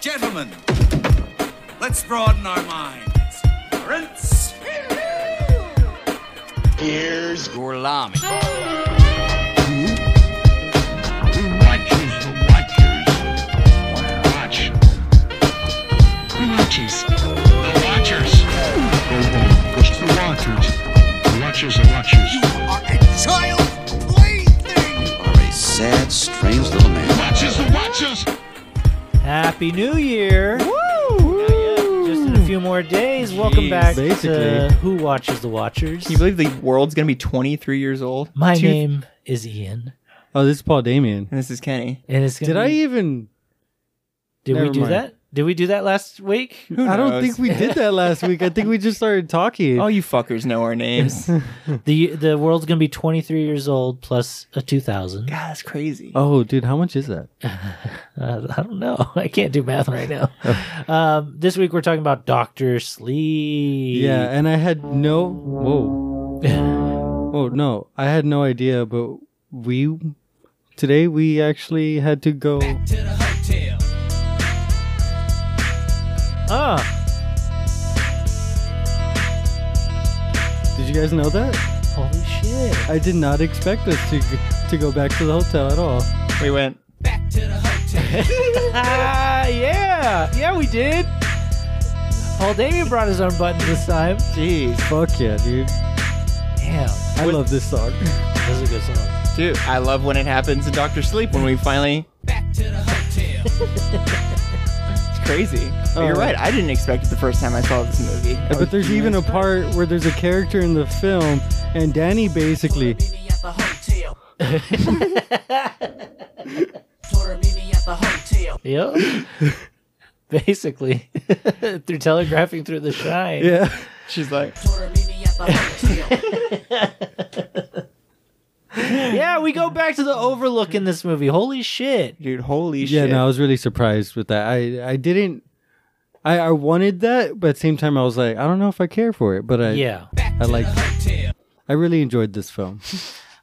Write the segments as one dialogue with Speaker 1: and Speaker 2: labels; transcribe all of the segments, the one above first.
Speaker 1: Gentlemen, let's broaden our minds. Prince.
Speaker 2: Here's Gorlami.
Speaker 3: Watches the Watchers. Watch. The Watchers. The Watchers. Go home. Push the Watchers. The Watchers are Watchers.
Speaker 2: Are a sad, strange little man.
Speaker 3: Watchers the Watchers.
Speaker 4: Happy New Year! Woo! Just in a few more days. Welcome
Speaker 5: Jeez.
Speaker 4: back to
Speaker 5: Basically.
Speaker 4: Who Watches the Watchers.
Speaker 6: Can you believe the world's gonna be 23 years old?
Speaker 4: My
Speaker 6: Two-
Speaker 4: name is Ian,
Speaker 5: Oh, this is Paul Damien.
Speaker 6: And this is Kenny.
Speaker 4: and it's gonna.
Speaker 5: Did I
Speaker 4: be-
Speaker 5: even?
Speaker 4: Did we
Speaker 5: never
Speaker 4: do
Speaker 5: mind.
Speaker 4: that? Did we do that last week?
Speaker 6: Who
Speaker 5: I don't
Speaker 6: knows?
Speaker 5: think we did that last week. I think we just started talking.
Speaker 6: All you fuckers know our names. God,
Speaker 4: the The world's gonna be 23 years old plus a 2,000.
Speaker 6: that's crazy.
Speaker 5: Oh, dude, how much is that?
Speaker 4: Uh, I don't know. I can't do math right now. um, this week we're talking about Doctor Sleep.
Speaker 5: Yeah, and I had no. Whoa. Oh no, I had no idea, but we today we actually had to go.
Speaker 4: Ah,
Speaker 5: Did you guys know that?
Speaker 4: holy shit!
Speaker 5: I did not expect us to g- to go back to the hotel at all.
Speaker 6: We went.
Speaker 4: Ah, yeah, yeah, we did. Paul Damien brought his own button this time.
Speaker 6: Jeez,
Speaker 5: Fuck yeah, dude!
Speaker 4: Damn,
Speaker 5: I love this song.
Speaker 4: that was a good song.
Speaker 6: dude. I love when it happens in Doctor Sleep when we finally. It's crazy. But
Speaker 5: Oh.
Speaker 6: You're right. I didn't expect it the first time I saw this movie.
Speaker 5: But there's even a part where there's a character in the film, and Danny basically
Speaker 4: Yep. Basically, through telegraphing through the shine.
Speaker 5: yeah.
Speaker 6: She's like,
Speaker 4: Yeah, we go back to the Overlook in this movie. Holy shit!
Speaker 6: dude, holy
Speaker 5: Yeah,
Speaker 6: shit.
Speaker 5: no, I was really surprised with that. I I didn't. I, I wanted that, but at the same time, I was like, I don't know if I care for it. But I
Speaker 4: Yeah,
Speaker 5: I like. I really enjoyed this film.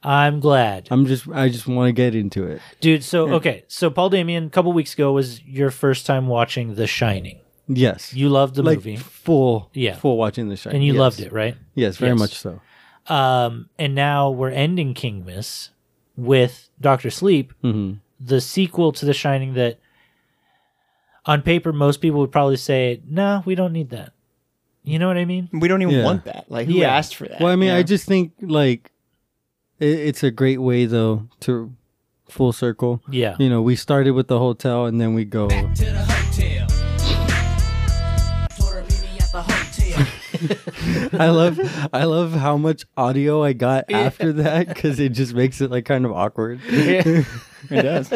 Speaker 4: I'm glad,
Speaker 5: I'm just I just want to get into it.
Speaker 4: dude. So okay, so Paul Damien, a couple weeks ago was your first time watching The Shining.
Speaker 5: Yes,
Speaker 4: You loved the
Speaker 5: like
Speaker 4: movie,
Speaker 5: full
Speaker 4: Yeah.
Speaker 5: full watching the show,
Speaker 4: and you loved it, right?
Speaker 5: Yes, very
Speaker 4: Yes.
Speaker 5: much so.
Speaker 4: Um, and now we're ending Kingmas with Doctor Sleep,
Speaker 5: hmm
Speaker 4: the sequel to The Shining. That on paper, most people would probably say, "No, we don't need that." You know what I mean?
Speaker 6: We don't even
Speaker 5: Yeah.
Speaker 6: want that. Like, who
Speaker 4: Yeah.
Speaker 6: asked for that?
Speaker 5: Well, I mean,
Speaker 6: you
Speaker 5: I
Speaker 6: know?
Speaker 5: just think like it, it's a great way though to full circle.
Speaker 4: Yeah.
Speaker 5: You know, we started with the hotel, and then we go. I love I love how much audio I got after that because it just makes it like kind of awkward.
Speaker 6: It does.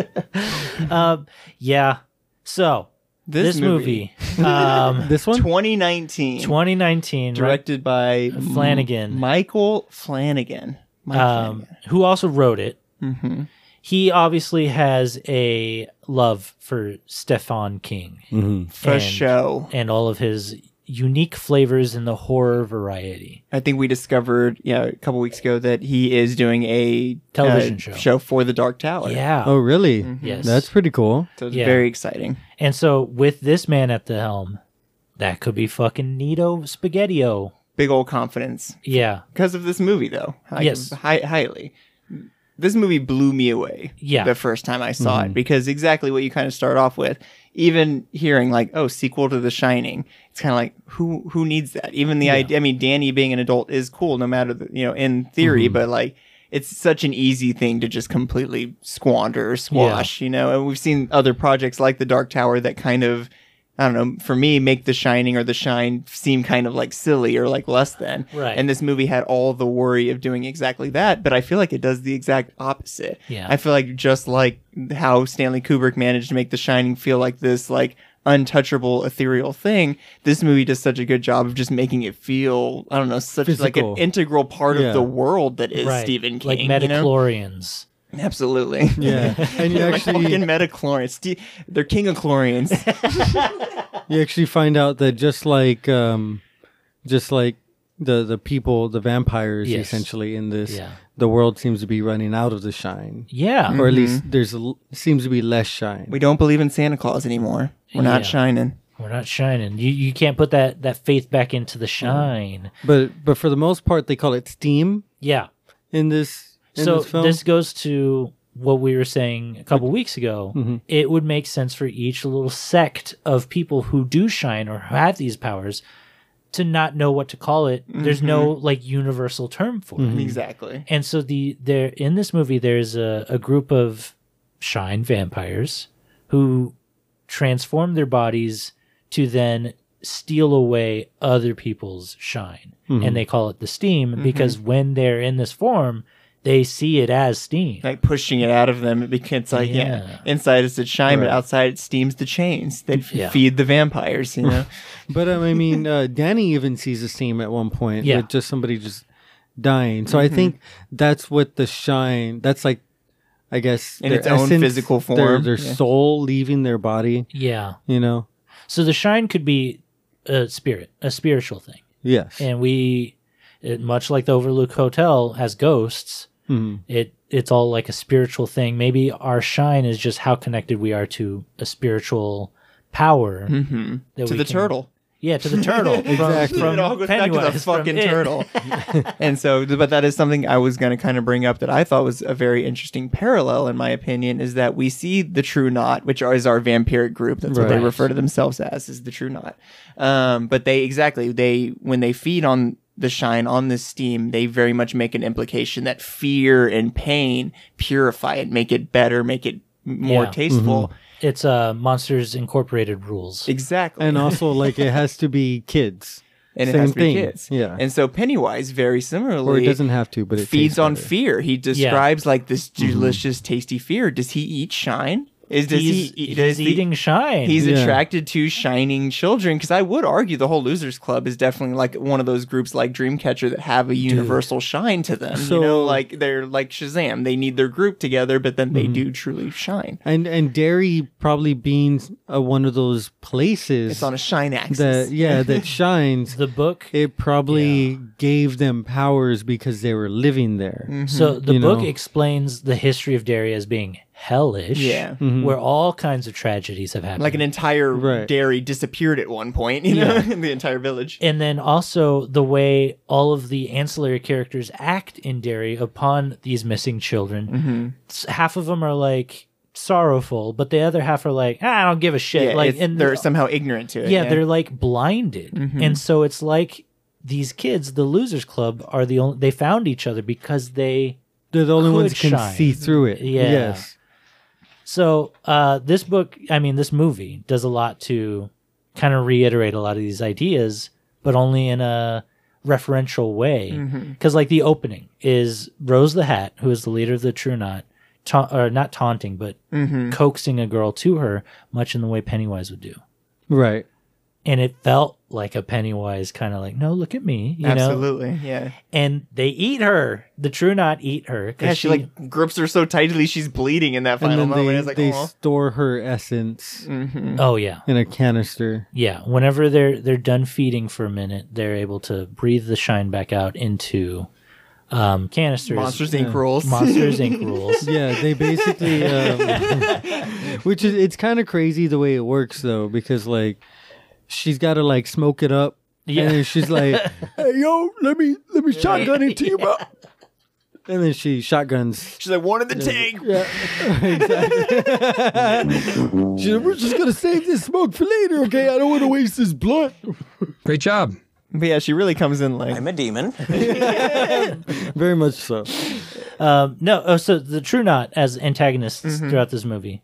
Speaker 4: Yeah. So this,
Speaker 6: This
Speaker 4: movie, um,
Speaker 5: This one,
Speaker 6: 2019.
Speaker 4: 2019, right?
Speaker 6: directed by
Speaker 4: Flanagan.
Speaker 6: M- Michael Flanagan. Mike
Speaker 5: Uh,
Speaker 4: um, who also wrote it.
Speaker 6: Mm-hmm.
Speaker 4: He obviously has a love for Stefan King
Speaker 6: Flanagan.
Speaker 5: Mhm.
Speaker 6: For
Speaker 4: and-
Speaker 6: show.
Speaker 4: and all of his unique flavors in the horror variety.
Speaker 6: I think we discovered, yeah, a couple weeks ago that he is doing a uh,
Speaker 4: Television show.
Speaker 6: show for the Dark Tower.
Speaker 4: Yeah.
Speaker 5: oh really?
Speaker 4: Yes.
Speaker 5: that's pretty cool.
Speaker 6: So it's
Speaker 4: Yeah.
Speaker 6: very exciting.
Speaker 4: And so with this man at the helm, that could be fucking neato spaghettio.
Speaker 6: Big old confidence
Speaker 4: Yeah.
Speaker 6: because of this movie, though. I
Speaker 4: Yes.
Speaker 6: hi- highly. This movie blew me away.
Speaker 4: Yeah. Mm-hmm.
Speaker 6: the first time I saw it because exactly what you kind of start off with. Even hearing like, oh, sequel to The Shining, it's kind of like who who needs that? Even the idea. I mean, Danny being an adult is cool, no matter the, you know in theory,
Speaker 4: Mm-hmm.
Speaker 6: but like. It's such an easy thing to just completely squander or squash, you know. And we've seen other projects like The Dark Tower that kind of I don't know, for me, make The Shining or The Shine seem kind of like silly or like less than.
Speaker 4: Right.
Speaker 6: And this movie had all the worry of doing exactly that, but I feel like it does the exact opposite.
Speaker 4: Yeah.
Speaker 6: I feel like just like how Stanley Kubrick managed to make The Shining feel like this, like, untouchable ethereal thing this movie does such a good job of just making it feel i don't know such like an
Speaker 5: Physical.
Speaker 6: integral part
Speaker 5: Yeah.
Speaker 6: of the world that is
Speaker 4: right.
Speaker 6: stephen
Speaker 4: Like
Speaker 6: king you know?
Speaker 4: Metachlorians.
Speaker 6: absolutely
Speaker 5: Yeah, and you
Speaker 6: like fucking
Speaker 5: actually
Speaker 6: metachlorians Ste- they're king of chlorians
Speaker 5: you actually find out that just like um, just like the the people, the vampires,
Speaker 4: Yes.
Speaker 5: essentially in this.
Speaker 4: Yeah.
Speaker 5: The world seems to be running out of the shine,
Speaker 4: Yeah.
Speaker 5: or at least there's a l seems to be less shine.
Speaker 6: We don't believe in Santa Claus anymore. We're
Speaker 4: Yeah.
Speaker 6: not shining.
Speaker 4: We're not shining. You you can't put that that faith back into the shine.
Speaker 5: but but for the most part, they call it steam
Speaker 4: Yeah.
Speaker 5: in this. In
Speaker 4: so
Speaker 5: this, film. Mm-hmm.
Speaker 4: this goes to what we were saying a couple weeks ago. It would make sense for each little sect of people who do shine or who have these powers to not know what to call it. There's
Speaker 5: Mm-hmm.
Speaker 4: no like universal term for it.
Speaker 6: Exactly.
Speaker 4: And so the there in this movie there's a, a group of shine vampires who transform their bodies to then steal away other people's shine. And they call it the steam because when they're in this form, they see it as steam.
Speaker 6: Like pushing it out of them, it becomes like yeah.
Speaker 4: Yeah.
Speaker 6: Inside it's the shine, but outside it steams the chains that f-
Speaker 4: Yeah.
Speaker 6: feed the vampires. You know,
Speaker 5: But um, I mean, uh, Danny even sees a steam at one point
Speaker 4: Yeah.
Speaker 5: with just somebody just dying. So
Speaker 6: Mm-hmm.
Speaker 5: I think that's what the shine. That's like, I guess,
Speaker 6: In
Speaker 5: their
Speaker 6: its own physical
Speaker 5: their,
Speaker 6: form,
Speaker 5: their
Speaker 6: yeah.
Speaker 5: soul leaving their body.
Speaker 4: Yeah.
Speaker 5: You know,
Speaker 4: So the shine could be a spirit, a spiritual thing.
Speaker 5: yes,
Speaker 4: and we it, much like the overlook hotel has ghosts
Speaker 6: Hmm.
Speaker 4: it it's all like a spiritual thing maybe our shine is just how connected we are to a spiritual power that
Speaker 6: Mm-hmm. to
Speaker 4: we
Speaker 6: the
Speaker 4: can-
Speaker 6: turtle.
Speaker 4: yeah to the turtle exactly
Speaker 6: it all goes back to the fucking turtle. and so, but that is something I was going to kind of bring up that I thought was a very interesting parallel, in my opinion, is that we see the True Knot, which are- is our vampiric group. That's what they
Speaker 5: Right.
Speaker 6: refer to themselves as, is the True Knot. Um, but they exactly they when they feed on the shine on this steam, they very much make an implication that fear and pain purify it, make it better, make it m- more
Speaker 4: Yeah.
Speaker 6: tasteful.
Speaker 5: Mm-hmm.
Speaker 4: it's uh monsters incorporated rules
Speaker 6: Exactly.
Speaker 5: and also like it has to be kids.
Speaker 6: and it
Speaker 5: Same
Speaker 6: has to be
Speaker 5: thing.
Speaker 6: kids.
Speaker 5: Yeah.
Speaker 6: And so Pennywise very similarly
Speaker 5: Or it doesn't have to, but it
Speaker 6: feeds
Speaker 5: tastes
Speaker 6: on
Speaker 5: better. Mm-hmm.
Speaker 6: fear. He describes like this delicious, tasty fear. Does he eat shine? Is does
Speaker 4: he's,
Speaker 6: he eat,
Speaker 4: he's
Speaker 6: does he-
Speaker 4: eating shine
Speaker 6: He's
Speaker 5: Yeah.
Speaker 6: attracted to shining children because I would argue the whole Losers Club is definitely like one of those groups like Dreamcatcher that have a universal shine to them. you know,
Speaker 5: So-
Speaker 6: like they're like Shazam. They need their group together, but then they
Speaker 5: Mm-hmm.
Speaker 6: do truly shine.
Speaker 5: And and dairy probably being uh, one of those places
Speaker 6: It's on a shine axis.
Speaker 5: that yeah that shines.
Speaker 4: the book
Speaker 5: it probably gave them powers because they were living there.
Speaker 6: Mm. Mm-hmm.
Speaker 4: So the
Speaker 5: you
Speaker 4: book
Speaker 5: know?
Speaker 4: explains the history of Derry as being hellish,
Speaker 6: Yeah. Mm-hmm.
Speaker 4: where all kinds of tragedies have happened.
Speaker 6: like an entire
Speaker 5: Right.
Speaker 6: dairy disappeared at one point, you know, in the entire village.
Speaker 4: and then also the way all of the ancillary characters act in Derry upon these missing children.
Speaker 6: Mm-hmm.
Speaker 4: S- Half of them are like sorrowful, but the other half are like, ah, I don't give a shit.
Speaker 6: Yeah,
Speaker 4: like,
Speaker 6: it's- they're Mm-hmm.
Speaker 4: the-
Speaker 6: somehow ignorant to it.
Speaker 4: yeah, they're like blinded, and so it's like these kids, the losers club, are the only they found each other because they
Speaker 5: They're the only
Speaker 4: could
Speaker 5: ones can
Speaker 4: shine.
Speaker 5: see through it.
Speaker 4: Yeah.
Speaker 5: Yes.
Speaker 4: So uh, this book, I mean, this movie does a lot to kind of reiterate a lot of these ideas, but only in a referential way.
Speaker 6: Mm-hmm.
Speaker 4: Because like the opening is Rose the Hat, who is the leader of the True Knot, ta- or not taunting, but
Speaker 6: Mm-hmm.
Speaker 4: coaxing a girl to her, much in the way Pennywise would do.
Speaker 5: Right.
Speaker 4: And it felt like a Pennywise kind of like, no, look at me, you know.
Speaker 6: Absolutely, yeah.
Speaker 4: And they eat her. The True Knot eat her because
Speaker 6: Yeah, she, like grips her so tightly she's bleeding in that
Speaker 5: And
Speaker 6: final
Speaker 5: then
Speaker 6: moment.
Speaker 5: they,
Speaker 6: it's like,
Speaker 5: they
Speaker 6: "Aw." Mm.
Speaker 5: store her essence
Speaker 4: oh yeah,
Speaker 5: in a canister.
Speaker 4: Yeah, whenever they're they're done feeding for a minute, they're able to breathe the shine back out into um, canisters.
Speaker 6: Monsters Inc. rules.
Speaker 4: Monsters Inc. rules.
Speaker 5: Yeah, they basically, um, which is it's kind of crazy the way it works though, because like she's got to like smoke it up,
Speaker 4: Yeah.
Speaker 5: and then she's like, "Hey yo, let me let me shotgun into you, bro," and then she shotguns.
Speaker 6: She's like one in the tank.
Speaker 5: Yeah, exactly. She's like, We're just gonna save this smoke for later, okay? I don't want to waste this blunt.
Speaker 7: Great job.
Speaker 6: But yeah, she really comes in like
Speaker 8: I'm a demon.
Speaker 5: Very much so.
Speaker 4: Um, no, oh, so the True Knot as antagonists
Speaker 6: Mm-hmm.
Speaker 4: throughout this movie,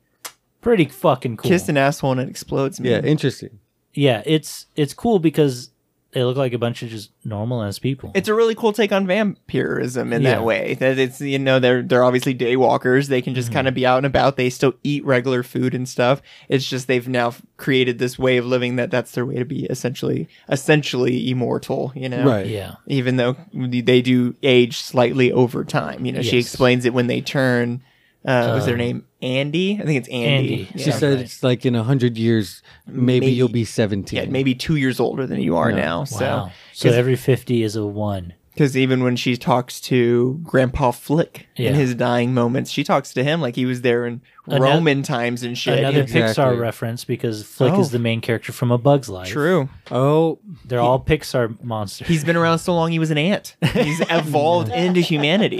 Speaker 4: pretty fucking cool.
Speaker 6: kiss an asshole and it explodes.
Speaker 5: Yeah,
Speaker 6: Man.
Speaker 5: interesting.
Speaker 4: yeah, it's it's cool because they look like a bunch of just normal ass people.
Speaker 6: It's a really cool take on vampirism in
Speaker 4: Yeah.
Speaker 6: that way. That it's you know they're they're obviously day walkers. They can just
Speaker 5: Mm-hmm.
Speaker 6: kind of be out and about. They still eat regular food and stuff. It's just they've now f- created this way of living that that's their way to be essentially essentially immortal. You know,
Speaker 5: Right.
Speaker 4: yeah,
Speaker 6: even though they do age slightly over time. You know, she
Speaker 4: Yes.
Speaker 6: explains it when they turn Uh, was their name Andy? I think it's Andy.
Speaker 4: Andy.
Speaker 6: Yeah.
Speaker 5: She
Speaker 4: Yeah,
Speaker 5: said
Speaker 4: right.
Speaker 5: it's like in a hundred years, maybe,
Speaker 6: Maybe.
Speaker 5: you'll be seventeen.
Speaker 6: Yeah, maybe two years older than you are now. So,
Speaker 4: Wow. So every 50 is a one.
Speaker 6: because even when she talks to Grandpa Flick
Speaker 4: Yeah.
Speaker 6: in his dying moments, she talks to him like he was there in
Speaker 4: Another-
Speaker 6: Roman times and shit.
Speaker 4: Another
Speaker 5: Exactly.
Speaker 4: Pixar reference because Flick is
Speaker 6: Oh.
Speaker 4: the main character from A Bug's Life.
Speaker 6: True.
Speaker 5: Oh,
Speaker 4: They're all Pixar monsters.
Speaker 6: He's been around so long, he was an ant. He's evolved into humanity.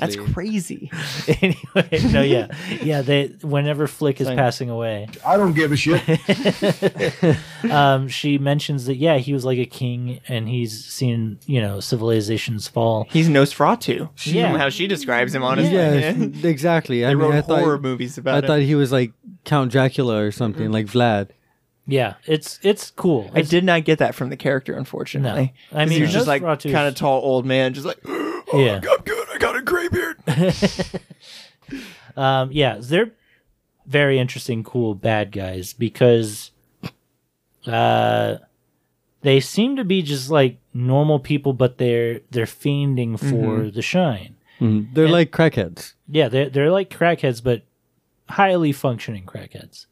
Speaker 6: That's crazy.
Speaker 4: anyway, no, yeah, yeah. They whenever Flick is passing away,
Speaker 7: I don't give a shit.
Speaker 4: um, she mentions that yeah, he was like a king, and he's seen you know civilizations fall.
Speaker 6: He's Nosferatu.
Speaker 4: Yeah.
Speaker 6: Yeah. How she describes him, honestly.
Speaker 5: Yeah,
Speaker 6: Yeah.
Speaker 5: exactly. I
Speaker 6: They
Speaker 5: mean,
Speaker 6: wrote
Speaker 5: I
Speaker 6: horror
Speaker 5: thought
Speaker 6: movies
Speaker 5: I
Speaker 6: about
Speaker 5: thought
Speaker 6: it.
Speaker 5: he was like Count Dracula or something,
Speaker 6: Mm-hmm.
Speaker 5: like Vlad.
Speaker 4: Yeah, it's it's cool.
Speaker 6: I
Speaker 4: It's-
Speaker 6: did not get that from the character, unfortunately.
Speaker 4: No. I
Speaker 6: 'Cause
Speaker 4: mean,
Speaker 6: he was just like
Speaker 4: Nosferatu-
Speaker 6: kind of tall old man, just like, oh,
Speaker 4: Yeah.
Speaker 6: I'm good. I got a gray beard.
Speaker 4: Um, yeah, they're very interesting, cool bad guys because uh, they seem to be just like normal people, but they're they're fiending
Speaker 6: Mm-hmm.
Speaker 4: for the shine.
Speaker 5: Mhm. They're like crackheads.
Speaker 4: Yeah, they're they're like crackheads, but highly functioning crackheads.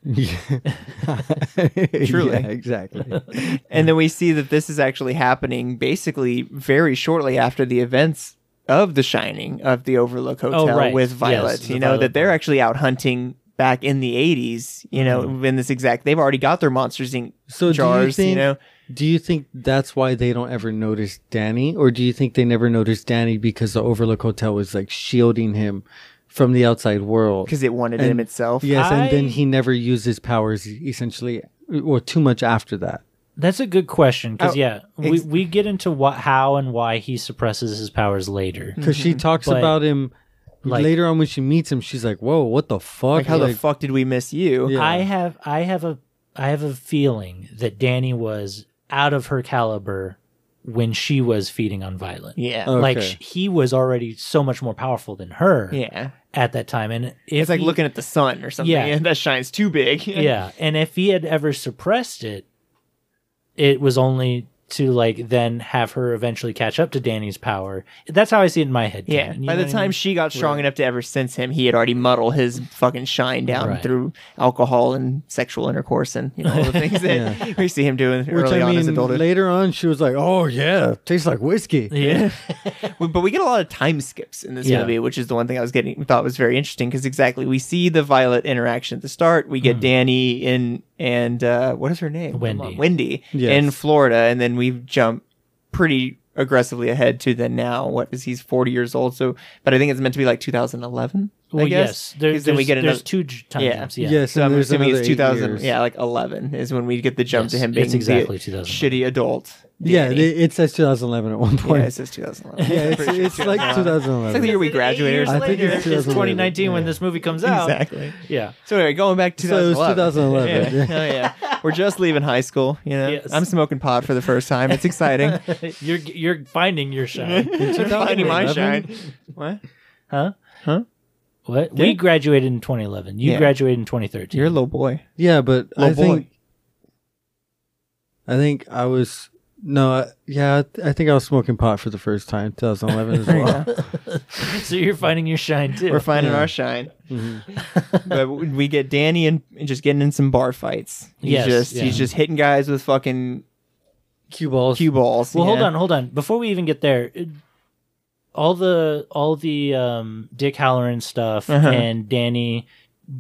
Speaker 5: Truly, exactly.
Speaker 6: And then we see that this is actually happening basically very shortly after the events of The Shining of the Overlook Hotel
Speaker 4: Oh, right.
Speaker 6: with
Speaker 4: Yes,
Speaker 6: Violet.
Speaker 4: the
Speaker 6: you know,
Speaker 4: Violet
Speaker 6: that they're actually out hunting back in the 80s, you know,
Speaker 4: Mm-hmm.
Speaker 6: in this exact, they've already got their Monsters Inc.
Speaker 5: So
Speaker 6: jars,
Speaker 5: do you think?
Speaker 6: you know.
Speaker 5: Do you think that's why they don't ever notice Danny, or do you think they never noticed Danny because the Overlook Hotel was like shielding him from the outside world?
Speaker 6: because it wanted him
Speaker 5: And-
Speaker 6: itself.
Speaker 5: Yes, and
Speaker 4: I-
Speaker 5: then he never used his powers essentially, or too much after that.
Speaker 4: That's a good question because
Speaker 6: Oh,
Speaker 4: yeah, we
Speaker 6: ex-
Speaker 4: we get into what how and why he suppresses his powers later.
Speaker 6: Mm,
Speaker 5: Because she talks
Speaker 4: But,
Speaker 5: about him
Speaker 4: like-
Speaker 5: later on when she meets him. She's like, "Whoa, what the fuck?
Speaker 6: Like, how the fuck did we miss you?
Speaker 5: Yeah.
Speaker 4: I have I have a I have a feeling that Danny was out of her caliber when she was feeding on Violet.
Speaker 6: Yeah.
Speaker 5: Oh.
Speaker 4: Like
Speaker 5: Okay.
Speaker 4: sh- he was already so much more powerful than her
Speaker 6: yeah.
Speaker 4: at that time, and if
Speaker 6: It's like
Speaker 4: he-
Speaker 6: looking at the sun or something.
Speaker 4: Yeah.
Speaker 6: and that shines too big.
Speaker 4: yeah, and if he had ever suppressed it, it was only to like then have her eventually catch up to Danny's power. That's how I see it in my head.
Speaker 6: Yeah.
Speaker 4: Kenan, you
Speaker 6: By
Speaker 4: know
Speaker 6: the
Speaker 4: what I
Speaker 6: time
Speaker 4: mean?
Speaker 6: she got strong enough to ever sense him, he had already muddled his fucking shine down
Speaker 4: Right.
Speaker 6: through alcohol and sexual intercourse and you know all the things that we see him doing
Speaker 5: Which
Speaker 6: early
Speaker 5: I
Speaker 6: on as
Speaker 5: mean,
Speaker 6: adulthood.
Speaker 5: later on, she was like, "Oh yeah, tastes like whiskey."
Speaker 4: yeah.
Speaker 6: We- But we get a lot of time skips in this
Speaker 4: Yeah.
Speaker 6: movie, which is the one thing I was getting thought was very interesting because exactly we see the Violet interaction at the start. We get Danny in and uh, what is her name?
Speaker 4: Hmm. Wendy.
Speaker 6: Come on, Wendy
Speaker 5: Yes.
Speaker 6: in Florida, and then we jump pretty aggressively ahead to the now. What is he's forty years old? So, but I think it's meant to be like 2011.
Speaker 4: Well,
Speaker 6: I
Speaker 4: yes.
Speaker 6: guess.
Speaker 4: There,
Speaker 6: 'Cause
Speaker 4: there's,
Speaker 6: then we get
Speaker 4: there's
Speaker 6: another.
Speaker 4: two j- time
Speaker 6: Yeah.
Speaker 4: jumps. Yeah.
Speaker 5: Yes,
Speaker 6: So
Speaker 5: and
Speaker 6: I'm
Speaker 5: there's
Speaker 6: assuming
Speaker 5: another
Speaker 6: it's
Speaker 5: eight
Speaker 6: 2000,
Speaker 5: years.
Speaker 6: yeah, like 11 is when we get the jump to
Speaker 4: Yes,
Speaker 6: him being
Speaker 4: it's
Speaker 6: the
Speaker 4: exactly 2011.
Speaker 6: shitty adult.
Speaker 5: yeah.
Speaker 6: Danny.
Speaker 5: It, it says 2011 at one point.
Speaker 6: yeah, it says 2011.
Speaker 5: Yeah, it's, it's like
Speaker 6: It's like the
Speaker 5: 2011.
Speaker 6: year we graduated. or
Speaker 5: I
Speaker 6: something.
Speaker 5: think later it's is 2011, 2019
Speaker 4: when this movie comes
Speaker 6: Exactly.
Speaker 4: Yeah.
Speaker 6: So anyway, going back to
Speaker 5: So it was
Speaker 6: 2011.
Speaker 5: 2011, yeah.
Speaker 6: Hell yeah. We're just leaving high school. You know,
Speaker 4: Yes.
Speaker 6: I'm smoking pot for the first time. It's exciting.
Speaker 4: You're you're finding your shine.
Speaker 6: I'm finding my
Speaker 5: 2011?
Speaker 6: shine. What?
Speaker 4: what? We graduated in 2011. You
Speaker 6: Yeah.
Speaker 4: graduated in 2013.
Speaker 6: You're a little boy.
Speaker 5: Yeah, but I
Speaker 6: Little boy.
Speaker 5: think I think I was no, I, yeah, I, th- I think I was smoking pot for the first time 2011 as well.
Speaker 4: so you're finding your shine too.
Speaker 6: We're finding our shine.
Speaker 5: Mm-hmm.
Speaker 6: but we get Danny and and just getting in some bar fights. He's
Speaker 4: Yes,
Speaker 6: just
Speaker 4: yeah.
Speaker 6: he's just hitting guys with fucking
Speaker 5: Cue balls.
Speaker 6: cue balls.
Speaker 4: well, hold
Speaker 6: yeah.
Speaker 4: on, hold on. Before we even get there, it- all the all the um, Dick Halloran stuff
Speaker 6: Uh-huh.
Speaker 4: and Danny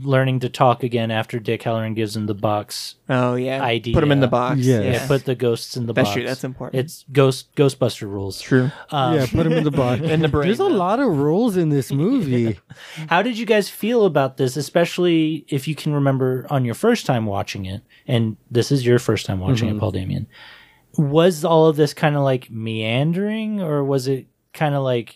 Speaker 4: learning to talk again after Dick Halloran gives him the box.
Speaker 6: Oh yeah.
Speaker 4: Idea.
Speaker 6: Put him in the box.
Speaker 5: Yeah.
Speaker 4: Yeah, put the ghosts in the
Speaker 6: That's
Speaker 4: box.
Speaker 6: true, that's important.
Speaker 4: It's ghost Ghostbuster rules.
Speaker 6: True.
Speaker 4: Um,
Speaker 5: yeah, put him in the box.
Speaker 6: Uh, In the brain.
Speaker 5: There's a lot of rules in this movie.
Speaker 4: How did you guys feel about this, especially if you can remember on your first time watching it? And this is your first time watching
Speaker 6: Mm-hmm.
Speaker 4: it, Paul Damien. Was all of this kind of like meandering, or was it kind of like,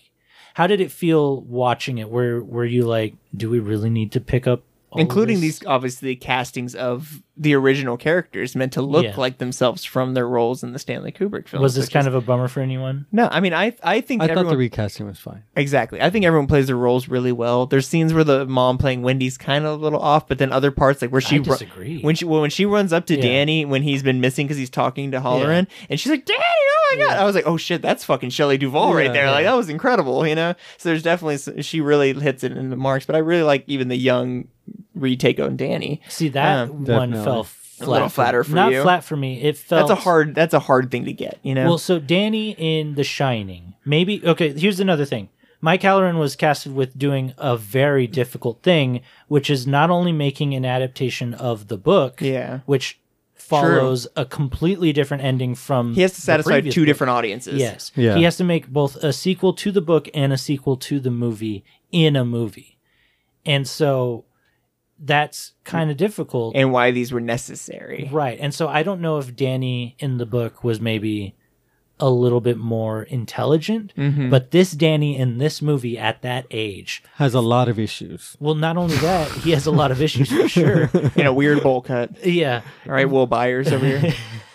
Speaker 4: how did it feel watching it? Where were you like, do we really need to pick up, all of
Speaker 6: including
Speaker 4: this?
Speaker 6: these obviously castings of the original characters meant to look
Speaker 4: Yeah.
Speaker 6: like themselves from their roles in the Stanley Kubrick films.
Speaker 4: Was this
Speaker 6: which
Speaker 4: kind
Speaker 6: is-
Speaker 4: of a bummer for anyone?
Speaker 6: no? I mean, I I think
Speaker 5: I
Speaker 6: everyone,
Speaker 5: thought the recasting was fine.
Speaker 6: exactly. I think everyone plays their roles really well. There's scenes where the mom playing Wendy's kind of a little off, but then other parts like where she ru-
Speaker 4: disagree.
Speaker 6: when she well, when she runs up to
Speaker 4: Yeah.
Speaker 6: Danny when he's been missing because he's talking to Holleran, and she's like, "Danny, oh my god! I was like, oh shit, that's fucking Shelley Duvall right
Speaker 5: Yeah,
Speaker 6: there. Like
Speaker 5: yeah.
Speaker 6: that was incredible, you know. So there's definitely s- she really hits it in the marks. But I really like even the young retake on Danny.
Speaker 4: See that
Speaker 6: Um,
Speaker 4: one
Speaker 5: Definitely.
Speaker 4: fell flat.
Speaker 6: A little
Speaker 4: for me.
Speaker 6: flatter for
Speaker 4: Not
Speaker 6: you.
Speaker 4: flat for me. It felt
Speaker 6: That's a hard. That's a hard thing to get, you know.
Speaker 4: Well, so Danny in The Shining, maybe okay. Here's another thing. Mike Halloran was casted with doing a very difficult thing, which is not only making an adaptation of the book,
Speaker 6: Yeah.
Speaker 4: which follows a completely different ending from
Speaker 6: he has to
Speaker 4: the
Speaker 6: satisfy
Speaker 4: previous
Speaker 6: two
Speaker 4: book.
Speaker 6: different audiences.
Speaker 4: Yes.
Speaker 5: Yeah.
Speaker 4: He has to make both a sequel to the book and a sequel to the movie in a movie. And so that's kind of difficult.
Speaker 6: and why these were necessary.
Speaker 4: right. And so I don't know if Danny in the book was maybe a little bit more intelligent,
Speaker 6: Mm-hmm.
Speaker 4: but this Danny in this movie at that age,
Speaker 5: Has a lot of issues.
Speaker 4: well, not only that, he has a lot of issues for sure.
Speaker 6: In a weird bowl cut.
Speaker 4: Yeah.
Speaker 6: All right, Will Byers over here.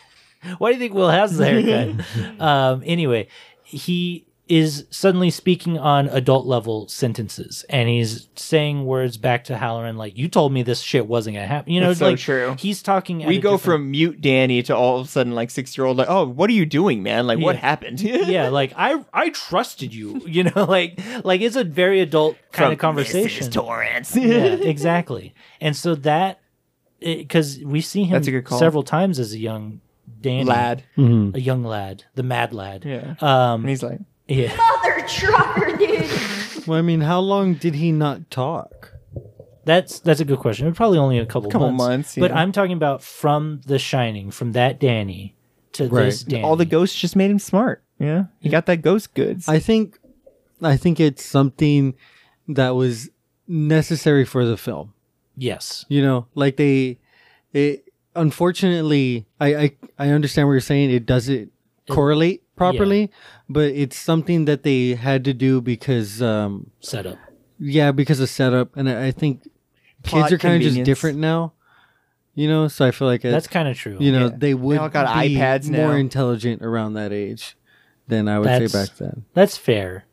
Speaker 4: Why do you think Will has the haircut? um, anyway, he is suddenly speaking on adult level sentences and he's saying words back to Halloran like, You told me this shit wasn't gonna happen. You know,
Speaker 6: It's
Speaker 4: it's
Speaker 6: so
Speaker 4: like
Speaker 6: true.
Speaker 4: he's talking at
Speaker 6: we
Speaker 4: a
Speaker 6: go
Speaker 4: different-
Speaker 6: from mute Danny to all of a sudden like six year old like, oh, what are you doing, man? Like, what
Speaker 4: Yeah.
Speaker 6: happened?
Speaker 4: yeah, like I I trusted you, you know, like like it's a very adult kind
Speaker 6: From
Speaker 4: of conversation.
Speaker 6: Mrs. Torrance.
Speaker 4: yeah, exactly. And so that because we see him
Speaker 6: That's a good call.
Speaker 4: several times as a young Danny
Speaker 6: Lad.
Speaker 4: a young lad, the mad lad.
Speaker 6: Yeah.
Speaker 4: Um,
Speaker 6: And he's like,
Speaker 4: yeah.
Speaker 7: Mother trucker, dude.
Speaker 5: Well, I mean, how long did he not talk?
Speaker 4: That's that's a good question. Probably only a couple,
Speaker 6: Couple
Speaker 4: months.
Speaker 6: months,
Speaker 4: But
Speaker 6: yeah.
Speaker 4: I'm talking about from The Shining, from that Danny to this Danny.
Speaker 6: all the ghosts just made him smart. Yeah. He got that ghost goods.
Speaker 5: I think, I think it's something that was necessary for the film.
Speaker 4: yes,
Speaker 5: You know, like they, it. Unfortunately, I I, I understand what you're saying. It doesn't correlate properly, but it's something that they had to do because, um,
Speaker 4: setup.
Speaker 5: yeah, because of setup, and I, I think
Speaker 6: Plot
Speaker 5: kids are kind of just
Speaker 6: convenience.
Speaker 5: different now. You know, so I feel like it-
Speaker 4: That's kind of true.
Speaker 5: you know
Speaker 6: Yeah.
Speaker 5: they would
Speaker 6: all got
Speaker 5: be
Speaker 6: iPads now.
Speaker 5: more intelligent around that age than I would say
Speaker 4: That's-
Speaker 5: back then.
Speaker 4: that's fair.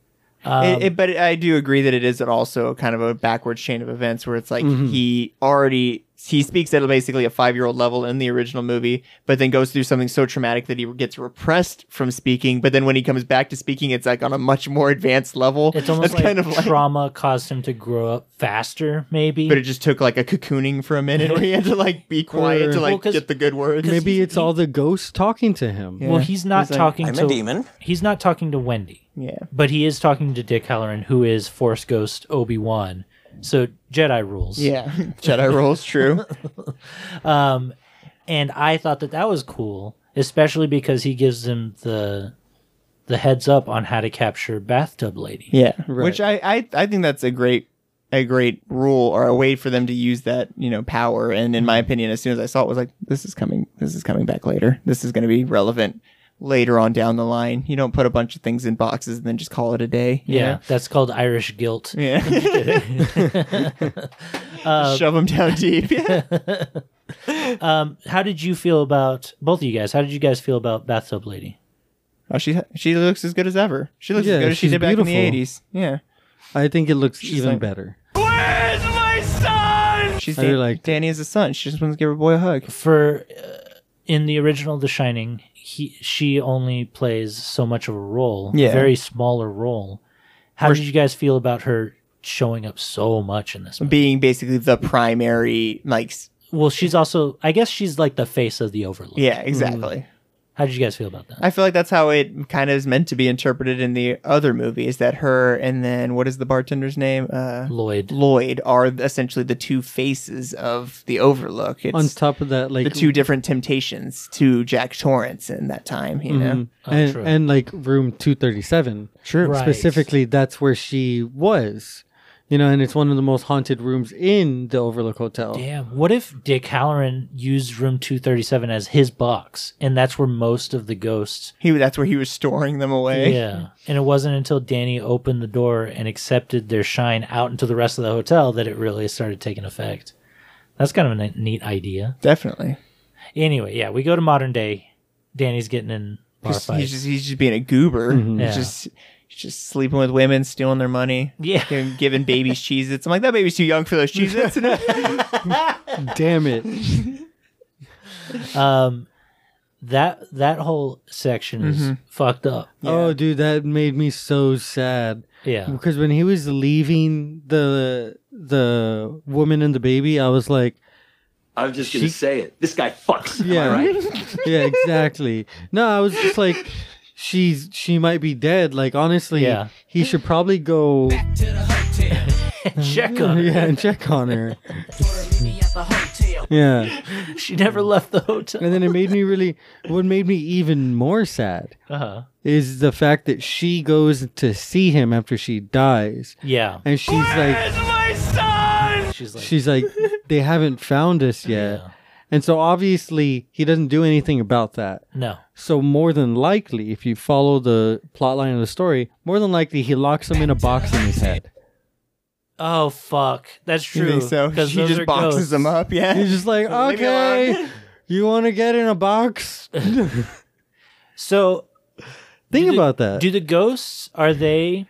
Speaker 4: Um,
Speaker 6: It- it- but I do agree that it is an also kind of a backwards chain of events where it's like
Speaker 4: Mm-hmm.
Speaker 6: he already he speaks at basically a five year old level in the original movie, but then goes through something so traumatic that he gets repressed from speaking. But then when he comes back to speaking, it's like on a much more advanced level.
Speaker 4: It's
Speaker 6: That's
Speaker 4: almost like
Speaker 6: kind of like,
Speaker 4: trauma caused him to grow up faster, maybe.
Speaker 6: but it just took like a cocooning for a minute where he had to like be quiet to
Speaker 5: Or-
Speaker 6: like
Speaker 4: 'cause-
Speaker 6: get the good words.
Speaker 5: Maybe
Speaker 4: he-
Speaker 5: it's all the ghosts talking to him.
Speaker 4: well,
Speaker 6: Yeah.
Speaker 4: he's not
Speaker 6: He's like,
Speaker 4: talking
Speaker 2: I'm
Speaker 4: to
Speaker 2: a demon.
Speaker 4: He's not talking to Wendy,
Speaker 6: yeah,
Speaker 4: but he is talking to Dick Halloran, who is Force Ghost Obi Wan. So Jedi rules.
Speaker 6: yeah, Jedi rules, true.
Speaker 4: and I thought that that was cool, especially because he gives him the the heads up on how to capture bathtub lady.
Speaker 6: Yeah, which I, I I think that's a great a great rule or a way for them to use that you know power. And in
Speaker 5: Mm-hmm.
Speaker 6: my opinion, as soon as I saw it, was like this is coming this is coming back later. This is going to be relevant later on down the line. You don't put a bunch of things in boxes and then just call it a day. you
Speaker 4: Yeah,
Speaker 6: know?
Speaker 4: that's called Irish guilt.
Speaker 6: Yeah.
Speaker 5: Uh,
Speaker 6: Shove them down deep. Yeah.
Speaker 4: How did you feel about both of you guys? How did you guys feel about bathtub lady?
Speaker 6: Oh, she she looks as good as ever. She looks
Speaker 5: Yeah,
Speaker 6: as good as she
Speaker 5: she's
Speaker 6: did back in the
Speaker 5: beautiful.
Speaker 6: eighties. Yeah.
Speaker 5: I think it looks even
Speaker 6: like-
Speaker 5: better.
Speaker 1: Where's my son?
Speaker 6: She's
Speaker 5: I really
Speaker 6: Dan-
Speaker 5: liked it.
Speaker 6: Danny is a son. She just wants to give her boy a hug.
Speaker 4: For uh, in the original The Shining, he she only plays so much of a role,
Speaker 6: Yeah.
Speaker 4: a very smaller role. How did you guys feel about her showing up so much in this? Movie?
Speaker 6: Being basically the primary like s-
Speaker 4: Well, she's also I guess she's like the face of the Overlook.
Speaker 6: yeah,
Speaker 5: Mm.
Speaker 6: exactly.
Speaker 4: How did you guys feel about that?
Speaker 6: I feel like that's how it kind of is meant to be interpreted in the other movies that her and then what is the bartender's name? Uh,
Speaker 4: Lloyd.
Speaker 6: Lloyd are essentially the two faces of the Overlook. It's
Speaker 5: On top of that, like
Speaker 6: the two different temptations to Jack Torrance in that time, you
Speaker 4: Mm-hmm.
Speaker 6: know?
Speaker 5: and,
Speaker 4: true.
Speaker 5: and like room two thirty seven. Sure.
Speaker 4: Right.
Speaker 5: Specifically, that's where she was. You know, and it's one of the most haunted rooms in the Overlook Hotel.
Speaker 4: Damn. What if Dick Halloran used room 237 as his box and that's where most of the ghosts
Speaker 6: He that's where he was storing them away.
Speaker 4: Yeah. And it wasn't until Danny opened the door and accepted their shine out into the rest of the hotel that it really started taking effect. That's kind of a ne- neat idea.
Speaker 6: Definitely.
Speaker 4: Anyway, yeah, we go to modern day. Danny's getting in bar
Speaker 6: He's, he's
Speaker 4: fights.
Speaker 6: just he's just being a goober.
Speaker 4: Mm-hmm. Yeah.
Speaker 6: He's just he's just sleeping with women, stealing their money.
Speaker 4: Yeah.
Speaker 6: Giving, giving babies Cheez Its. I'm like, that baby's too young for those Cheez Its.
Speaker 5: Damn it!
Speaker 4: Um, that that whole section
Speaker 6: Mm-hmm.
Speaker 4: is fucked up.
Speaker 5: Oh, dude, that made me so sad.
Speaker 6: Mm-hmm.
Speaker 4: Yeah.
Speaker 5: Because when he was leaving the the woman and the baby, I was like,
Speaker 1: I'm just gonna say it. This guy fucks. Am I
Speaker 5: Yeah.
Speaker 1: right?
Speaker 5: yeah, exactly. No, I was just like, she's she might be dead. Like honestly,
Speaker 4: Yeah.
Speaker 5: he should probably go
Speaker 4: Check on her.
Speaker 5: yeah and check on her. yeah,
Speaker 4: She never left the hotel.
Speaker 5: and then it made me really. What made me even more sad
Speaker 4: Uh-huh.
Speaker 5: is the fact that she goes to see him after she dies,
Speaker 4: Yeah.
Speaker 5: and she's like,
Speaker 1: Where's my son?
Speaker 4: She's like,
Speaker 5: she's like, they haven't found us yet.
Speaker 4: Yeah.
Speaker 5: And so obviously he doesn't do anything about that.
Speaker 4: no.
Speaker 5: So more than likely, if you follow the plot line of the story, more than likely he locks him in a box in his head.
Speaker 4: Oh fuck, that's
Speaker 6: You
Speaker 4: true.
Speaker 6: think so?
Speaker 4: 'cause
Speaker 6: She
Speaker 4: those
Speaker 6: just
Speaker 4: are
Speaker 6: boxes
Speaker 4: ghosts.
Speaker 6: them up. Yeah.
Speaker 5: He's just like,
Speaker 6: Leave me
Speaker 5: okay, you want to get in a box?
Speaker 4: So
Speaker 5: Think
Speaker 4: do the-
Speaker 5: about that.
Speaker 4: Do the ghosts are they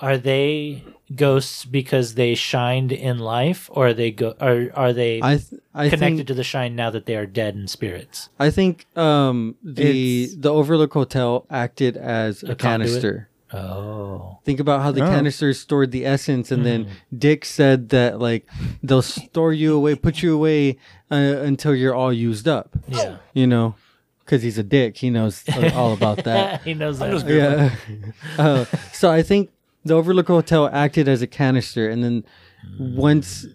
Speaker 4: are they ghosts because they shined in life, or are they go are are they
Speaker 5: I th- I
Speaker 4: connected
Speaker 5: think
Speaker 4: to the shine now that they are dead in spirits?
Speaker 5: I think um the
Speaker 6: It's-
Speaker 5: the Overlook Hotel acted as a,
Speaker 4: A conduit?
Speaker 5: canister.
Speaker 4: Oh,
Speaker 5: Think about how the
Speaker 6: Oh. Hmm.
Speaker 5: canisters stored the essence, and then Dick said that like they'll store you away, put you away uh, until you're all used up.
Speaker 4: yeah.
Speaker 5: You know, because he's a dick, he knows uh, all about that.
Speaker 4: he knows that.
Speaker 5: yeah. Uh, so I think the Overlook Hotel acted as a canister, and then
Speaker 6: Hmm.
Speaker 5: once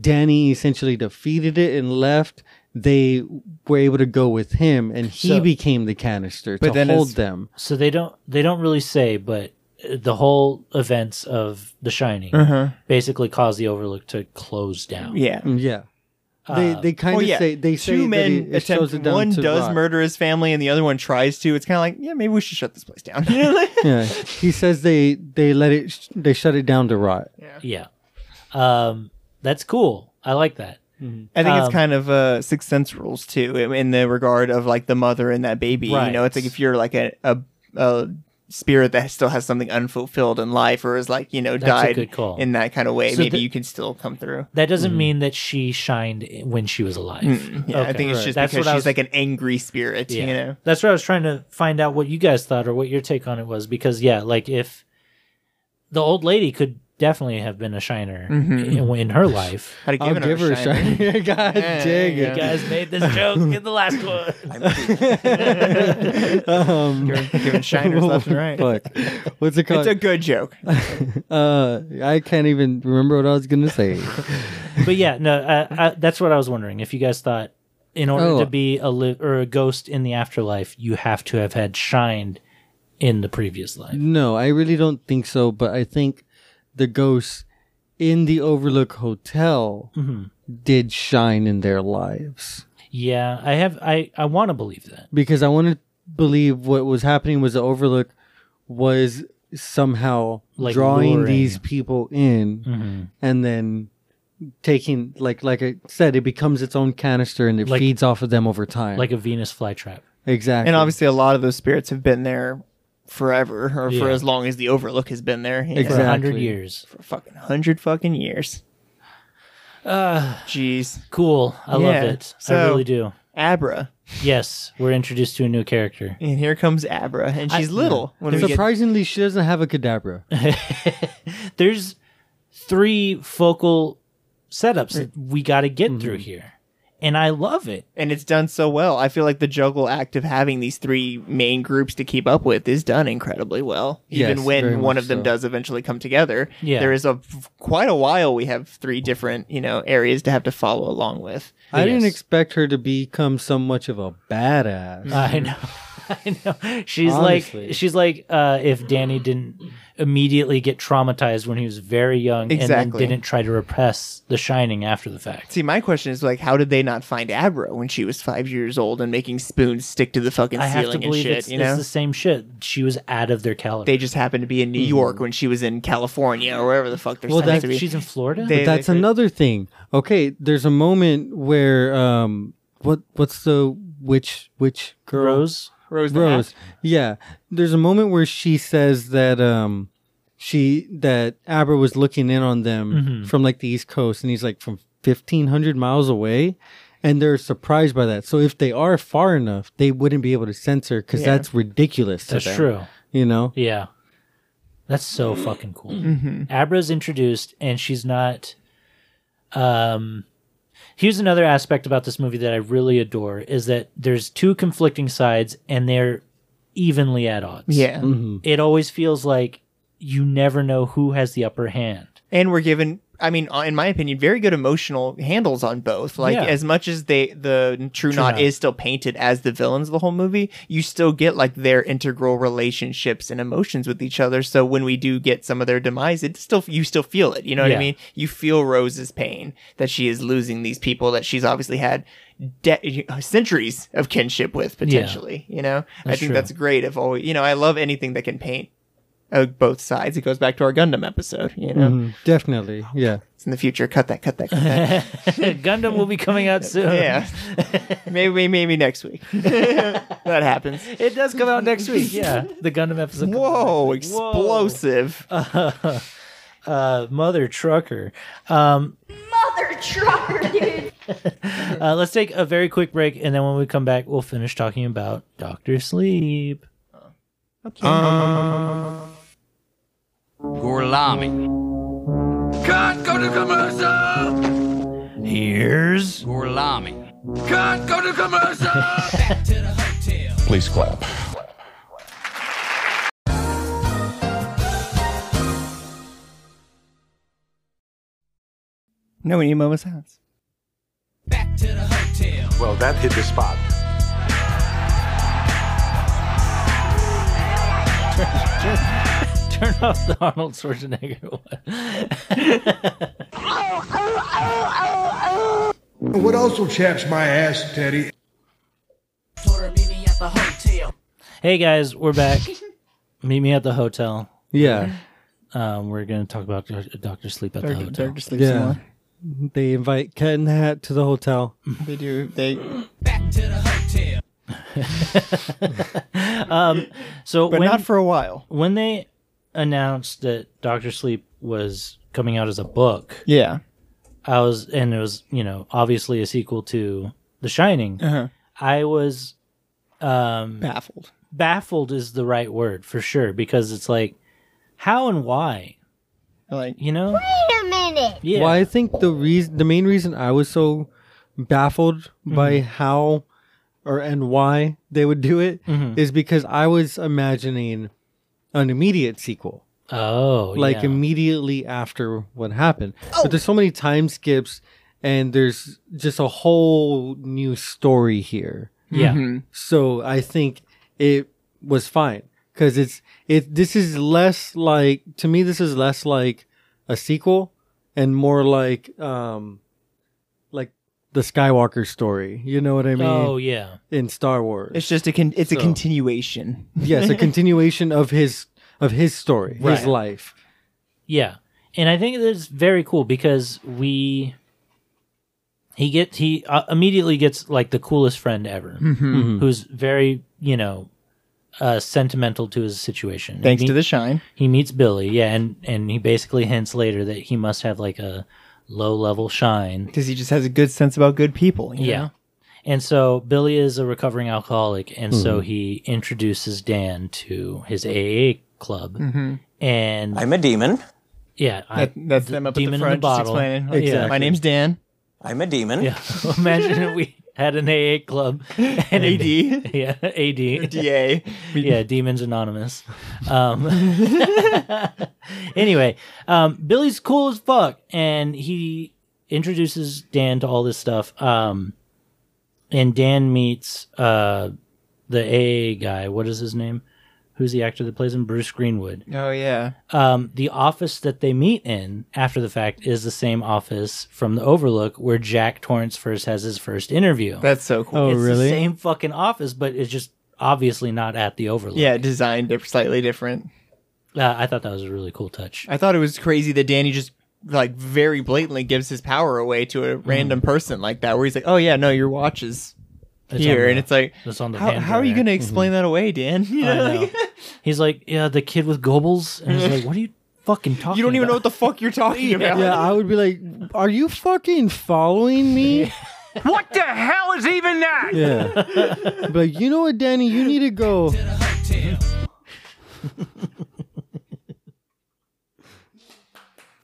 Speaker 5: Danny essentially defeated it and left, they were able to go with him, and he
Speaker 4: So-
Speaker 5: became the canister
Speaker 6: But
Speaker 5: to
Speaker 6: then
Speaker 5: hold
Speaker 6: it's-
Speaker 5: them.
Speaker 4: so they don't they don't really say, but uh, the whole events of The Shining basically caused the Overlook to close down.
Speaker 6: Uh-huh. yeah.
Speaker 5: Mm, Yeah. They, they kind
Speaker 6: Uh, Well,
Speaker 5: of
Speaker 6: Oh, yeah.
Speaker 5: say they say
Speaker 6: two men
Speaker 5: that it, it
Speaker 6: attempt.
Speaker 5: shows it down
Speaker 6: One
Speaker 5: to
Speaker 6: does
Speaker 5: rock.
Speaker 6: murder his family, and the other one tries to. It's kind of like, yeah, maybe we should shut this place down. You know, like-
Speaker 5: Yeah, he says they they let it sh- they shut it down to rot.
Speaker 4: Yeah. Um, that's cool. I like that.
Speaker 6: I think
Speaker 4: Um,
Speaker 6: it's kind of uh, sixth sense rules too, in in the regard of like the mother and that baby.
Speaker 4: Right.
Speaker 6: You know, it's like if you're like a, a, a spirit that still has something unfulfilled in life, or is like you know
Speaker 4: That's a
Speaker 6: died
Speaker 4: good call.
Speaker 6: in that kind of way,
Speaker 4: So
Speaker 6: maybe
Speaker 4: the-
Speaker 6: you can still come through.
Speaker 4: That doesn't mean that she shined i- when she was alive.
Speaker 6: Mm. Yeah, I
Speaker 4: Okay.
Speaker 6: think it's
Speaker 4: Right.
Speaker 6: just
Speaker 4: That's
Speaker 6: because
Speaker 4: what I
Speaker 6: she's
Speaker 4: was-
Speaker 6: like an angry spirit.
Speaker 4: Yeah.
Speaker 6: You know,
Speaker 4: That's what I was trying to find out what you guys thought or what your take on it was because yeah, like if the old lady could definitely have been a shiner
Speaker 6: Mm-hmm.
Speaker 4: in, in her life.
Speaker 6: how to
Speaker 5: I'll
Speaker 6: give,
Speaker 5: give her a
Speaker 6: shine.
Speaker 5: shine. God dang
Speaker 6: yeah,
Speaker 5: it.
Speaker 4: You guys made this joke in the last one.
Speaker 5: Um,
Speaker 6: Giving shiners left and right.
Speaker 5: fuck. What's it called?
Speaker 6: It's a good joke.
Speaker 5: Uh, I can't even remember what I was gonna say.
Speaker 4: but yeah, no, I, I, that's what I was wondering if you guys thought in order
Speaker 5: Oh.
Speaker 4: to be a li- or a ghost in the afterlife, you have to have had shined in the previous life.
Speaker 5: no, I really don't think so. But I think the ghosts in the Overlook Hotel
Speaker 6: Mm-hmm.
Speaker 5: did shine in their lives
Speaker 4: Yeah, I have I I want to believe that.
Speaker 5: because I want to believe what was happening was the Overlook was somehow
Speaker 4: Like
Speaker 5: drawing
Speaker 4: luring. Mm-hmm.
Speaker 5: these people in, and then taking like like I said, it becomes its own canister and it
Speaker 4: Like-
Speaker 5: feeds off of them over time.
Speaker 4: Like a Venus flytrap.
Speaker 5: exactly,
Speaker 6: And obviously, a lot of those spirits have been there forever, or for
Speaker 4: Yeah.
Speaker 6: as long as the Overlook has been there. you know,
Speaker 4: For a
Speaker 5: Exactly.
Speaker 4: 100 years.
Speaker 6: For fucking hundred fucking years.
Speaker 5: Ah.
Speaker 6: Uh, Jeez.
Speaker 4: Cool. I
Speaker 6: Yeah,
Speaker 4: love it. I
Speaker 6: so-
Speaker 4: really do.
Speaker 6: Abra.
Speaker 4: Yes, we're introduced to a new character.
Speaker 6: And here comes Abra, and she's little. When we get,
Speaker 5: surprisingly, she doesn't have a cadabra.
Speaker 4: There's three focal setups that we got to
Speaker 6: Mm-hmm.
Speaker 4: get through here. And I love it.
Speaker 6: and it's done so well. I feel like the juggle act of having these three main groups to keep up with is done incredibly well. Even
Speaker 5: Yes, very
Speaker 6: when one
Speaker 5: much
Speaker 6: of them
Speaker 5: so.
Speaker 6: does eventually come together,
Speaker 4: Yeah.
Speaker 6: there is a quite a while we have three different you know areas to have to follow along with.
Speaker 5: I didn't
Speaker 4: Yes.
Speaker 5: expect her to become so much of a badass.
Speaker 4: I know. I know. She's
Speaker 5: Honestly.
Speaker 4: like she's like uh, if Danny didn't immediately get traumatized when he was very young and
Speaker 6: Exactly.
Speaker 4: then didn't try to repress the shining after the fact.
Speaker 6: See, my question is like, how did they not find Abra when she was five years old and making spoons stick to the fucking
Speaker 4: I have to
Speaker 6: ceiling and
Speaker 4: believe
Speaker 6: shit?
Speaker 4: it's,
Speaker 6: you know,
Speaker 4: it's the same shit. She was out of their caliber.
Speaker 6: they just happened to be in New York when she was in California or wherever the fuck they're
Speaker 5: Well,
Speaker 6: supposed
Speaker 5: that-
Speaker 6: to be.
Speaker 4: Mm-hmm. she's in Florida?
Speaker 6: They-
Speaker 5: That's
Speaker 6: they-
Speaker 5: another thing. Okay, there's a moment where um, what what's the witch witch girl
Speaker 4: Rose?
Speaker 6: Rose. the
Speaker 5: Rose?
Speaker 6: Hat.
Speaker 5: Yeah, there's a moment where she says that um, she that Abra
Speaker 6: Mm-hmm.
Speaker 5: was looking in on them from like the East Coast, and he's like from 1,500 miles away, and they're surprised by that. So if they are far enough, they wouldn't be able to censor because
Speaker 6: Yeah.
Speaker 5: that's ridiculous. To
Speaker 4: That's
Speaker 5: them,
Speaker 4: true.
Speaker 5: You know,
Speaker 4: Yeah. That's so fucking cool.
Speaker 6: Mm-hmm.
Speaker 4: Abra's introduced and she's not um here's another aspect about this movie that I really adore is that there's two conflicting sides and they're evenly at odds.
Speaker 6: Yeah.
Speaker 4: It always feels like you never know who has the upper hand.
Speaker 6: and we're given i mean uh, in my opinion very good emotional handles on both like
Speaker 4: Yeah.
Speaker 6: as much as they the true, knot
Speaker 4: Knot.
Speaker 6: is still painted as the villains of the whole movie you still get like their integral relationships and emotions with each other so when we do get some of their demise it still you still feel it you know what i
Speaker 4: Yeah.
Speaker 6: mean you feel rose's pain that she is losing these people that she's obviously had de- uh, centuries of kinship with potentially you know i
Speaker 4: That's
Speaker 6: think
Speaker 4: true.
Speaker 6: that's great if always you know i love anything that can paint uh, both sides it goes back to our gundam episode you know
Speaker 5: Mhm. definitely, yeah.
Speaker 6: in the future. Cut that, cut that, cut that.
Speaker 4: Gundam will be coming out soon.
Speaker 6: yeah. maybe, maybe next week. that happens.
Speaker 4: It does come out next week. Yeah. The Gundam episode. comes out
Speaker 6: Whoa,
Speaker 4: next week. Whoa.
Speaker 6: explosive.
Speaker 4: Uh, mother trucker. Um
Speaker 7: Mother trucker, dude.
Speaker 4: Uh, let's take a very quick break, and then when we come back, we'll finish talking about Doctor Sleep.
Speaker 2: Gorlami.
Speaker 1: Cut! Go to commercial!
Speaker 4: Here's
Speaker 2: Gorlami.
Speaker 1: Cut! Go to commercial!
Speaker 8: Please clap.
Speaker 6: No, we need a moment's silence.
Speaker 8: Well, that hit the spot.
Speaker 4: turn off the Arnold Schwarzenegger one.
Speaker 9: What also chaps my ass, Teddy,
Speaker 4: hey guys, we're back. Meet me at the hotel.
Speaker 5: Yeah,
Speaker 4: Um, we're gonna talk about Doctor Sleep at the hotel.
Speaker 6: They're just like
Speaker 5: Yeah. they invite Cat in the Hat to the hotel.
Speaker 6: They do. They.
Speaker 4: So
Speaker 6: But
Speaker 4: when
Speaker 6: not for a while.
Speaker 4: when they announced that Doctor Sleep was coming out as a book,
Speaker 6: Yeah.
Speaker 4: I was, and it was, you know, obviously a sequel to The Shining.
Speaker 6: Uh-huh.
Speaker 4: I was
Speaker 6: Baffled.
Speaker 4: baffled is the right word for sure because it's like how and why
Speaker 6: Like,
Speaker 4: you know
Speaker 7: Wait a minute.
Speaker 4: yeah
Speaker 5: Well, I think the reason, the main reason I was so baffled
Speaker 4: Mm-hmm.
Speaker 5: by how or and why they would do it is
Speaker 4: Mm-hmm.
Speaker 5: because I was imagining an immediate sequel,
Speaker 4: oh
Speaker 5: like
Speaker 4: yeah. Oh.
Speaker 5: immediately after what happened. But there's so many time skips, and there's just a whole new story here.
Speaker 4: yeah
Speaker 5: So I think it was fine because it's it. This is less like to me. This is less like a sequel and more like um, like the Skywalker story. You know what I mean?
Speaker 4: oh yeah
Speaker 5: In Star Wars,
Speaker 6: it's just a con- it's a
Speaker 5: So-
Speaker 6: continuation.
Speaker 5: yes, a continuation of his of his story,
Speaker 6: Right.
Speaker 5: his life.
Speaker 4: yeah and i think it's very cool because we he gets he uh, immediately gets like the coolest friend ever
Speaker 6: Mm-hmm.
Speaker 4: who's very you know uh sentimental to his situation
Speaker 6: Thanks
Speaker 4: He-
Speaker 6: to the shine.
Speaker 4: he meets billy yeah and and he basically hints later that he must have like a low level shine
Speaker 6: Because he just has a good sense about good people. you
Speaker 4: Yeah.
Speaker 6: know?
Speaker 4: And so Billy is a recovering alcoholic, and so
Speaker 6: Hmm.
Speaker 4: he introduces Dan to his AA club. And
Speaker 1: I'm a demon.
Speaker 4: yeah, I,
Speaker 6: Mm-hmm. That, that's them up at the
Speaker 4: demon in
Speaker 6: front
Speaker 4: the
Speaker 6: just
Speaker 4: bottle.
Speaker 6: explaining. like,
Speaker 4: Exactly.
Speaker 6: My name's Dan.
Speaker 1: I'm a demon.
Speaker 4: yeah. Imagine if we had an AA club and
Speaker 6: AD.
Speaker 4: a- yeah, AD,
Speaker 6: DA.
Speaker 4: yeah, Demons Anonymous. Um, anyway, um, Billy's cool as fuck, and he introduces Dan to all this stuff. Um, and Dan meets uh, the AA guy. What is his name? Who's the actor that plays him? Bruce Greenwood.
Speaker 6: Oh, yeah.
Speaker 4: Um, the office that they meet in after the fact is the same office from the Overlook where Jack Torrance first has his first interview.
Speaker 6: That's so cool.
Speaker 5: Oh,
Speaker 4: it's
Speaker 5: really?
Speaker 4: the same fucking office, but it's just obviously not at the Overlook.
Speaker 6: Yeah, designed diff- slightly different.
Speaker 4: Uh, I thought that was a really cool touch.
Speaker 6: I thought it was crazy that Danny just like very blatantly gives his power away to
Speaker 4: Mm.
Speaker 6: a random person like that, where he's like, "Oh yeah, no, your watch is
Speaker 4: on
Speaker 6: here,"
Speaker 4: the-
Speaker 6: and it's like,
Speaker 4: it's on the
Speaker 6: how,
Speaker 4: hand
Speaker 6: how are you
Speaker 4: there.
Speaker 6: going to explain that away, Dan? You,
Speaker 4: I
Speaker 6: know,
Speaker 4: know.
Speaker 6: like,
Speaker 4: He's like, yeah, the kid with gobles, and he's like, what are you fucking talking?
Speaker 6: you don't even know
Speaker 4: about?"
Speaker 6: what the fuck you're talking about.
Speaker 5: Yeah, I would be like, "Are you fucking following me?"
Speaker 1: What the hell is even that?
Speaker 5: Yeah. but like, you know what, Danny, you need to go.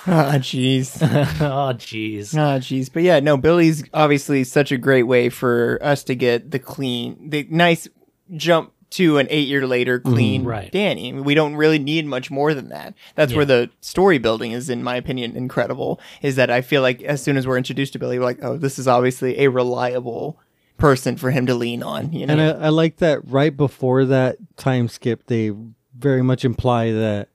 Speaker 6: Ah, jeez.
Speaker 4: oh, jeez.
Speaker 6: Ah, jeez. But yeah, no, Billy's obviously such a great way for us to get the clean, the nice jump to an eight year later clean
Speaker 4: right.
Speaker 6: Danny. We don't really need much more than that. That's where the story building is, in my opinion, incredible. Is that I feel like as soon as we're introduced to Billy, we're like, oh, this is obviously a reliable person for him to lean on. You know?
Speaker 5: And I, I like that right before that time skip, they very much imply that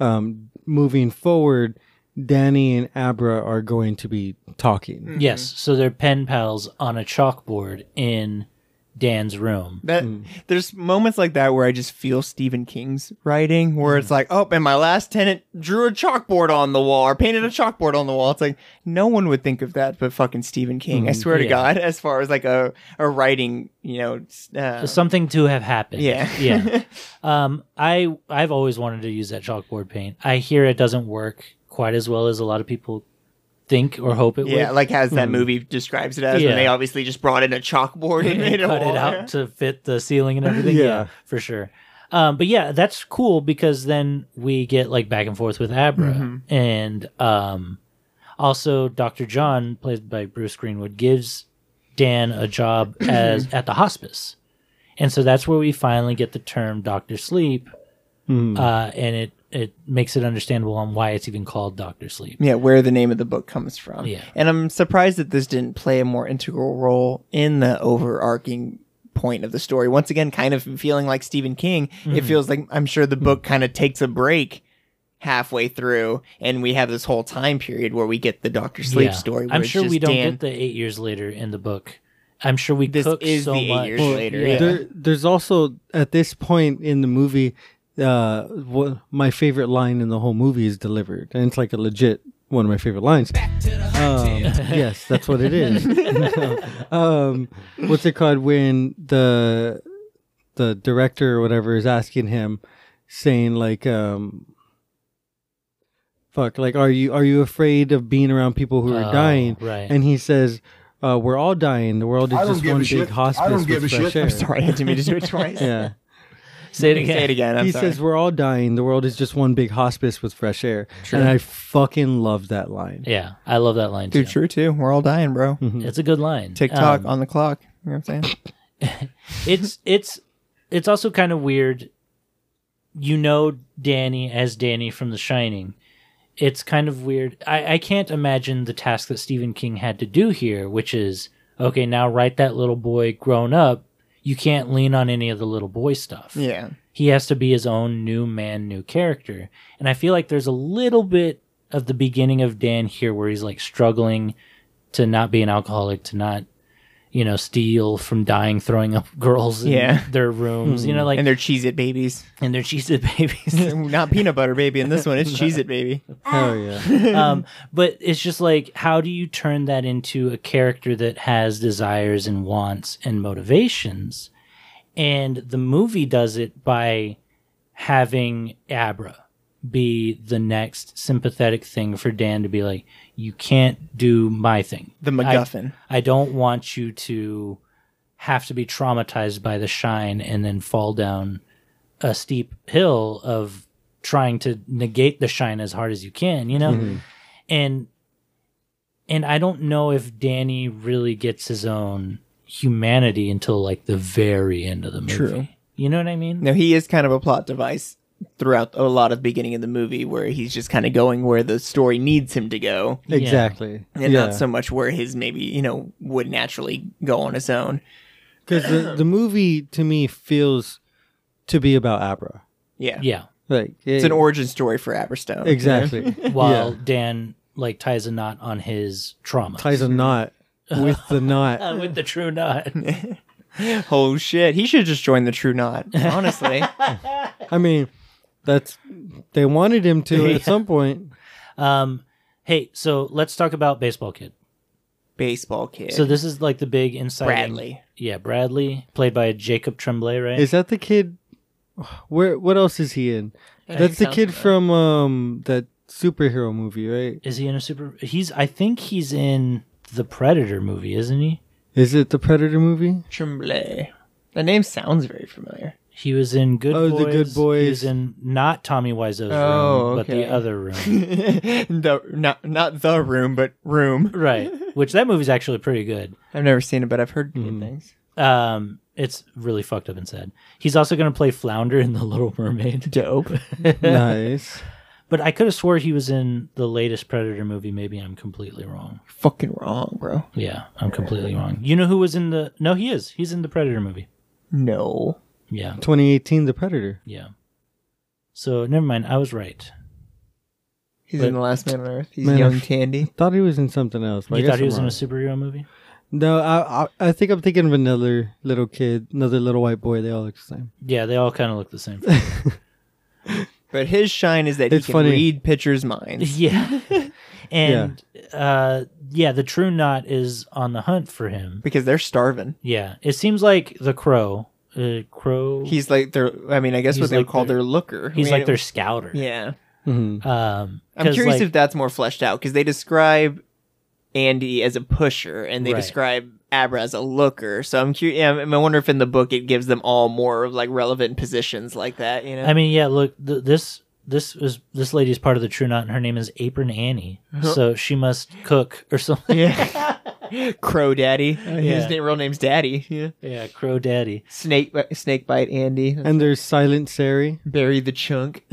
Speaker 5: um, moving forward, Danny and Abra are going to be talking.
Speaker 4: Yes. So they're pen pals on a chalkboard in Dan's room.
Speaker 6: That there's moments like that where I just feel Stephen King's writing, where
Speaker 4: Hmm.
Speaker 6: it's like, oh, and my last tenant drew a chalkboard on the wall or painted a chalkboard on the wall. It's like no one would think of that, but fucking Stephen King. I swear to
Speaker 4: Hmm. yeah.
Speaker 6: God, as far as like a a writing, you know, s- uh,
Speaker 4: Something to have happened.
Speaker 6: Yeah.
Speaker 4: yeah. Um, I I've always wanted to use that chalkboard paint. I hear it doesn't work quite as well as a lot of people think or hope it would.
Speaker 6: yeah, like as that movie describes it as,
Speaker 4: hmm. Yeah.
Speaker 6: when they obviously just brought in a chalkboard and made a
Speaker 4: cut
Speaker 6: wall.
Speaker 4: it out to fit the ceiling and everything. yeah.
Speaker 5: Yeah.
Speaker 4: for sure. Um, but yeah, that's cool because then we get like back and forth with Abra
Speaker 6: Mm-hmm.
Speaker 4: and um, also Dr. John, played by Bruce Greenwood, gives Dan a job as at the hospice, and so that's where we finally get the term Doctor Sleep, uh, and it it makes it understandable on why it's even called Doctor Sleep.
Speaker 6: Yeah, where the name of the book comes from.
Speaker 4: Yeah.
Speaker 6: And I'm surprised that this didn't play a more integral role in the overarching point of the story. Once again, kind of feeling like Stephen King, it
Speaker 4: Mm-hmm.
Speaker 6: feels like I'm sure the book kind of takes a break halfway through and we have this whole time period where we get the Doctor Sleep
Speaker 4: Yeah.
Speaker 6: story. Where
Speaker 4: I'm
Speaker 6: it's
Speaker 4: sure
Speaker 6: just
Speaker 4: we don't
Speaker 6: Dan-
Speaker 4: get the eight years later in the book. I'm sure we
Speaker 6: This
Speaker 4: cook
Speaker 6: is
Speaker 4: so
Speaker 6: the eight
Speaker 4: much.
Speaker 6: years later, yeah.
Speaker 5: There, there's also at this point in the movie, uh, what, my favorite line in the whole movie is delivered, and it's like a legit one of my favorite lines. Um, yes, that's what it is. um, what's it called when the the director or whatever is asking him, saying like, um, "Fuck, like, are you are you afraid of being around people who are
Speaker 4: Oh,
Speaker 5: dying?"
Speaker 4: right.
Speaker 5: And he says. Uh, we're all dying. The world is
Speaker 9: I don't
Speaker 5: just
Speaker 9: give
Speaker 5: one
Speaker 9: a
Speaker 5: big
Speaker 9: shit. I
Speaker 5: hospice
Speaker 9: don't
Speaker 5: with
Speaker 9: give a
Speaker 5: fresh
Speaker 9: shit. I'm
Speaker 5: air.
Speaker 6: Sorry, I didn't mean to do it twice.
Speaker 5: Yeah.
Speaker 4: Say it again.
Speaker 6: Say it again. I'm
Speaker 5: he
Speaker 6: sorry.
Speaker 5: says we're all dying. The world is just one big hospice with fresh air. And I fucking love that line.
Speaker 4: Yeah, I love that line too.
Speaker 6: Dude, true too. We're all dying, bro.
Speaker 4: It's a good line.
Speaker 6: TikTok
Speaker 4: Um,
Speaker 6: on the clock. You know what I'm saying?
Speaker 4: it's it's it's also kind of weird. You know Danny as Danny from The Shining. It's kind of weird. I, I can't imagine the task that Stephen King had to do here, which is okay. Now write that little boy grown up. You can't lean on any of the little boy stuff.
Speaker 6: Yeah.
Speaker 4: he has to be his own new man, new character. And I feel like there's a little bit of the beginning of Dan here where he's like struggling to not be an alcoholic, to not, you know, steal from dying, throwing up girls in
Speaker 6: Yeah. Hmm.
Speaker 4: their rooms, you know, like,
Speaker 6: And
Speaker 4: and their,
Speaker 6: they're Cheez It babies.
Speaker 4: and their cheese babies.
Speaker 6: Not peanut butter baby in this one. It's Cheez It baby.
Speaker 5: Hell yeah.
Speaker 4: um, but it's just like, how do you turn that into a character that has desires and wants and motivations? And the movie does it by having Abra be the next sympathetic thing for Dan to be like, you can't do my thing.
Speaker 6: The MacGuffin.
Speaker 4: I don't want you to have to be traumatized by the shine and then fall down a steep hill of trying to negate the shine as hard as you can, you know? And and I don't know if Danny really gets his own humanity until like the very end of the movie.
Speaker 6: True.
Speaker 4: You know what I mean?
Speaker 6: No, he is kind of a plot device throughout a lot of beginning of the movie where he's just kind of going where the story needs him to go
Speaker 5: Exactly.
Speaker 6: and
Speaker 5: yeah.
Speaker 6: not so much where his maybe, you know, would naturally go on his own.
Speaker 5: Because the, the movie to me feels to be about Abra.
Speaker 6: Yeah.
Speaker 4: Yeah.
Speaker 5: Like
Speaker 6: It's an origin story for Aberstone.
Speaker 5: Exactly.
Speaker 4: While
Speaker 5: Yeah.
Speaker 4: Dan like ties a knot on his trauma.
Speaker 5: Ties a knot with the knot.
Speaker 4: with the true knot.
Speaker 6: Oh shit. He should just join the True Knot, honestly.
Speaker 5: I mean, that's they wanted him to at some point.
Speaker 4: Um, hey, so let's talk about Baseball Kid.
Speaker 6: Baseball kid.
Speaker 4: So this is like the big inciting.
Speaker 6: Bradley.
Speaker 4: Yeah, Bradley, played by Jacob Tremblay, right?
Speaker 5: Is that the kid? Where? What else is he in? That's the
Speaker 6: sounds
Speaker 5: kid from um that superhero movie, right?
Speaker 4: is he in a super? He's. I think he's in the Predator movie, isn't he?
Speaker 5: Is it the Predator movie?
Speaker 6: Tremblay. That name sounds very familiar.
Speaker 4: He was in Good
Speaker 5: Oh,
Speaker 4: Boys.
Speaker 5: the Good
Speaker 4: He
Speaker 5: Boys.
Speaker 4: was in not Tommy Wiseau's
Speaker 6: Oh,
Speaker 4: room, but the
Speaker 6: okay.
Speaker 4: other room.
Speaker 6: the, not not the room, but room.
Speaker 4: right. Which that movie's actually pretty good.
Speaker 6: I've never seen it, but I've heard good things.
Speaker 4: Um, it's really fucked up and sad. He's also going to play Flounder in The Little Mermaid.
Speaker 6: Dope.
Speaker 5: nice.
Speaker 4: But I could have swore he was in the latest Predator movie. Maybe I'm completely wrong.
Speaker 6: Fucking wrong, bro.
Speaker 4: Yeah, I'm completely wrong. You know who was in the? No, he is. He's in the Predator movie.
Speaker 6: No.
Speaker 4: Yeah,
Speaker 5: 2018, The Predator.
Speaker 4: yeah. So never mind. I was right.
Speaker 6: He's
Speaker 4: But-
Speaker 6: in The Last Man on Earth. He's
Speaker 5: Man,
Speaker 6: young
Speaker 5: I've-
Speaker 6: Tandy.
Speaker 5: Thought he was in something else. but I
Speaker 4: you
Speaker 5: guess
Speaker 4: thought he
Speaker 5: I'm
Speaker 4: was in a
Speaker 5: wrong.
Speaker 4: superhero movie?
Speaker 5: No, I, I I think I'm thinking of another little kid, another little white boy. They all look the same.
Speaker 4: Yeah, they all kind of look the same.
Speaker 6: But his shine is that
Speaker 5: It's
Speaker 6: he can
Speaker 5: funny.
Speaker 6: read pitchers' minds.
Speaker 4: yeah, and uh, yeah, the True Knot is on the hunt for him.
Speaker 6: Because they're starving.
Speaker 4: Yeah, it seems like the Crow, uh, Crow.
Speaker 6: He's like their I mean, I guess
Speaker 4: He's
Speaker 6: what they
Speaker 4: like
Speaker 6: would call
Speaker 4: their-
Speaker 6: their, looker. I
Speaker 4: he's
Speaker 6: mean,
Speaker 4: like their scouter.
Speaker 6: Yeah.
Speaker 4: Um,
Speaker 6: I'm
Speaker 4: 'cause,
Speaker 6: curious
Speaker 4: like-
Speaker 6: if that's more fleshed out because they describe Andy as a pusher and they
Speaker 4: Right.
Speaker 6: describe Abra as a looker. So I'm curious. Yeah, I'm- I wonder if in the book it gives them all more of like relevant positions like that. You know,
Speaker 4: I mean, yeah. Look, th- this this is this lady is part of the True Knot, and her name is Apron Annie. So she must cook or something.
Speaker 6: yeah. Crow Daddy.
Speaker 4: Uh, yeah.
Speaker 6: His name, real name's Daddy. Yeah.
Speaker 4: yeah, Crow Daddy.
Speaker 6: Snake Snake Bite Andy.
Speaker 5: And there's Silent Sari,
Speaker 6: Bury the chunk.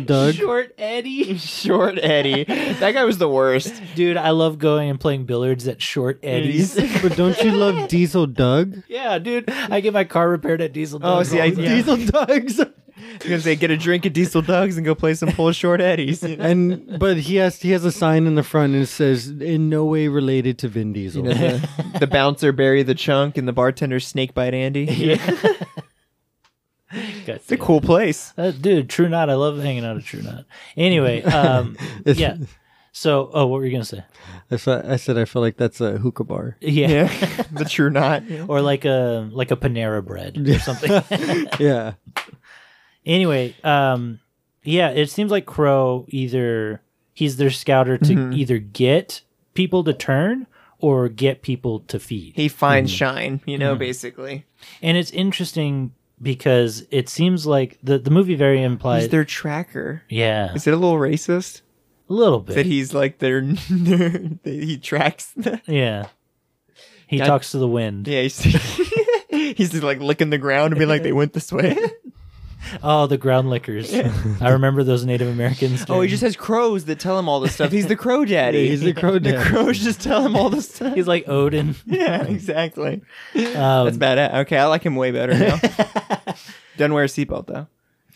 Speaker 5: Doug.
Speaker 6: Short Eddie. Short Eddie. That guy was the worst.
Speaker 4: Dude, I love going and playing billiards at Short Eddie's.
Speaker 5: but don't you love Diesel Doug?
Speaker 4: yeah, dude, I get my car repaired at Diesel.
Speaker 6: Oh,
Speaker 4: Dog
Speaker 6: see, I,
Speaker 4: all the time.
Speaker 6: Diesel Dogs. I was gonna say, get a drink at Diesel Dogs and go play some pull short Eddies.
Speaker 5: And but he has he has a sign in the front and it says in no way related to Vin
Speaker 6: You
Speaker 5: Diesel.
Speaker 6: know, the, the bouncer bury the chunk and the bartender snake bite Andy.
Speaker 4: God
Speaker 6: It's a
Speaker 4: damn.
Speaker 6: cool place.
Speaker 4: Uh, dude, True Knot. I love hanging out at True Knot. Anyway, um, yeah. So, oh, what were you gonna say?
Speaker 5: That's why I said I feel like that's a hookah bar.
Speaker 4: Yeah,
Speaker 6: the true knot.
Speaker 4: or like a like a Panera bread or something.
Speaker 5: Yeah,
Speaker 4: anyway, um, yeah, it seems like Crow either he's their scouter to
Speaker 6: Mm-hmm.
Speaker 4: either get people to turn or get people to feed.
Speaker 6: He finds shine, you know, basically.
Speaker 4: and it's interesting because it seems like the the movie very implies
Speaker 6: He's their tracker.
Speaker 4: yeah,
Speaker 6: Is it a little racist
Speaker 4: a little bit.
Speaker 6: that he's like their that he tracks? The,
Speaker 4: yeah. He
Speaker 6: God-
Speaker 4: talks to the wind.
Speaker 6: yeah, he's, he's just like licking the ground and being like, they went this way.
Speaker 4: Oh, the ground lickers. I remember those Native Americans.
Speaker 6: oh, he
Speaker 4: during-
Speaker 6: just has crows that tell him all this stuff. He's the crow daddy.
Speaker 5: he's the crow
Speaker 6: The
Speaker 5: dad.
Speaker 6: crows just tell him all this stuff.
Speaker 4: he's like Odin.
Speaker 6: yeah, exactly.
Speaker 4: Um,
Speaker 6: That's bad. Okay, I like him way better now. Don't wear a seatbelt though.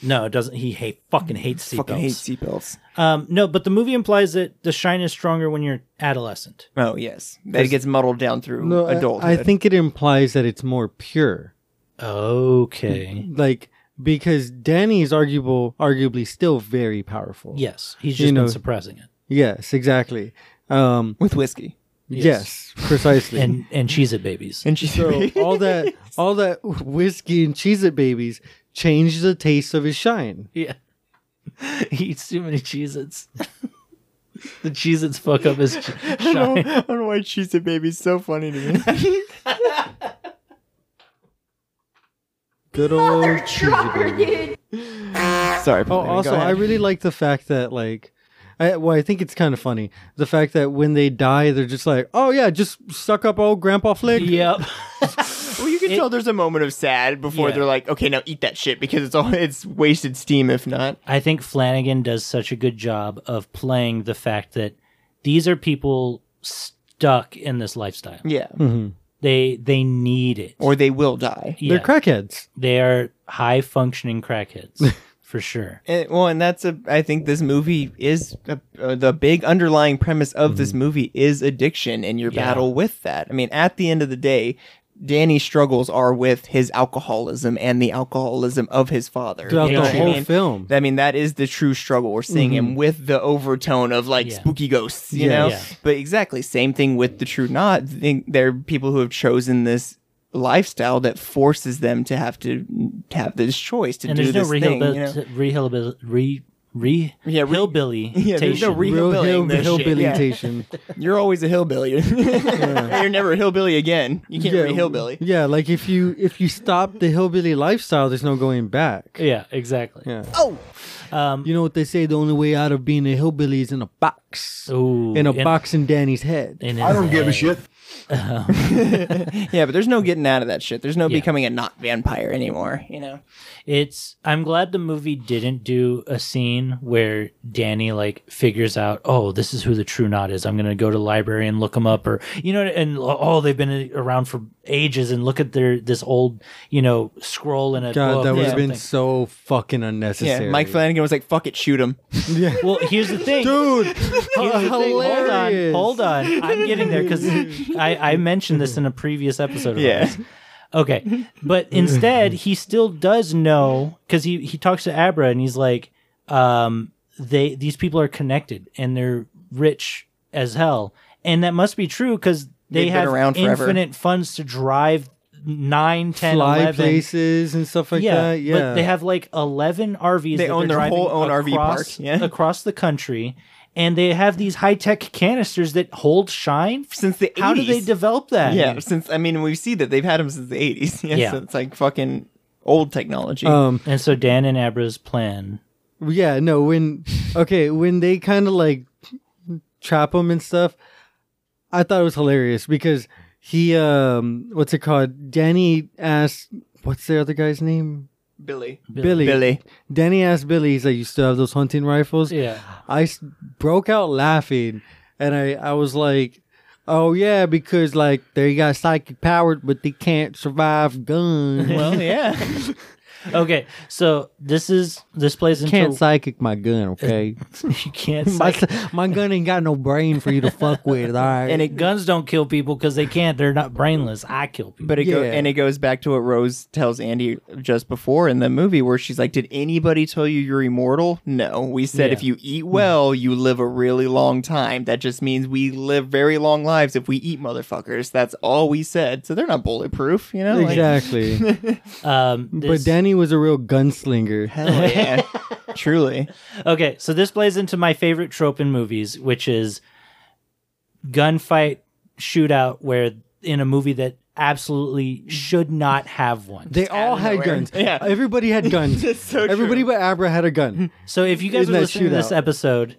Speaker 4: no, it doesn't. He hate fucking hates
Speaker 6: Fucking
Speaker 4: seatbelts.
Speaker 6: hate seatbelts.
Speaker 4: Um, no, but the movie implies that the shine is stronger when you're adolescent.
Speaker 6: Oh yes, that gets muddled down through
Speaker 5: No, I-
Speaker 6: adulthood.
Speaker 5: I think it implies that it's more pure.
Speaker 4: Okay.
Speaker 5: like because Danny is arguable, arguably still very powerful.
Speaker 4: Yes, he's just
Speaker 5: You know-
Speaker 4: been suppressing it,
Speaker 5: Yes, exactly. Um,
Speaker 6: with whiskey
Speaker 5: yes. precisely.
Speaker 4: and and cheese it babies.
Speaker 6: and she.
Speaker 5: so all that, all that whiskey and cheese it babies changed the taste of his shine.
Speaker 4: yeah, he eats too many cheez its. the cheez its fuck up his ch- shine.
Speaker 6: I don't know why she's a baby. so funny to me.
Speaker 5: Good old
Speaker 7: Mother
Speaker 5: Cheez-It
Speaker 7: trucker,
Speaker 5: Baby.
Speaker 7: dude.
Speaker 6: Sorry.
Speaker 5: Oh, also, I really like the fact that like. I, well, I think it's kind of funny the fact that when they die, they're just like, "Oh yeah, just suck up old Grandpa Flick."
Speaker 4: Yep.
Speaker 6: well, you can
Speaker 4: it-
Speaker 6: tell there's a moment of sad before
Speaker 4: Yeah.
Speaker 6: they're like, okay, now eat that shit because it's all it's wasted steam if not.
Speaker 4: I think Flanagan does such a good job of playing the fact that these are people stuck in this lifestyle.
Speaker 6: Yeah,
Speaker 4: They they need it.
Speaker 6: or they will die.
Speaker 4: yeah,
Speaker 5: They're crackheads.
Speaker 4: they are high functioning crackheads for sure.
Speaker 6: And, well, and that's a. I think this movie is a, uh, the big underlying premise of this movie is addiction and your
Speaker 4: Mm-hmm. Yeah.
Speaker 6: battle with that. I mean, at the end of the day, Danny's struggles are with his alcoholism and the alcoholism of his father
Speaker 5: Throughout
Speaker 4: the
Speaker 6: what I
Speaker 4: whole Mm-hmm.
Speaker 6: mean?
Speaker 5: film.
Speaker 6: I mean, that is the true struggle we're seeing him with the overtone of like
Speaker 4: Yeah.
Speaker 6: spooky ghosts, you
Speaker 5: Yeah.
Speaker 6: know.
Speaker 4: Yeah.
Speaker 6: But exactly same thing with the true not. Think- There are people who have chosen this lifestyle that forces them to have to, to have this choice to
Speaker 4: and
Speaker 6: do
Speaker 4: there's no
Speaker 6: this thing. You know?
Speaker 4: rehabil- rehabil- re- re
Speaker 6: Yeah, re-
Speaker 4: hillbilly.
Speaker 6: Yeah, there's no re-
Speaker 5: Real
Speaker 6: Hillbillying this shit, yeah.
Speaker 5: hillbillytation.
Speaker 6: You're always a hillbilly. You're never a hillbilly again. You can't be a hillbilly.
Speaker 5: Yeah, like if you if you stop the hillbilly lifestyle, there's no going back.
Speaker 4: yeah, exactly.
Speaker 5: Yeah.
Speaker 6: Oh,
Speaker 5: You know what they say? The only way out of being a hillbilly is in a box.
Speaker 4: Ooh,
Speaker 5: in a
Speaker 4: in-
Speaker 5: box in Danny's head.
Speaker 4: And
Speaker 9: I don't
Speaker 4: it's
Speaker 9: give a
Speaker 4: like-
Speaker 9: shit.
Speaker 6: yeah, but there's no getting out of that shit. There's no
Speaker 4: Yeah.
Speaker 6: becoming a not vampire anymore. You know.
Speaker 4: It's I'm glad the movie didn't do a scene where Danny like figures out, oh, this is who the true knot is. I'm gonna go to the library and look them up, or you know, and oh, they've been around for ages, and look at their this old you know scroll in a
Speaker 5: God,
Speaker 4: book
Speaker 5: that
Speaker 4: or
Speaker 5: would have been
Speaker 4: something.
Speaker 5: so fucking
Speaker 6: Yeah,
Speaker 5: unnecessary.
Speaker 6: Mike Flanagan was like, "Fuck it, shoot him."
Speaker 4: Well, here's the thing,
Speaker 5: Dude,
Speaker 4: Here's the thing. Hold on,
Speaker 5: hilarious.
Speaker 4: hold on. I'm getting there because I, I mentioned this in a previous episode. Of
Speaker 6: Yeah.
Speaker 4: ours. Okay, but instead he still does know because he he talks to Abra and he's like, um, they these people are connected and they're rich as hell, and that must be true because
Speaker 6: They've
Speaker 4: they
Speaker 6: been
Speaker 4: have
Speaker 6: around forever.
Speaker 4: infinite funds to drive nine, ten,
Speaker 5: Fly
Speaker 4: eleven.
Speaker 5: places and stuff like
Speaker 4: yeah,
Speaker 5: that. Yeah,
Speaker 4: but they have like eleven RVs.
Speaker 6: They
Speaker 4: that
Speaker 6: own
Speaker 4: they're
Speaker 6: their whole
Speaker 4: driving
Speaker 6: own RV park,
Speaker 4: across-
Speaker 6: yeah.
Speaker 4: across the country, and they have these high tech canisters that hold shine.
Speaker 6: Since the 80s.
Speaker 4: How do they develop that?
Speaker 6: Yeah, since I mean we see that they've had him since the 80s. Yeah, Oh.
Speaker 4: Yeah.
Speaker 6: so it's like fucking old technology.
Speaker 5: um,
Speaker 4: And so Dan and Abra's plan.
Speaker 5: yeah, no. When okay, when they kind of like trap him and stuff, I thought it was hilarious because he, um, what's it called? Danny asked, "What's the other guy's name?"
Speaker 6: Billy.
Speaker 5: Billy.
Speaker 6: Billy.
Speaker 5: Danny asked Billy, he's like, You still have those hunting rifles?
Speaker 4: Yeah.
Speaker 5: I s- broke out laughing and I, I was like, Oh, yeah, because like they got psychic powered, but they can't survive guns.
Speaker 6: Well, Oh, yeah.
Speaker 4: Okay, so this is this plays into
Speaker 5: can't psychic my gun, okay?
Speaker 4: you can't
Speaker 5: my,
Speaker 4: psych-
Speaker 5: my gun ain't got no brain for you to fuck with, all right?
Speaker 4: and it, guns don't kill people because they can't. They're not brainless. I kill people.
Speaker 6: But it go-
Speaker 5: Yeah.
Speaker 6: and it goes back to what Rose tells Andy just before in the movie where she's like, "Did anybody tell you you're immortal? No. We said
Speaker 4: Yeah.
Speaker 6: if you eat well, you live a really long time. That just means we live very long lives if we eat motherfuckers. That's all we said. So they're not bulletproof, you know? Like,
Speaker 5: exactly.
Speaker 4: um,
Speaker 5: but
Speaker 4: this-
Speaker 5: Danny was a real gunslinger.
Speaker 6: hell yeah. Truly.
Speaker 4: Okay, so this plays into my favorite trope in movies, which is gunfight shootout where in a movie that absolutely should not have one.
Speaker 5: They all
Speaker 6: of
Speaker 5: had
Speaker 6: nowhere.
Speaker 5: guns.
Speaker 6: Yeah.
Speaker 5: Everybody had guns.
Speaker 6: It's so true.
Speaker 5: Everybody but Abra had a gun.
Speaker 4: so if you guys
Speaker 5: in
Speaker 4: are
Speaker 5: that
Speaker 4: listening to this
Speaker 5: shootout.
Speaker 4: episode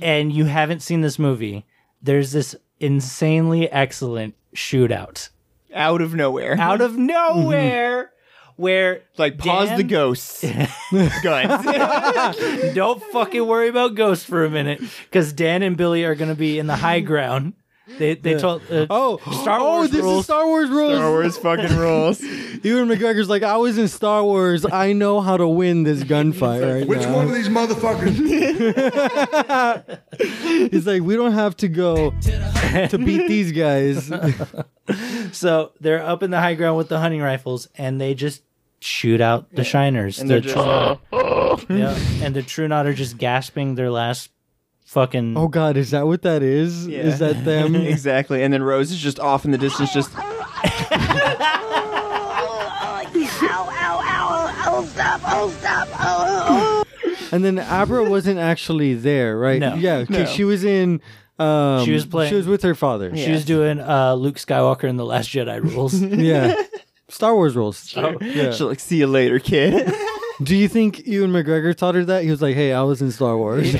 Speaker 4: and you haven't seen this movie, there's this insanely excellent shootout
Speaker 6: Out of nowhere.
Speaker 4: out of nowhere where
Speaker 6: Mm-hmm. like pause the
Speaker 4: Dan-
Speaker 6: ghosts. Guns.
Speaker 4: Don't fucking worry about ghosts for a minute, because Dan and Billy are gonna be in the high ground. They they told uh,
Speaker 5: Oh,
Speaker 4: Star Wars
Speaker 5: oh, this
Speaker 4: rules.
Speaker 5: is Star Wars rules.
Speaker 6: Star Wars fucking rules.
Speaker 5: Ewan McGregor's like, I was in Star Wars. I know how to win this gunfight right
Speaker 9: Which
Speaker 5: now.
Speaker 9: one of these motherfuckers?
Speaker 5: He's like, we don't have to go to beat these guys.
Speaker 4: So they're up in the high ground with the hunting rifles, and they just shoot out the shiners.
Speaker 6: And
Speaker 4: The
Speaker 6: they're just, uh,
Speaker 4: tru- yeah, and the true knot are just gasping their last fucking.
Speaker 5: oh God, is that what that is?
Speaker 6: Yeah.
Speaker 5: Is that them?
Speaker 6: exactly. And then Rose is just off in the distance, just
Speaker 7: Oh, ow, ow, ow, oh, stop, oh, stop, oh, oh.
Speaker 5: And then Abra wasn't actually there, right?
Speaker 4: No.
Speaker 5: Yeah, 'cause
Speaker 6: No.
Speaker 5: she was in. Um,
Speaker 4: She was playing-
Speaker 5: She was with her father.
Speaker 4: She was doing uh, Luke Skywalker in the Last Jedi rules.
Speaker 5: Yeah. Star Wars rules. Yeah.
Speaker 6: she'll like, see you later, kid.
Speaker 5: Do you think Ewan McGregor taught her that? He was like, hey, I was in Star Wars.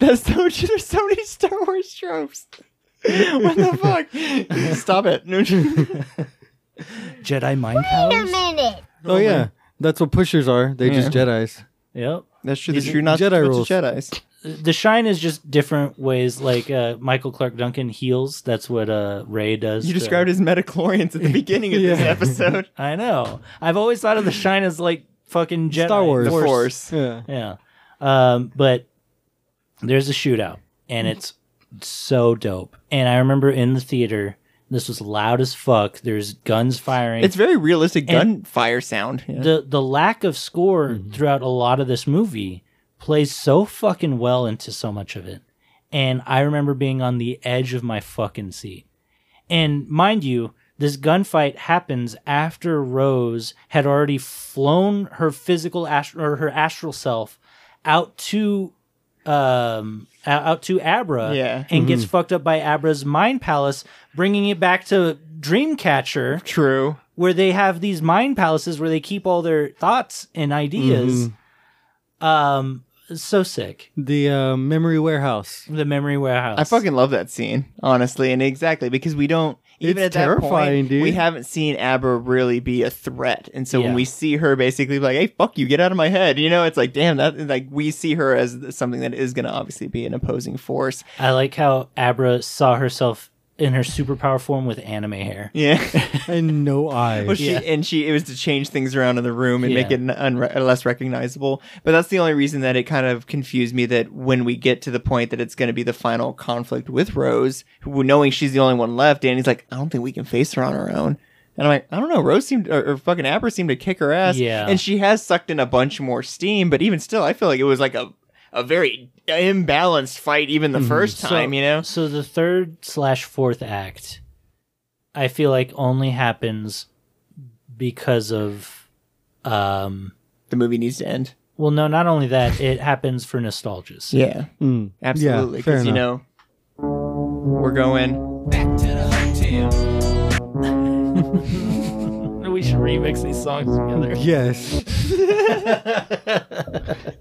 Speaker 6: That's so true. There's so many Star Wars tropes. what the fuck? Stop it. No,
Speaker 4: Jedi mind
Speaker 7: Wait a
Speaker 4: powers.
Speaker 7: minute.
Speaker 5: oh, yeah. That's what pushers are. They're just Jedi's.
Speaker 4: Yep.
Speaker 6: That's true. The true not
Speaker 5: Jedi rules.
Speaker 6: Jedi's.
Speaker 4: The shine is just different ways. Like uh, Michael Clark Duncan heals. That's what uh, Ray does.
Speaker 6: You
Speaker 4: to-
Speaker 6: described his metachlorians at the beginning of this episode.
Speaker 4: I know. I've always thought of the shine as like fucking Jedi
Speaker 5: Star Wars.
Speaker 6: The
Speaker 5: Force.
Speaker 6: Force.
Speaker 5: Yeah.
Speaker 4: Yeah. Um, but there's a shootout and
Speaker 6: Mm-hmm.
Speaker 4: it's so dope. And I remember in the theater, this was loud as fuck. There's guns firing.
Speaker 6: It's very realistic
Speaker 4: And-
Speaker 6: gunfire sound. Yeah. Mm-hmm.
Speaker 4: the the lack of score throughout a lot of this movie plays so fucking well into so much of it. And I remember being on the edge of my fucking seat. And mind you, this gunfight happens after Rose had already flown her physical ast- or her astral self out to um o- out to Abra
Speaker 6: Yeah. Mm-hmm.
Speaker 4: and gets fucked up by Abra's mind palace, bringing it back to Dreamcatcher
Speaker 6: True.
Speaker 4: where they have these mind palaces where they keep all their thoughts and ideas.
Speaker 6: Mm-hmm.
Speaker 4: Um, so sick.
Speaker 5: The uh, memory warehouse.
Speaker 4: The memory warehouse.
Speaker 6: I fucking love that scene, honestly, and exactly because we don't even
Speaker 5: It's
Speaker 6: at that
Speaker 5: terrifying,
Speaker 6: point
Speaker 5: dude.
Speaker 6: we haven't seen Abra really be a threat, and so
Speaker 4: Yeah.
Speaker 6: when we see her basically like, "Hey, fuck you, get out of my head," you know, it's like, damn, that like we see her as something that is going to obviously be an opposing force.
Speaker 4: I like how Abra saw herself in her superpower form with anime hair.
Speaker 6: Yeah,
Speaker 5: And no eyes.
Speaker 6: Well, she, and she it was to change things around in the room and make
Speaker 4: Yeah.
Speaker 6: it unre- less recognizable. But that's the only reason that it kind of confused me that when we get to the point that it's going to be the final conflict with Rose, who, knowing she's the only one left, Danny's like, I don't think we can face her on her own. And I'm like, I don't know. Rose seemed, or, or fucking Abra seemed to kick her ass.
Speaker 4: Yeah.
Speaker 6: And she has sucked in a bunch more steam, but even still, I feel like it was like a, a very imbalanced fight even the first time, you know?
Speaker 4: So the third slash fourth act, I feel like only happens because of, um,
Speaker 6: The movie needs to end.
Speaker 4: well, no, not only that, it happens for nostalgia.
Speaker 6: Yeah.
Speaker 5: Mm.
Speaker 6: Absolutely,
Speaker 5: Yeah,
Speaker 6: because
Speaker 5: fair
Speaker 6: you
Speaker 5: enough.
Speaker 6: know we're going.
Speaker 4: We should remix these songs together.
Speaker 5: Yes.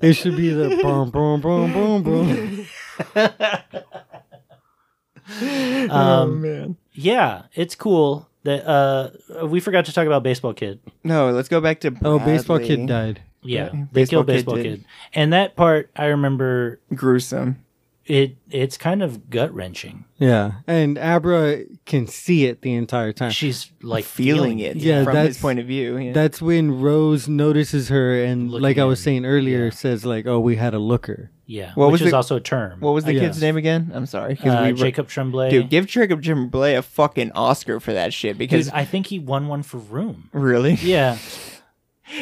Speaker 5: it should be the boom, boom, boom, boom, boom.
Speaker 4: Yeah, it's cool that uh we forgot to talk about baseball kid.
Speaker 6: No, let's go back to
Speaker 5: Oh, baseball
Speaker 6: Bradley.
Speaker 5: kid died.
Speaker 4: Yeah,
Speaker 6: Okay.
Speaker 4: they
Speaker 6: Baseball
Speaker 4: killed
Speaker 6: Kid
Speaker 4: baseball
Speaker 6: did.
Speaker 4: kid, and that part I remember.
Speaker 6: Gruesome.
Speaker 4: It it's kind of gut wrenching.
Speaker 5: Yeah. And Abra can see it the entire time.
Speaker 4: She's like
Speaker 6: Feeling it
Speaker 5: Yeah,
Speaker 6: from his
Speaker 5: that's-
Speaker 6: point of view. yeah.
Speaker 5: That's when Rose notices her and,
Speaker 4: Looking
Speaker 5: like I was
Speaker 4: in.
Speaker 5: saying earlier, says like, "Oh, we had a looker."
Speaker 4: Yeah,
Speaker 6: What
Speaker 4: which
Speaker 6: was
Speaker 4: is
Speaker 6: the-
Speaker 4: also a term.
Speaker 6: what was the
Speaker 5: I
Speaker 6: kid's
Speaker 5: guess.
Speaker 6: name again? I'm sorry, 'cause
Speaker 4: Oh, uh,
Speaker 6: we were-
Speaker 4: Jacob Tremblay?
Speaker 6: Dude, give Jacob Jim Blay a fucking Oscar for that shit
Speaker 4: Dude,
Speaker 6: because
Speaker 4: I think he won one for Room.
Speaker 6: really,
Speaker 4: Yeah,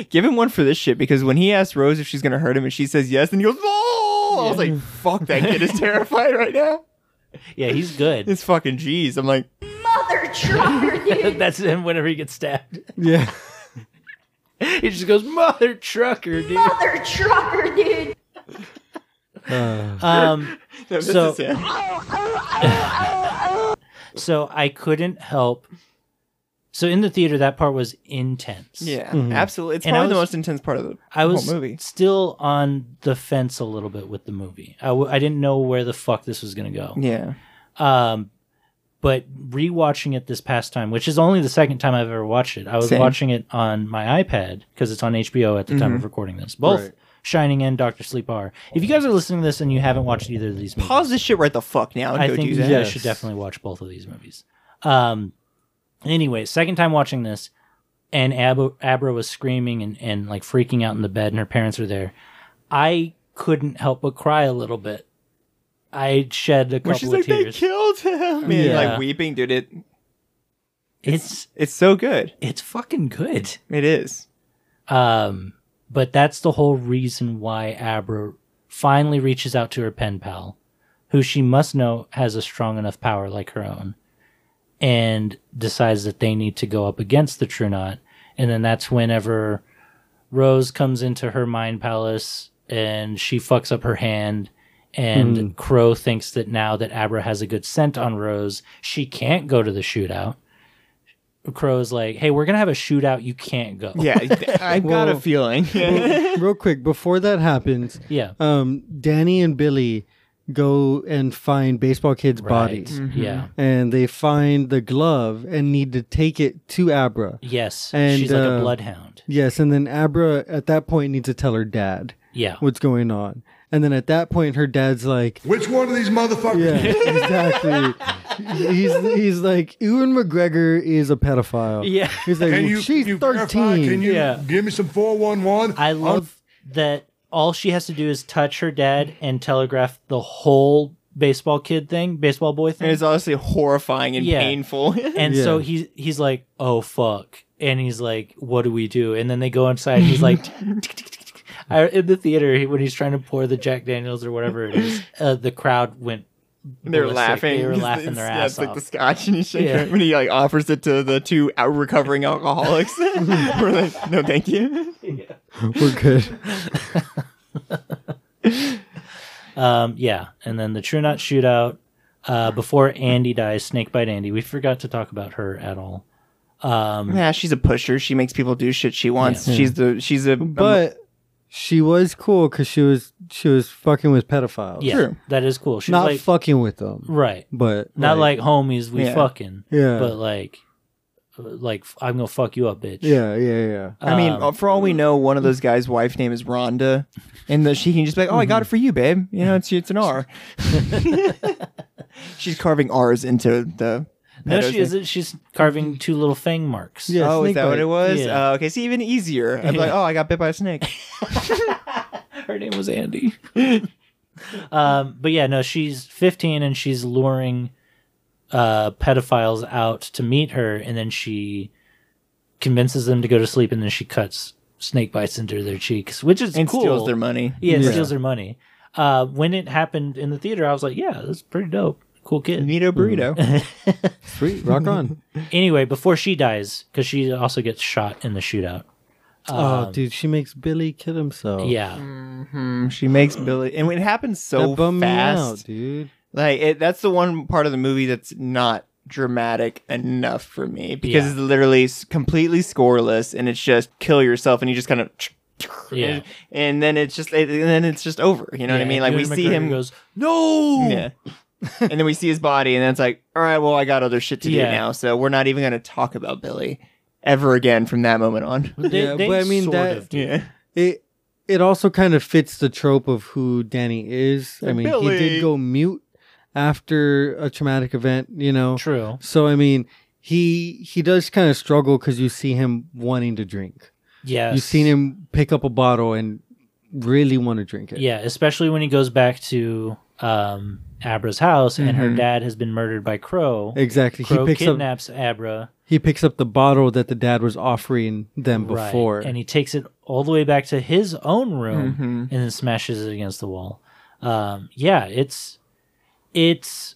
Speaker 6: give him one for this shit because when he asked Rose if she's gonna hurt him and she says yes, and he goes, "Oh!" I was like, "Fuck, that kid is terrified right now."
Speaker 4: yeah, he's good.
Speaker 6: It's fucking jeez. I'm like,
Speaker 7: Mother trucker, you.
Speaker 4: That's him whenever he gets stabbed.
Speaker 5: Yeah.
Speaker 4: He just goes, "Mother trucker, dude."
Speaker 7: Mother trucker, dude.
Speaker 6: Uh.
Speaker 4: Um,
Speaker 6: no, this
Speaker 4: So-
Speaker 6: is him.
Speaker 4: so I couldn't help. So in the theater, that part was intense.
Speaker 6: yeah, absolutely. It's
Speaker 4: mm-hmm. And I
Speaker 6: probably the
Speaker 4: was-
Speaker 6: most intense part of the
Speaker 4: I was
Speaker 6: whole movie.
Speaker 4: still on the fence a little bit with the movie. I, w- I didn't know where the fuck this was going to go.
Speaker 6: Yeah.
Speaker 4: Um, but rewatching it this past time, which is only the second time I've ever watched it, I was
Speaker 6: Same.
Speaker 4: watching it on my iPad because it's on HBO at the
Speaker 6: Mm-hmm.
Speaker 4: time of recording this. Both
Speaker 5: Right.
Speaker 4: Shining and Doctor Sleep are. If you guys are listening to this and you haven't watched either of these movies,
Speaker 6: pause this shit right the fuck now and
Speaker 4: I
Speaker 6: go
Speaker 4: think
Speaker 6: do
Speaker 4: you
Speaker 6: that.
Speaker 4: guys
Speaker 5: Yes.
Speaker 4: should definitely watch both of these movies. Um, anyway, second time watching this, and Ab- Abra was screaming and, and like freaking out in the bed, and her parents were there. I couldn't help but cry a little bit. I shed a couple
Speaker 6: Where she's
Speaker 4: of
Speaker 6: like, they
Speaker 4: tears.
Speaker 6: killed him. Man,
Speaker 5: Yeah.
Speaker 6: like weeping, dude. It
Speaker 4: It's
Speaker 6: it's so good.
Speaker 4: it's fucking good.
Speaker 6: It is.
Speaker 4: Um, but that's the whole reason why Abra finally reaches out to her pen pal, who she must know has a strong enough power like her own, and decides that they need to go up against the True Knot. And then that's whenever Rose comes into her mind palace and she fucks up her hand. And Crow thinks that now that Abra has a good scent on Rose, she can't go to the shootout. Crow's like, hey, we're going to have a shootout. You can't go.
Speaker 6: Yeah, I've got a feeling.
Speaker 5: Real quick, before that happens,
Speaker 4: Yeah.
Speaker 5: um, Danny and Billy go and find baseball kid's body,
Speaker 4: Yeah.
Speaker 5: and they find the glove and need to take it to Abra.
Speaker 4: Yes.
Speaker 5: And,
Speaker 4: She's like a
Speaker 5: uh,
Speaker 4: bloodhound.
Speaker 5: Yes, and then Abra at that point needs to tell her dad
Speaker 4: Yeah.
Speaker 5: what's going on, and then at that point her dad's like,
Speaker 9: Which one of these
Speaker 5: Yeah,
Speaker 9: motherfuckers?
Speaker 5: exactly. he's he's like Ewan McGregor is a pedophile.
Speaker 4: Yeah.
Speaker 5: he's like
Speaker 9: Can
Speaker 5: "Well,
Speaker 9: you,
Speaker 5: she's
Speaker 9: can you verify?
Speaker 5: thirteen.
Speaker 9: Can you
Speaker 4: Yeah.
Speaker 9: give me some 411?
Speaker 4: I love that all she has to do is touch her dad and telegraph the whole baseball kid thing, baseball boy
Speaker 6: And
Speaker 4: thing.
Speaker 6: it's honestly horrifying and
Speaker 4: Yeah.
Speaker 6: painful.
Speaker 4: And
Speaker 5: Yeah.
Speaker 4: so he's he's like, "Oh fuck." And he's like, "What do we do?" And then they go inside and he's like I, in the theater he- when he's trying to pour the Jack Daniels or whatever it is, uh, the crowd went
Speaker 6: They're
Speaker 4: ballistic.
Speaker 6: laughing.
Speaker 4: They were
Speaker 6: It's-
Speaker 4: laughing their
Speaker 6: it's-
Speaker 4: ass
Speaker 6: yeah, it's like
Speaker 4: off.
Speaker 6: the scotch and he shakes
Speaker 4: Yeah.
Speaker 6: it when he like offers it to the two out- recovering alcoholics. We're like, no, thank you.
Speaker 5: We're good.
Speaker 4: Um, yeah, and then the True Not shootout uh, before Andy dies, Snakebite Andy. We forgot to talk about her at all.
Speaker 6: Yeah, she's a pusher. She makes people do shit she wants. She's the she's a
Speaker 5: But she was cool because she was she was fucking with pedophiles.
Speaker 4: Yeah,
Speaker 6: Sure.
Speaker 4: that is cool. She's
Speaker 5: not
Speaker 4: like
Speaker 5: fucking with them,
Speaker 4: right,
Speaker 5: but
Speaker 4: not like homies. We
Speaker 6: Yeah.
Speaker 4: fucking
Speaker 5: Yeah.
Speaker 4: but like, uh, like I'm gonna fuck you up, bitch.
Speaker 5: yeah, yeah, yeah.
Speaker 6: I mean,
Speaker 4: Um,
Speaker 6: for all we know, one of those guys' wife name is Rhonda, and the, she can just be like, "Oh, I got it for you, babe." You know, it's it's an R. She's carving R's into the.
Speaker 4: no,
Speaker 6: pedo's
Speaker 4: she
Speaker 6: name.
Speaker 4: isn't. She's carving two little fang marks.
Speaker 5: Yeah,
Speaker 6: Oh, is
Speaker 5: snake
Speaker 6: that what
Speaker 5: bite.
Speaker 6: it was?
Speaker 4: Yeah.
Speaker 6: Oh, okay, see, even easier. I'd be like, "Oh, I got bit by a snake." Her name was Andy.
Speaker 4: Um, but yeah, no, she's 15 and she's luring uh, pedophiles out to meet her, and then she convinces them to go to sleep, and then she cuts snake bites into their cheeks, which is
Speaker 6: And
Speaker 4: cool.
Speaker 6: steals their money.
Speaker 4: Yeah, and
Speaker 5: Yeah.
Speaker 4: steals their money. Uh, when it happened in the theater, I was like, yeah, that's pretty dope. Cool kid.
Speaker 6: Neato burrito.
Speaker 5: Sweet, rock on.
Speaker 4: Anyway, before she dies, because she also gets shot in the shootout.
Speaker 5: oh, dude, she makes Billy kill himself.
Speaker 4: Um, Yeah.
Speaker 6: she makes Billy, and it happens so
Speaker 5: that bummed
Speaker 6: fast.
Speaker 5: me out, dude.
Speaker 6: Like it, that's the one part of the movie that's not dramatic enough for me because
Speaker 4: Yeah.
Speaker 6: it's literally s- completely scoreless and it's just kill yourself and you just kind of
Speaker 4: Yeah.
Speaker 6: and then it's just and then it's just over. You know what I
Speaker 4: Yeah,
Speaker 6: mean? Like we
Speaker 4: Ewan
Speaker 6: see
Speaker 4: McGregor
Speaker 6: him
Speaker 4: goes, no.
Speaker 6: yeah. and then we see his body and then it's like, all right, well I got other shit to
Speaker 4: Yeah.
Speaker 6: do now, so we're not even gonna talk about Billy ever again from that moment on.
Speaker 4: They-
Speaker 5: Yeah,
Speaker 4: they
Speaker 5: but I mean
Speaker 4: sort
Speaker 5: that-
Speaker 4: of do.
Speaker 6: Yeah.
Speaker 5: It it also kind of fits the trope of who Danny is. I mean,
Speaker 6: Billy.
Speaker 5: he did go mute after a traumatic event, you know.
Speaker 4: True.
Speaker 5: So I mean, he he does kind of struggle because you see him wanting to drink.
Speaker 4: Yeah.
Speaker 5: You've seen him pick up a bottle and really want to drink it.
Speaker 4: Yeah, especially when he goes back to um, Abra's house and her dad has been murdered by Crow.
Speaker 5: Exactly.
Speaker 4: Crow
Speaker 5: he picks up
Speaker 4: kidnaps Abra
Speaker 5: he picks up the bottle that the dad was offering them
Speaker 4: right,
Speaker 5: before. Mm-hmm.
Speaker 4: and he takes it all the way back to his own room and then smashes it against the wall. Um, yeah, it's it's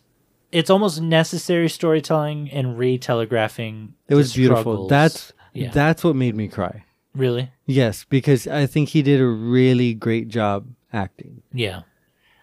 Speaker 4: it's almost necessary storytelling and re-telegraphing.
Speaker 5: it was
Speaker 4: the
Speaker 5: beautiful.
Speaker 4: struggles.
Speaker 5: That's
Speaker 4: Yeah.
Speaker 5: that's what made me cry.
Speaker 4: really
Speaker 5: Yes, because I think he did a really great job acting.
Speaker 4: yeah.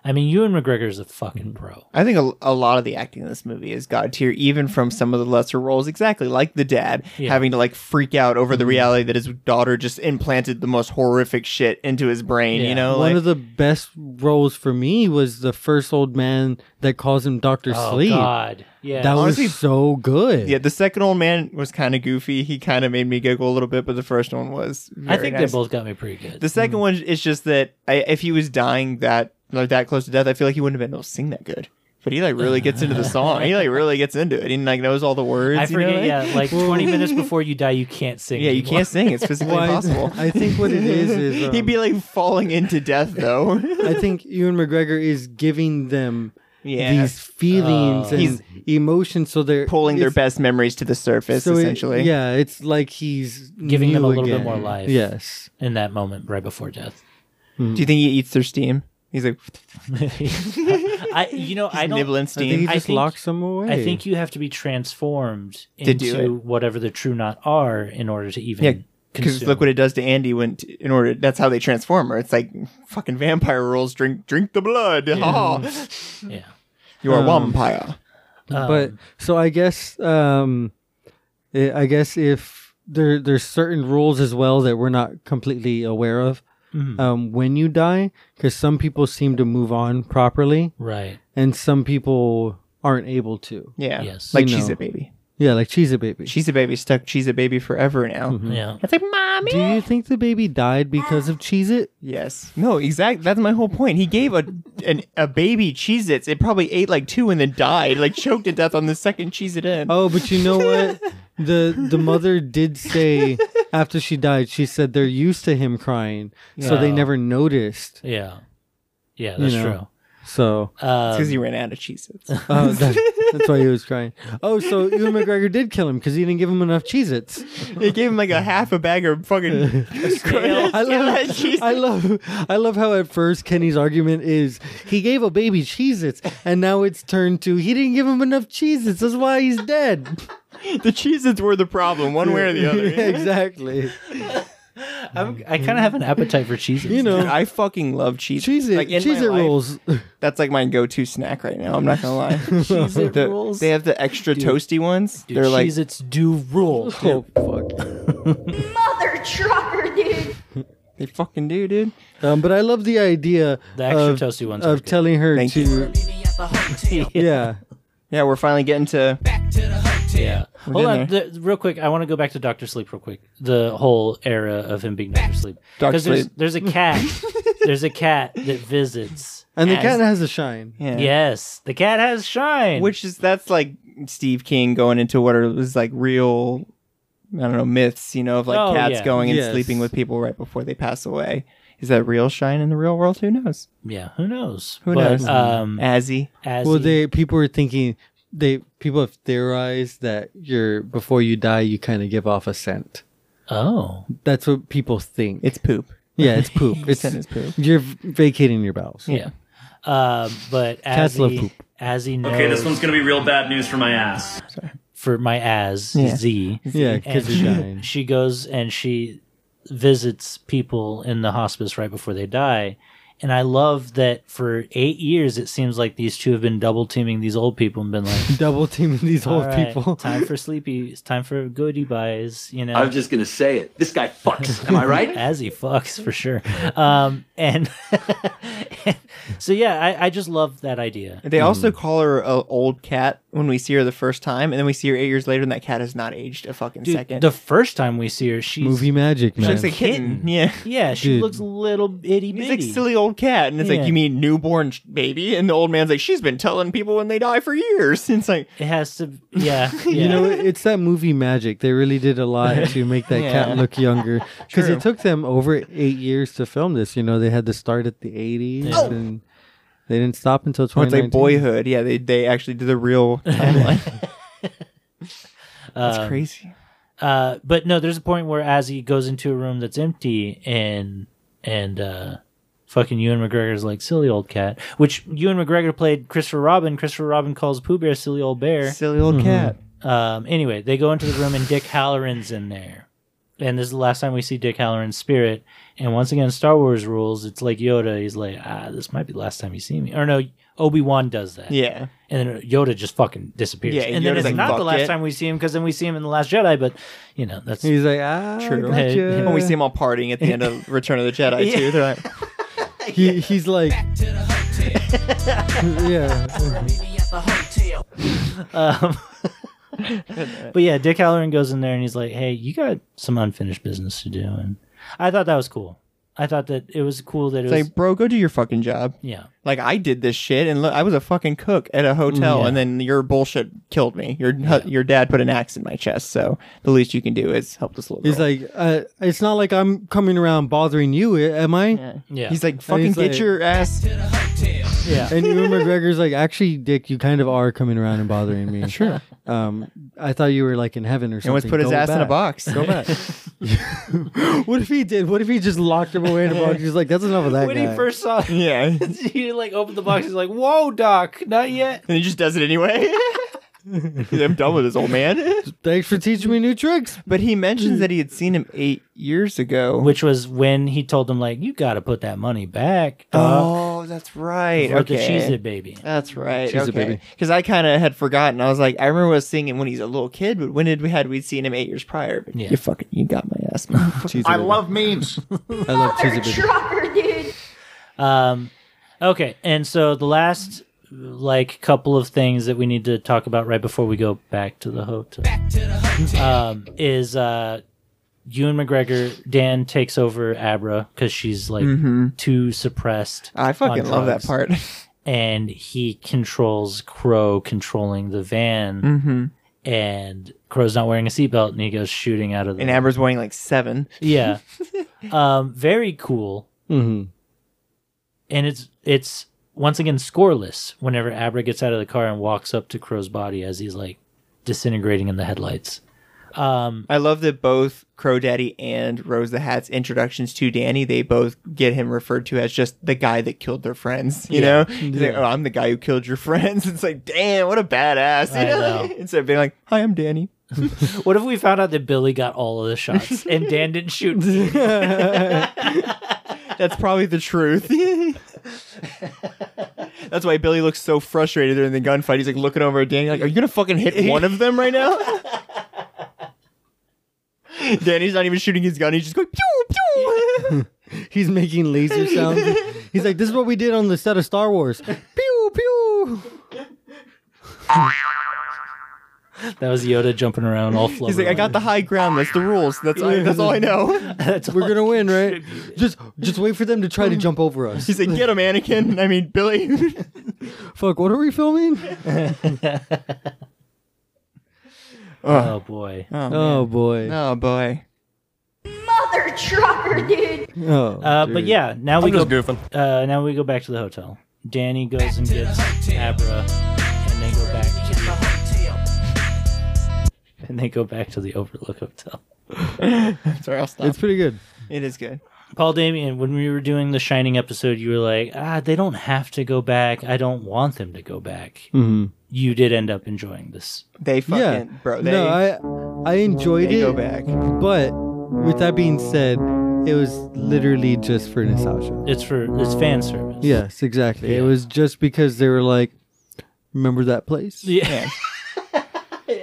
Speaker 4: I mean, Ewan McGregor's a fucking pro.
Speaker 6: I think a, a lot of the acting in this movie is god tier, even from some of the lesser roles. Exactly, like the dad
Speaker 4: Yeah. Mm-hmm.
Speaker 6: having to like freak out over the reality that his daughter just implanted the most horrific shit into his brain.
Speaker 4: Yeah.
Speaker 6: You know,
Speaker 5: One
Speaker 6: like
Speaker 5: of the best roles for me was the first old man that calls him Doctor
Speaker 4: Oh
Speaker 5: Sleep.
Speaker 4: God, yeah.
Speaker 5: That
Speaker 6: Honestly,
Speaker 5: was so good.
Speaker 6: yeah, the second old man was kind of goofy. He kind of made me giggle a little bit, but the first one was.
Speaker 4: I
Speaker 6: very
Speaker 4: think
Speaker 6: nice.
Speaker 4: they both Mm-hmm. got me pretty good.
Speaker 6: The second one is just that I, if he was dying that like that close to death, I feel like he wouldn't have been able to sing that good. But he like really gets into the song. He like really gets into it. He like knows all the words.
Speaker 4: I
Speaker 6: you know,
Speaker 4: forget.
Speaker 6: like-
Speaker 4: yeah, like 20 minutes before you die, you can't sing.
Speaker 6: Yeah, you
Speaker 4: anymore.
Speaker 6: can't sing. It's physically
Speaker 5: Why-
Speaker 6: impossible.
Speaker 5: I think what it is is um,
Speaker 6: He'd be like falling into death though.
Speaker 5: I think Ewan McGregor is giving them
Speaker 6: yeah. Oh.
Speaker 5: these feelings and
Speaker 6: He's-
Speaker 5: emotions, so they're
Speaker 6: pulling their
Speaker 5: it's-
Speaker 6: best memories to the surface
Speaker 5: so it-
Speaker 6: essentially.
Speaker 5: yeah, it's like he's
Speaker 4: Giving them a
Speaker 5: new
Speaker 4: little bit
Speaker 5: again.
Speaker 4: more life.
Speaker 5: Yes,
Speaker 4: in that moment right before death.
Speaker 6: Do you think he eats their steam? He's like
Speaker 4: I, you know, I don't.
Speaker 6: nibbling
Speaker 5: I think he
Speaker 6: steam.
Speaker 4: I
Speaker 5: just
Speaker 4: think-
Speaker 5: locks them away.
Speaker 4: I think you have to be transformed
Speaker 6: To do
Speaker 4: into
Speaker 6: it.
Speaker 4: whatever the true not are in order to even.
Speaker 6: Yeah, Because
Speaker 4: consume.
Speaker 6: look what it does to Andy when, t- in order, that's how they transform her. It's like fucking vampire rules. Drink, drink the blood. Ha ha.
Speaker 4: yeah.
Speaker 6: You are a
Speaker 5: Um,
Speaker 6: vampire.
Speaker 5: but so I guess um, I I guess if there there's certain rules as well that we're not completely aware of um, when you die, because some people seem to move on properly
Speaker 4: Right.
Speaker 5: and some people aren't able to.
Speaker 6: Yeah.
Speaker 4: Yes.
Speaker 6: Like
Speaker 5: You
Speaker 6: she's
Speaker 5: know.
Speaker 6: a baby.
Speaker 5: Yeah, like Cheez It Baby.
Speaker 6: She's a baby stuck. She's a baby forever now.
Speaker 5: Mm-hmm. Hmm.
Speaker 4: Yeah.
Speaker 6: It's like mommy.
Speaker 5: Do you think the baby died because of Cheez It?
Speaker 6: Yes. No. Exactly. That's my whole point. He gave a an, a baby Cheez-Its. It probably ate like two and then died, like choked to death on the second Cheez-It in.
Speaker 5: Oh, but you know what? the the mother did say after she died, she said they're used to him crying, so they
Speaker 4: Yeah.
Speaker 5: never noticed.
Speaker 4: Yeah. Yeah, that's
Speaker 5: know. So
Speaker 4: true. Um,
Speaker 6: because he ran out of Cheez-Its.
Speaker 5: Oh, that- that's why he was crying. Oh, so Ewan McGregor did kill him because he didn't give him enough Cheez-Its.
Speaker 6: They gave him like a half a bag of fucking.
Speaker 5: I love, I love, I love how at first Kenny's argument is he gave a baby Cheez-Its, and now it's turned to he didn't give him enough Cheez-Its. That's why he's dead.
Speaker 6: the Cheez-Its were the problem, one way or the other.
Speaker 5: exactly.
Speaker 4: I'm, I kind of have an appetite for cheeses.
Speaker 5: You know,
Speaker 6: I fucking love cheese.
Speaker 5: cheese it,
Speaker 6: Like, in
Speaker 5: cheese
Speaker 6: my
Speaker 5: it
Speaker 6: life,
Speaker 5: rolls.
Speaker 6: That's like my go-to snack right now. I'm not gonna lie.
Speaker 4: Cheez-It
Speaker 6: The-
Speaker 4: rolls?
Speaker 6: They have the extra toasty ones.
Speaker 4: Dude,
Speaker 6: They're like
Speaker 4: cheese its do rule.
Speaker 5: oh fuck.
Speaker 7: Mother trucker, dude.
Speaker 6: they fucking do, dude.
Speaker 5: Um, but I love the idea
Speaker 4: The extra
Speaker 5: of,
Speaker 4: toasty ones are
Speaker 5: of
Speaker 4: good.
Speaker 5: telling her
Speaker 6: Thank
Speaker 5: to. Yeah,
Speaker 6: Yeah, we're finally getting to
Speaker 4: Yeah. Hold
Speaker 6: in
Speaker 4: on, the, real quick. I want to go back to Doctor Sleep real quick. The whole era of him being Doctor Sleep.
Speaker 6: Dr.
Speaker 4: Because there's
Speaker 6: Sleep.
Speaker 4: there's a cat. there's a cat that visits.
Speaker 5: and the
Speaker 6: As-
Speaker 5: cat has a shine.
Speaker 6: yeah.
Speaker 4: Yes, the cat has shine.
Speaker 6: Which is that's like Steve King going into what are was like real I don't know, myths, you know, of like
Speaker 4: Oh,
Speaker 6: cats
Speaker 4: yeah.
Speaker 6: going and
Speaker 5: Yes.
Speaker 6: sleeping with people right before they pass away. Is that real shine in the real world? Who knows?
Speaker 4: yeah, who knows?
Speaker 6: Who
Speaker 4: but,
Speaker 6: knows?
Speaker 4: Um,
Speaker 6: Azzy.
Speaker 4: as
Speaker 5: Well,
Speaker 4: he-
Speaker 5: they people were thinking they people have theorized that you're before you die you kind of give off a scent.
Speaker 4: oh
Speaker 5: That's what people think.
Speaker 6: It's poop.
Speaker 5: yeah, it's poop. It's
Speaker 6: Scent is poop.
Speaker 5: You're v- vacating your bowels.
Speaker 4: yeah, Um but as
Speaker 5: Cats love
Speaker 4: he
Speaker 5: poop.
Speaker 4: as he knows
Speaker 10: Okay, this one's gonna be real bad news for my ass.
Speaker 4: for my as
Speaker 6: Yeah.
Speaker 4: Z
Speaker 5: yeah,
Speaker 4: and
Speaker 5: because you
Speaker 4: she,
Speaker 5: shine.
Speaker 4: she goes and she visits people in the hospice right before they die and i love that for eight years it seems like these two have been double teaming these old people and been like
Speaker 5: Double teaming these
Speaker 4: "All
Speaker 5: old
Speaker 4: right,
Speaker 5: people.
Speaker 4: time for sleepy it's time for goodie buys you know
Speaker 10: I'm just gonna say it. This guy fucks. Am I right?
Speaker 4: as he fucks for sure um and so yeah I, I just love that idea
Speaker 6: They also call her an old cat when we see her the first time, and then we see her eight years later, and that cat has not aged a fucking
Speaker 4: Dude,
Speaker 6: second.
Speaker 4: the first time we see her she's
Speaker 5: Movie magic,
Speaker 6: she
Speaker 5: man.
Speaker 6: looks like a kitten. Yeah.
Speaker 4: yeah she
Speaker 5: Dude.
Speaker 4: looks a little itty bitty
Speaker 6: He's like silly old cat, and it's
Speaker 4: Yeah.
Speaker 6: like you mean newborn sh- baby, and the old man's like she's been telling people when they die for years. And it's like
Speaker 4: it has to yeah, yeah.
Speaker 5: You know, it's that movie magic. They really did a lot to make that
Speaker 6: Yeah.
Speaker 5: cat look younger because
Speaker 6: True.
Speaker 5: it took them over eight years to film this. You know, they had to start at the eighties and they didn't stop
Speaker 6: Or
Speaker 5: until
Speaker 6: Oh, it's
Speaker 5: twenty.
Speaker 6: like Boyhood. Yeah, they they actually did the real timeline. That's crazy.
Speaker 4: Uh, but no, there's a point where Azzy goes into a room that's empty and and uh, fucking Ewan McGregor's like silly old cat, which Ewan McGregor played Christopher Robin. Christopher Robin calls Pooh Bear silly old bear.
Speaker 6: Silly old cat.
Speaker 4: Um, anyway, they go into the room and Dick Halloran's in there. And this is the last time we see Dick Halloran's spirit. And once again, Star Wars rules. It's like Yoda. He's like, ah, this might be the last time you see me. Or no, Obi Wan does that.
Speaker 6: Yeah.
Speaker 4: And then Yoda just fucking disappears.
Speaker 6: Yeah,
Speaker 4: and then
Speaker 6: Yoda's
Speaker 4: it's
Speaker 6: like,
Speaker 4: not the
Speaker 6: "Fuck
Speaker 4: last
Speaker 6: it."
Speaker 4: time we see him because then we see him in The Last Jedi. But, you know, that's.
Speaker 5: He's like, ah,
Speaker 6: True.
Speaker 5: gotcha."
Speaker 6: When we see them all partying at the end of Return of the Jedi too, they're like,
Speaker 5: he, he's like, yeah,
Speaker 4: But yeah, Dick Halloran goes in there and he's like, "Hey, you got some unfinished business to do." And I thought that was cool. I thought that it was cool that it
Speaker 6: it's
Speaker 4: was
Speaker 6: like, bro, go do your fucking job.
Speaker 4: yeah.
Speaker 6: Like I did this shit, and look, I was a fucking cook at a hotel, and then your bullshit killed me. Your your dad put an axe in my chest, so the least you can do is help this little.
Speaker 5: he's
Speaker 6: girl.
Speaker 5: like, uh, it's not like I'm coming around bothering you, i- am I?
Speaker 4: Yeah.
Speaker 6: he's like, fucking get
Speaker 5: like-
Speaker 6: your ass.
Speaker 4: yeah.
Speaker 5: And Ewan McGregor's like, actually, Dick, you kind of are coming around and bothering me. Sure. Um, I thought you were like in heaven or
Speaker 6: And
Speaker 5: something.
Speaker 6: let's put his
Speaker 5: Go
Speaker 6: ass in a
Speaker 5: back.
Speaker 6: box. Go back.
Speaker 5: What if he did? What if he just locked him away in a box? He's like, that's enough of that
Speaker 4: when
Speaker 5: guy.
Speaker 4: he first saw,
Speaker 6: yeah, and
Speaker 4: he like opened the box. He's like, "Whoa, Doc, not yet."
Speaker 6: he just does it anyway. I'm done with this old man.
Speaker 5: Thanks for teaching me new tricks.
Speaker 6: But he mentions that he had seen him eight years ago.
Speaker 4: Which was when he told them like, "You got to put that money back." Doc,
Speaker 6: oh, that's right.
Speaker 4: for the
Speaker 6: Okay.
Speaker 4: cheese it, baby.
Speaker 6: That's right.
Speaker 5: Cheese It
Speaker 6: okay.
Speaker 5: Baby.
Speaker 6: Because I kind of had forgotten. I was like, I remember I was seeing him when he's a little kid, but when did we had we seen him eight years prior? But
Speaker 4: Yeah.
Speaker 6: you fucking you got my ass. motherfucker.
Speaker 5: Cheesy
Speaker 8: I
Speaker 5: baby.
Speaker 8: love memes.
Speaker 5: I love cheesy baby.
Speaker 7: Trucker, dude.
Speaker 4: Um, okay, and so the last like couple of things that we need to talk about right before we go back to the hotel. Um, is uh, Ewan McGregor? Dan takes over Abra because she's like too suppressed.
Speaker 6: Mm-hmm. I fucking
Speaker 4: on
Speaker 6: love that
Speaker 4: drugs.
Speaker 6: part.
Speaker 4: And he controls Crow controlling the van.
Speaker 6: Mm-hmm.
Speaker 4: And Crow's not wearing a seatbelt, and he goes shooting out of the
Speaker 6: and Amber's weighing like seven.
Speaker 4: yeah. um, very cool. Mm-hmm.
Speaker 5: Mhm.
Speaker 4: And it's it's once again scoreless whenever Abra gets out of the car and walks up to Crow's body as he's like disintegrating in the headlights.
Speaker 6: I love that both Crow Daddy and Rose the Hat's introductions to Danny, they both get him referred to as just the guy that killed their friends. You know, he's like, "Oh, I'm the guy who killed your friends." It's like, damn, what a badass! You
Speaker 4: I
Speaker 6: know?
Speaker 4: know.
Speaker 6: Instead of being like, "Hi, I'm Danny."
Speaker 4: What if we found out that Billy got all of the shots and Dan didn't shoot?
Speaker 6: That's probably the truth. That's why Billy looks so frustrated during the gunfight. He's like looking over at Danny, like, "Are you gonna fucking hit one of them right now?" Danny's not even shooting his gun. He's just going pew pew.
Speaker 5: He's making laser sounds. He's like, "This is what we did on the set of Star Wars." Pew pew.
Speaker 4: That was Yoda jumping around all flubber.
Speaker 6: He's like, "I got the high ground. That's the rules. That's all, that's all I know."
Speaker 4: That's
Speaker 5: We're gonna win, right? Just, just wait for them to try to jump over us.
Speaker 6: He's like, "Get him, Anakin." I mean, Billy.
Speaker 5: Fuck, what are we filming?
Speaker 4: Oh boy.
Speaker 5: Oh boy.
Speaker 6: oh boy.
Speaker 7: Mother trucker, dude.
Speaker 5: Oh,
Speaker 4: Uh, but
Speaker 5: dude.
Speaker 4: yeah, now we
Speaker 8: I'm
Speaker 4: go.
Speaker 8: just goofing.
Speaker 4: Uh, now we go back to the hotel. Danny goes and gets Abra, and they go back. To the, and they go back to the Overlook Hotel.
Speaker 6: Sorry, I'll stop.
Speaker 5: it's
Speaker 6: It's,
Speaker 5: pretty good.
Speaker 6: good.
Speaker 4: Paul Damien, when we were doing the Shining episode, you were like, "Ah, they don't have to go back. I don't want them to go back." You did end up enjoying this.
Speaker 6: They fucking
Speaker 5: Mm-hmm. Yeah,
Speaker 6: bro. They,
Speaker 5: no, I, I enjoyed
Speaker 6: they
Speaker 5: it.
Speaker 6: go back.
Speaker 5: But with that being said, it was literally just for nostalgia.
Speaker 4: It's for it's fan service.
Speaker 5: Yes, exactly. It
Speaker 4: Yeah.
Speaker 5: was just because they were like, "Remember that place?"
Speaker 4: Yeah.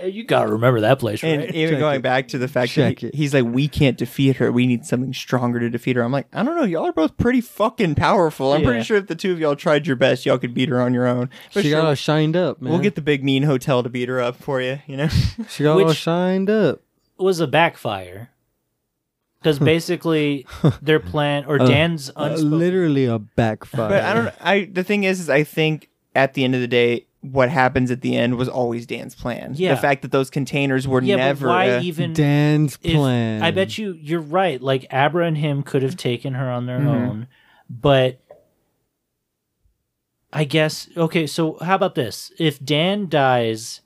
Speaker 4: you gotta remember that place, right?
Speaker 6: And even
Speaker 5: Check
Speaker 6: going
Speaker 5: it.
Speaker 6: back to the fact
Speaker 5: Check
Speaker 6: that he-
Speaker 5: it.
Speaker 6: he's like, we can't defeat her. We need something stronger to defeat her. I'm like, I don't know. Y'all are both pretty fucking powerful. I'm
Speaker 4: Yeah.
Speaker 6: pretty sure if the two of y'all tried your best, y'all could beat her on your own. But
Speaker 5: She
Speaker 6: sure,
Speaker 5: got all shined up, man.
Speaker 6: we'll get the big mean hotel to beat her up for you. You know,
Speaker 5: she got all
Speaker 4: Which-
Speaker 5: shined up.
Speaker 4: was a backfire because basically their plan or Dan's
Speaker 5: Uh,
Speaker 4: unspoken.
Speaker 5: literally a backfire.
Speaker 6: but I don't. I the thing is, is I think at the end of the day. What happens at the end was always Dan's plan.
Speaker 4: Yeah.
Speaker 6: The fact that those containers were
Speaker 4: yeah,
Speaker 6: never.
Speaker 4: but why
Speaker 6: uh,
Speaker 4: even
Speaker 5: Dan's
Speaker 4: if-
Speaker 5: plan.
Speaker 4: I bet you you're right. Like Abra and him could have taken her on their own, but I guess okay. So how about this? If Dan dies,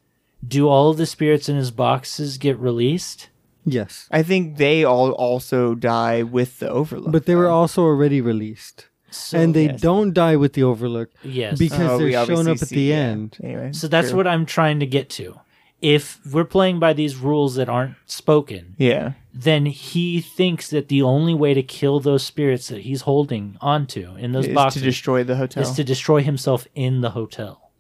Speaker 4: do all of the spirits in his boxes get released?
Speaker 5: Yes,
Speaker 6: I think they all also die with the Overlook.
Speaker 5: but they were
Speaker 6: though.
Speaker 5: also already released,
Speaker 4: So,
Speaker 5: and they
Speaker 6: yes.
Speaker 5: don't die with the Overlook
Speaker 4: yes.
Speaker 5: because
Speaker 6: Oh, we
Speaker 5: they're shown
Speaker 6: obviously
Speaker 5: up at
Speaker 6: see-
Speaker 5: the
Speaker 6: yeah.
Speaker 5: end.
Speaker 6: Anyway,
Speaker 4: so that's
Speaker 6: true.
Speaker 4: what I'm trying to get to. If we're playing by these rules that aren't spoken,
Speaker 6: Yeah.
Speaker 4: then he thinks that the only way to kill those spirits that he's holding onto in those
Speaker 6: Is
Speaker 4: boxes
Speaker 6: to destroy the hotel.
Speaker 4: is to destroy himself in the hotel.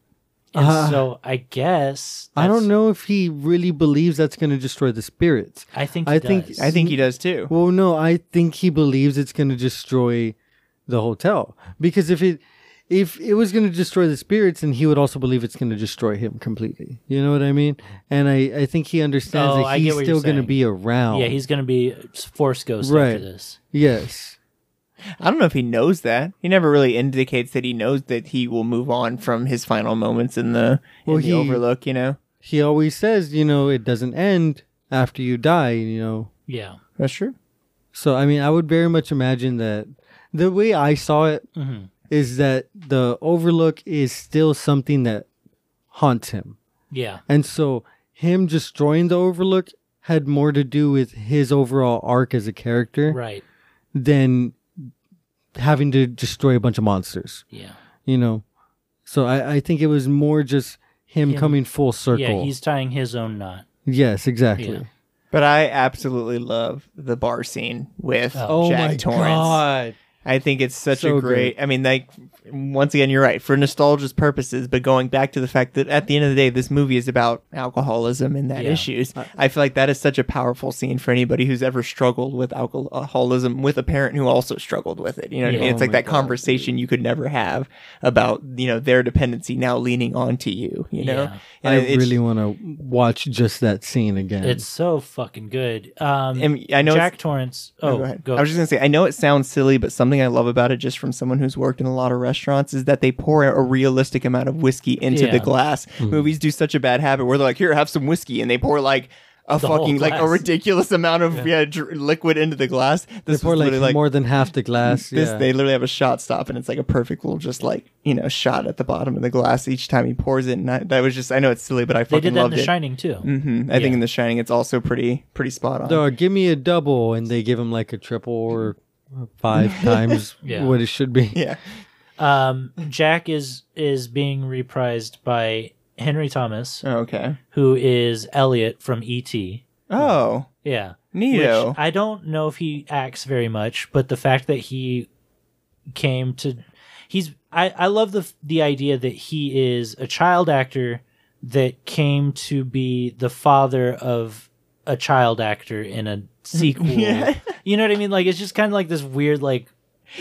Speaker 4: And
Speaker 5: Ah.
Speaker 4: so I guess
Speaker 5: I don't
Speaker 4: that's-
Speaker 5: know if he really believes that's going to destroy the spirits.
Speaker 4: I think
Speaker 5: I
Speaker 4: he
Speaker 5: think-
Speaker 4: does.
Speaker 6: I think he does too.
Speaker 5: Well, no, I think he believes it's going to destroy the hotel because if it if it was going to destroy the spirits, then he would also believe it's going to destroy him completely. You know what I mean? And I I think he understands
Speaker 4: Oh, I
Speaker 5: that
Speaker 4: get
Speaker 5: he's
Speaker 4: what you're
Speaker 5: still going to
Speaker 4: saying.
Speaker 5: be around.
Speaker 4: yeah, he's going to be force ghost
Speaker 5: Right.
Speaker 4: after this.
Speaker 5: yes.
Speaker 6: I don't know if he knows that. He never really indicates that he knows that he will move on from his final moments in the,
Speaker 5: Well,
Speaker 6: in the
Speaker 5: he-
Speaker 6: Overlook. You know,
Speaker 5: He always says, you know, it doesn't end after you die. You know.
Speaker 4: Yeah.
Speaker 6: that's true.
Speaker 5: So I mean, I would very much imagine that the way I saw it is
Speaker 4: Mm-hmm.
Speaker 5: that the Overlook is still something that haunts him.
Speaker 4: Yeah.
Speaker 5: And so him destroying the Overlook had more to do with his overall arc as a character
Speaker 4: Right.
Speaker 5: than having to destroy a bunch of monsters,
Speaker 4: Yeah.
Speaker 5: you know? So I, I think it was more just him coming full circle.
Speaker 4: Yeah, he's tying his own knot.
Speaker 5: yes, exactly.
Speaker 4: Yeah.
Speaker 6: But I absolutely love the bar scene with
Speaker 5: Oh
Speaker 6: Jack
Speaker 5: my
Speaker 6: Torrance.
Speaker 5: god.
Speaker 6: I think it's such
Speaker 5: So
Speaker 6: a great. I mean, like once again, you're right for nostalgia's purposes. But going back to the fact that at the end of the day, this movie is about alcoholism and that
Speaker 4: Yeah.
Speaker 6: issues.
Speaker 5: Uh,
Speaker 6: I feel like that is such a powerful scene for anybody who's ever struggled with alcoholism with a parent who also struggled with it. You know, what I
Speaker 4: Yeah.
Speaker 6: mean? it's
Speaker 5: Oh
Speaker 6: like
Speaker 5: my
Speaker 6: that conversation you could never have about you know their dependency now leaning onto you. You know,
Speaker 4: Yeah.
Speaker 6: and
Speaker 5: I
Speaker 6: it's-
Speaker 5: really want to watch just that scene again.
Speaker 4: It's so fucking good. Um,
Speaker 6: And I know
Speaker 4: Jack
Speaker 6: it's-
Speaker 4: Torrance.
Speaker 6: Oh,
Speaker 4: Oh,
Speaker 6: go ahead.
Speaker 4: go.
Speaker 6: I was just gonna say, I know it sounds silly, but something I love about it, just from someone who's worked in a lot of restaurants, is that they pour a realistic amount of whiskey into
Speaker 4: Yeah. Mm-hmm.
Speaker 6: the glass. Movies do such a bad habit where they're like, "Here, have some whiskey," and they pour like a
Speaker 4: whole
Speaker 6: fucking like a
Speaker 4: glass.
Speaker 6: ridiculous amount of yeah, dr- liquid into the glass.
Speaker 5: they
Speaker 6: This
Speaker 5: pour
Speaker 6: was
Speaker 5: like,
Speaker 6: literally like
Speaker 5: more than half the glass.
Speaker 6: this.
Speaker 5: yeah.
Speaker 6: They literally have a shot stop, and it's like a perfect little just like you know shot at the bottom of the glass each time he pours it. And I, that was just I know it's silly, but I
Speaker 4: they
Speaker 6: fucking
Speaker 4: did that in
Speaker 6: loved
Speaker 4: The
Speaker 6: it.
Speaker 4: Shining too.
Speaker 6: Mhm. I think in The Shining, it's also pretty pretty spot on.
Speaker 5: Dog, give me a double, and they give him like a triple or five times
Speaker 4: Yeah.
Speaker 5: what it should be.
Speaker 6: yeah,
Speaker 4: Um, Jack is is being reprised by Henry Thomas,
Speaker 6: Oh, Okay.
Speaker 4: who is Elliot from E E.T.
Speaker 6: Oh,
Speaker 4: Yeah.
Speaker 6: Neato.
Speaker 4: Which I don't know if he acts very much, but the fact that he came to he's I, I love the the idea that he is a child actor that came to be the father of a child actor in a sequel. You know what I mean? Like it's just kind of like this weird like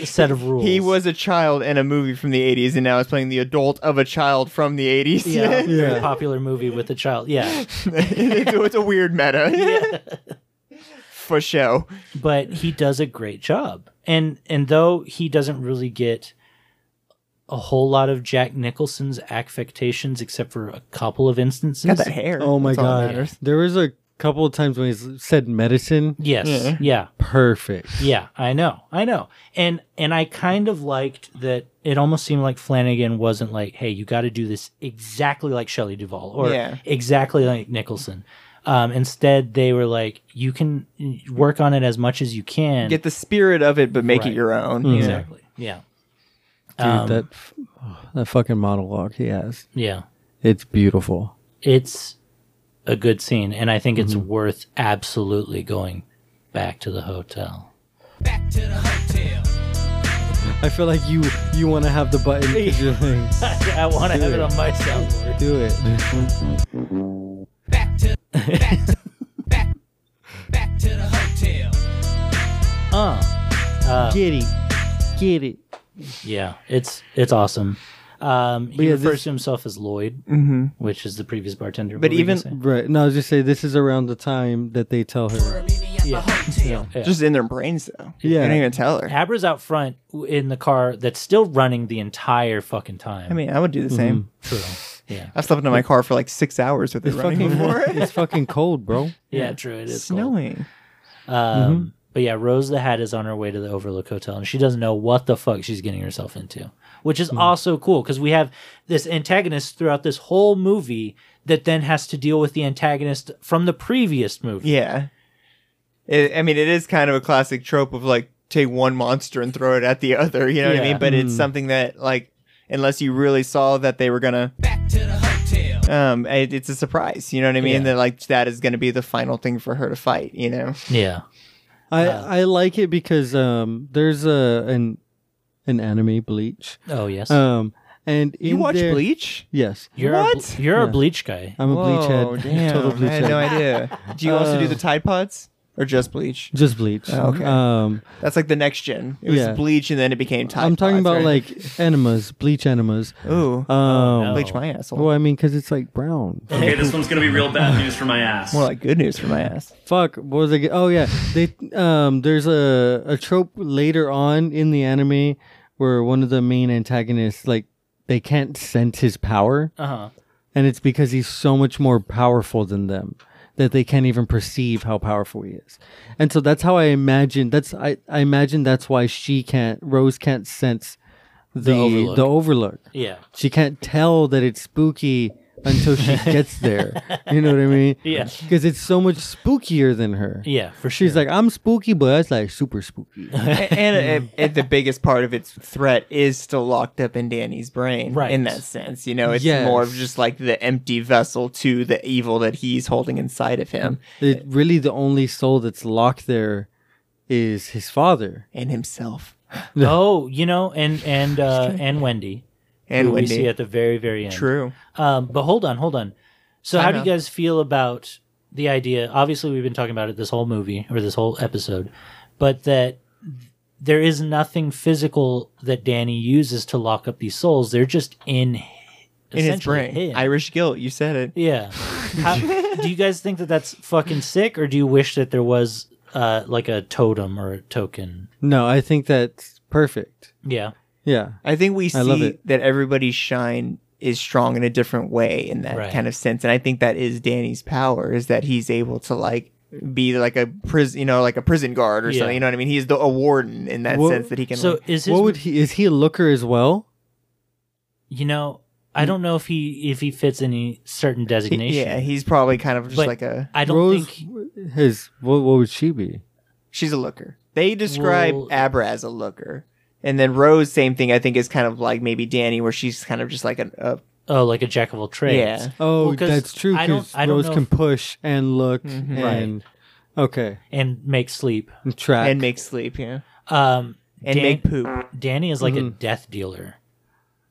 Speaker 4: set of rules.
Speaker 6: He was a child in a movie from the 80s, and now is playing the adult of a child from the 80s.
Speaker 4: yeah,
Speaker 5: Yeah.
Speaker 4: Very popular movie with a child. Yeah.
Speaker 6: it's, it's a weird meta. For show.
Speaker 4: but he does a great job. And and though he doesn't really get a whole lot of Jack Nicholson's affectations except for a couple of instances.
Speaker 6: Got that hair.
Speaker 5: Oh my
Speaker 6: That's all that
Speaker 5: god.
Speaker 6: matters.
Speaker 5: There was a couple of times when he s- said medicine.
Speaker 4: Yes. Yeah. yeah.
Speaker 5: Perfect.
Speaker 4: I know. I know. And and I kind of liked that it almost seemed like Flanagan wasn't like, "Hey, you got to do this exactly like Shelley Duvall or
Speaker 6: Yeah.
Speaker 4: exactly like Nicholson." Um, instead, they were like, "You can work on it as much as you can."
Speaker 6: Get the spirit of it, but make it
Speaker 4: Right.
Speaker 6: your own.
Speaker 4: exactly. Yeah.
Speaker 5: Dude, that f-
Speaker 6: Um,
Speaker 5: oh, that fucking monologue he has.
Speaker 4: Yeah.
Speaker 5: It's beautiful.
Speaker 4: it's a good scene and i think it's worth absolutely going back to the hotel
Speaker 5: I feel like you you want to have the button. 'cause you're like,
Speaker 4: i want to have it on my soundboard
Speaker 5: Do it.
Speaker 4: uh,
Speaker 5: Get it. Get it.
Speaker 4: yeah it's it's awesome um, he
Speaker 5: yeah,
Speaker 4: refers
Speaker 5: this-
Speaker 4: to himself as lloyd which is the previous bartender
Speaker 6: But
Speaker 4: What were you
Speaker 6: even-
Speaker 4: gonna say?
Speaker 5: Right. No, I was just saying this is around the time that they tell her.
Speaker 4: Yeah.
Speaker 6: Just in their brains, though.
Speaker 5: Yeah.
Speaker 6: You don't even tell her.
Speaker 4: abra's out front in the car that's still running the entire fucking time
Speaker 6: I mean, I would do the same.
Speaker 4: true yeah
Speaker 6: I slept in my car for Mm-hmm. like six hours with it running before.
Speaker 5: It's fucking cold, bro.
Speaker 4: yeah true it is cold.
Speaker 6: snowing. Mm-hmm.
Speaker 4: Um, But yeah, Rose the Hat is on her way to the Overlook Hotel, and she doesn't know what the fuck she's getting herself into, which
Speaker 6: Hmm.
Speaker 4: is also cool because we have this antagonist throughout this whole movie that then has to deal with the antagonist from the previous movie.
Speaker 6: Yeah. It, I mean, it is kind of a classic trope of like take one monster and throw it at the other. You know what I
Speaker 4: Yeah.
Speaker 6: mean? But
Speaker 5: Mm.
Speaker 6: it's something that like unless you really saw that they were gonna back to the hotel. Um, it, it's a surprise. You know what I mean?
Speaker 4: Yeah.
Speaker 6: That like that is gonna be the final thing for her to fight. You know?
Speaker 4: Yeah,
Speaker 5: I I like it because um there's a an an anime Bleach.
Speaker 4: Oh yes,
Speaker 5: Um and in
Speaker 6: You watch
Speaker 5: there-
Speaker 6: Bleach?
Speaker 5: Yes.
Speaker 4: you're A,
Speaker 6: Uh, what? Uh,
Speaker 4: ble- you're a
Speaker 5: Yeah.
Speaker 4: bleach guy.
Speaker 5: I'm a bleach
Speaker 6: Whoa,
Speaker 5: head.
Speaker 6: Damn,
Speaker 5: Total bleach
Speaker 6: I had no
Speaker 5: head.
Speaker 6: idea. Do you also do the Tide Pods or just Bleach?
Speaker 5: Just bleach.
Speaker 6: Oh, okay.
Speaker 5: Um
Speaker 6: That's like the next gen. It was
Speaker 5: Yeah.
Speaker 6: Bleach and then it became Tide.
Speaker 5: I'm talking
Speaker 6: Pods,
Speaker 5: about
Speaker 6: right?
Speaker 5: like enemas, bleach enemas.
Speaker 6: ooh, Oh,
Speaker 5: Um
Speaker 4: no.
Speaker 6: Bleach my asshole.
Speaker 5: Well, I mean, because it's like brown.
Speaker 10: Okay, this one's gonna be real bad news for my ass.
Speaker 6: More like good news for my ass.
Speaker 5: Fuck. What was I? Get? Oh yeah. They um. There's a a trope later on in the anime where one of the main antagonists like they can't sense his power,
Speaker 4: Uh huh.
Speaker 5: and it's because he's so much more powerful than them that they can't even perceive how powerful he is. And so that's how I imagine. That's I I imagine that's why she can't. Rose can't sense the the
Speaker 4: Overlook.
Speaker 5: overlook.
Speaker 4: Yeah,
Speaker 5: She can't tell that it's spooky until she gets there. You know what I mean?
Speaker 4: Yeah.
Speaker 5: Because it's so much spookier than her.
Speaker 4: yeah, for sure.
Speaker 5: She's like, I'm spooky, but that's like super spooky.
Speaker 6: A- and it,
Speaker 4: Mm.
Speaker 6: it, the biggest part of its threat is still locked up in Danny's brain.
Speaker 4: Right.
Speaker 6: In that sense, you know, it's
Speaker 5: Yes.
Speaker 6: more of just like the empty vessel to the evil that he's holding inside of him
Speaker 5: It, really, the only soul that's locked there is his father.
Speaker 6: and himself.
Speaker 4: oh, you know, and and uh, and Wendy,
Speaker 6: And
Speaker 4: who we
Speaker 6: Wendy.
Speaker 4: see at the very very end.
Speaker 6: True.
Speaker 4: Um, but hold on, hold on. So, how do you
Speaker 6: out.
Speaker 4: guys feel about the idea? Obviously, we've been talking about it this whole movie or this whole episode, but that there is nothing physical that Danny uses to lock up these souls. They're just in
Speaker 6: In his
Speaker 4: essentially
Speaker 6: brain.
Speaker 4: him.
Speaker 6: Irish guilt. You said it.
Speaker 4: yeah. How, do you guys think that that's fucking sick, or do you wish that there was uh, like a totem or a token?
Speaker 5: No, I think that's perfect.
Speaker 4: Yeah.
Speaker 5: Yeah.
Speaker 6: I think we
Speaker 5: I love
Speaker 6: see
Speaker 5: it.
Speaker 6: that everybody's shine is strong in a different way in that
Speaker 4: Right.
Speaker 6: kind of sense. And I think that is Danny's power is that he's able to like be like a prison, you know, like a prison guard or
Speaker 4: Yeah.
Speaker 6: something. You know what I mean? He's the a warden in that
Speaker 5: Well,
Speaker 6: sense that he can.
Speaker 4: So
Speaker 6: like-
Speaker 4: is his
Speaker 5: What would he? Is he a looker as well?
Speaker 4: you know? I don't know if he if he fits any certain designation.
Speaker 6: yeah, he's probably kind of just
Speaker 4: But
Speaker 6: like a.
Speaker 4: I don't
Speaker 5: Rose,
Speaker 4: think
Speaker 5: his what? What would she be?
Speaker 6: She's a looker. They describe
Speaker 4: Well-
Speaker 6: Abra as a looker, and then Rose, same thing. I think is kind of like maybe Danny, where she's kind of just like an, a
Speaker 4: oh, like a jack of all trades.
Speaker 6: Yeah.
Speaker 5: Oh,
Speaker 4: Well, 'cause
Speaker 5: that's true.
Speaker 4: I don't-
Speaker 5: Because
Speaker 4: I don't
Speaker 5: Rose
Speaker 4: know
Speaker 5: can
Speaker 4: if- Mm-hmm.
Speaker 5: push and look and okay,
Speaker 4: and make sleep.
Speaker 5: and track.
Speaker 6: and make sleep. Yeah,
Speaker 4: Um,
Speaker 6: and
Speaker 4: Dan-
Speaker 6: make Mm. poop.
Speaker 4: Danny is like a death dealer.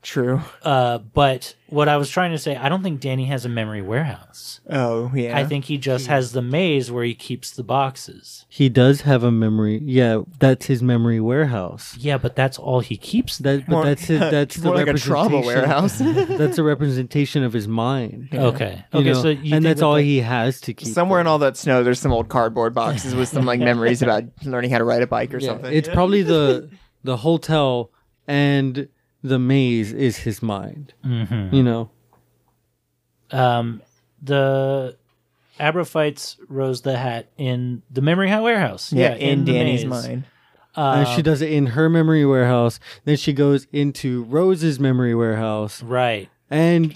Speaker 6: True.
Speaker 4: Uh, but what I was trying to say, I don't think Danny has a memory warehouse.
Speaker 6: Oh yeah.
Speaker 4: I think he
Speaker 5: Hmm.
Speaker 4: just has the maze where he keeps the boxes.
Speaker 5: he does have a memory. Yeah, that's his memory warehouse.
Speaker 4: Yeah, but that's all he keeps.
Speaker 5: That, but
Speaker 6: More-
Speaker 5: that's his, that's the
Speaker 6: more like a trauma
Speaker 5: representation-
Speaker 6: warehouse.
Speaker 5: that's a representation of his mind.
Speaker 4: Okay.
Speaker 5: You
Speaker 4: Okay.
Speaker 5: know,
Speaker 4: So you
Speaker 5: and
Speaker 4: think
Speaker 5: that's
Speaker 4: that
Speaker 5: all
Speaker 4: the-
Speaker 5: he has to keep.
Speaker 6: Somewhere in all that snow, there's some old cardboard boxes with some like memories about learning how to ride a bike or
Speaker 5: Yeah,
Speaker 6: something.
Speaker 5: It's probably the the hotel and the maze is his mind. Mm-hmm. You know,
Speaker 4: um, the Abra fights Rose the Hat in the memory warehouse.
Speaker 6: yeah, in,
Speaker 4: the
Speaker 6: Danny's
Speaker 4: maze.
Speaker 6: mind.
Speaker 5: And
Speaker 4: Uh,
Speaker 5: she does it in her memory warehouse. Then she goes into Rose's memory warehouse,
Speaker 4: Right.
Speaker 5: and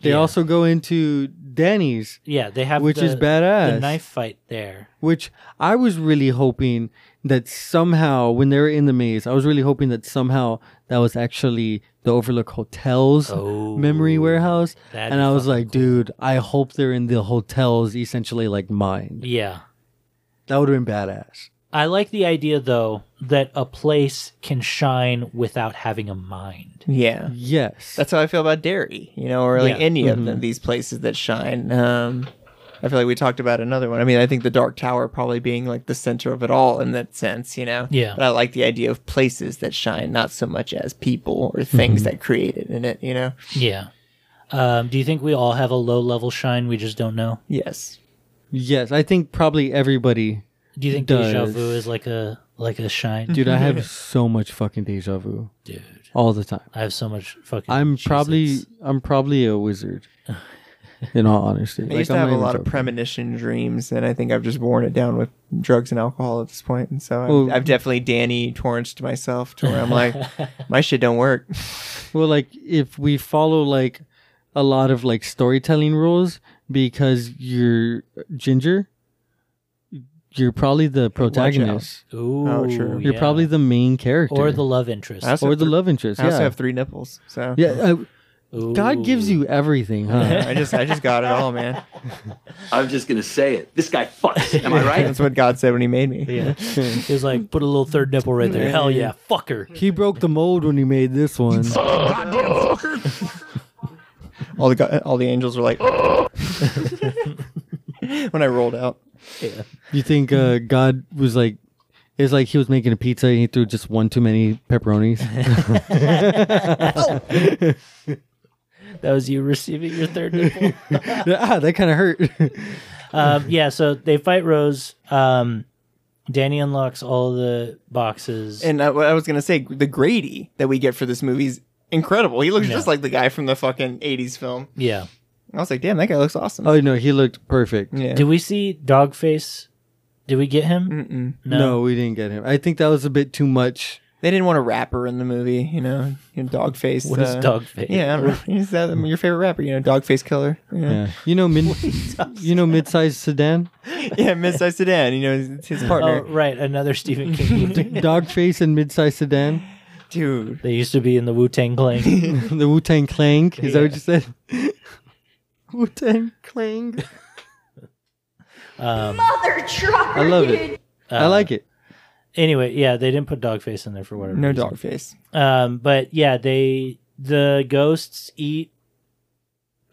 Speaker 5: they
Speaker 4: Yeah.
Speaker 5: also go into Danny's,
Speaker 4: Yeah, they have
Speaker 5: Which
Speaker 4: the-
Speaker 5: is badass.
Speaker 4: The knife fight there.
Speaker 5: which I was really hoping that somehow when they were in the maze, I was really hoping that somehow that was actually the Overlook Hotel's
Speaker 4: Oh,
Speaker 5: memory warehouse.
Speaker 4: that'd
Speaker 5: And
Speaker 4: be
Speaker 5: I was
Speaker 4: fucking
Speaker 5: like, dude, I hope they're in the hotel's essentially like mine.
Speaker 4: Yeah.
Speaker 5: That would have been badass.
Speaker 4: I like the idea though that a place can shine without having a mind.
Speaker 6: Yeah.
Speaker 5: Yes.
Speaker 6: That's how I feel about Dairy, you know, or like
Speaker 4: Yeah.
Speaker 6: any of
Speaker 5: Mm-hmm.
Speaker 6: them, these places that shine. Um, I feel like we talked about another one. I mean, I think the Dark Tower probably being like the center of it all in that sense, you know?
Speaker 4: Yeah.
Speaker 6: But I like the idea of places that shine, not so much as people or things
Speaker 5: Mm-hmm.
Speaker 6: that created in it, you know?
Speaker 4: Yeah. Um, do you think we all have a low level shine we just don't know?
Speaker 6: Yes.
Speaker 5: yes. I think probably everybody
Speaker 4: Do you think deja
Speaker 5: Does.
Speaker 4: vu is like a like a shine?
Speaker 5: Dude, I have so much fucking deja vu
Speaker 4: Dude,
Speaker 5: all the time.
Speaker 4: I have so much fucking
Speaker 5: I'm
Speaker 4: Cheez-Its.
Speaker 5: probably I'm probably a wizard. In all honesty,
Speaker 6: I used to have a lot of premonition dreams, and I think I've just worn it down with drugs and alcohol at this point. And so I've,
Speaker 5: Well-
Speaker 6: I've definitely Danny Torranced myself to where I'm like, my shit don't work.
Speaker 5: well, like if we follow like a lot of like storytelling rules, because you're ginger, you're probably the protagonist.
Speaker 4: Ooh,
Speaker 6: Oh, true.
Speaker 5: You're
Speaker 4: yeah.
Speaker 5: probably the main character,
Speaker 4: or the love interest.
Speaker 6: I also
Speaker 5: or
Speaker 6: have
Speaker 5: the
Speaker 6: thr-
Speaker 5: love interest.
Speaker 6: I also
Speaker 5: Yeah,
Speaker 6: have three nipples, so
Speaker 5: yeah. uh,
Speaker 4: Ooh.
Speaker 5: God gives you everything, huh?
Speaker 6: I just I just got it all, man.
Speaker 8: I'm just gonna say it. This guy fucks. Am I right?
Speaker 6: That's what God said when He made me.
Speaker 4: Yeah. He was like, put a little third nipple right there. Hell yeah, fucker.
Speaker 5: he broke the mold when he made this one.
Speaker 6: All the go- all the angels were like, "Oh." when I rolled out.
Speaker 5: You think uh, God was like, it's like he was making a pizza and he threw just one too many pepperonis.
Speaker 4: That was you receiving your third nipple.
Speaker 5: ah, that kind of hurt.
Speaker 4: um, yeah, so they fight Rose. Um, Danny unlocks all the boxes.
Speaker 6: And I, what I was gonna say, the Grady that we get for this movie's incredible. He looks just like the guy from the fucking '80s film.
Speaker 4: yeah.
Speaker 6: I was like, damn, that guy looks awesome.
Speaker 5: oh no, he looked perfect.
Speaker 6: yeah. Mm,
Speaker 4: Did we see Dogface? Did we get him?
Speaker 6: Mm-mm.
Speaker 5: No. we didn't get him. I think that was a bit too much.
Speaker 6: They didn't want a rapper in the movie, you know, you know dog face.
Speaker 4: What is Dogface?
Speaker 6: Yeah, I don't know. He's that, your favorite rapper, you know, dog face killer. You know?
Speaker 5: Yeah. You know, mid, you know, mid-sized sedan,
Speaker 6: Yeah, yeah Mr. Sedan, you know, it's his
Speaker 4: Oh,
Speaker 6: partner.
Speaker 4: right. Another Stephen King. movie.
Speaker 5: dog face and mid-sized sedan,
Speaker 6: Dude,
Speaker 4: they used to be in the Wu Tang Clan.
Speaker 5: the Wu Tang Clang. Is that what you said? Wu Tang Clang.
Speaker 7: Mother trucker.
Speaker 5: I love it. I like it.
Speaker 4: anyway, yeah, they didn't put Dogface in there for whatever
Speaker 6: no
Speaker 4: reason.
Speaker 6: dog face.
Speaker 4: Um, but yeah, they the ghosts eat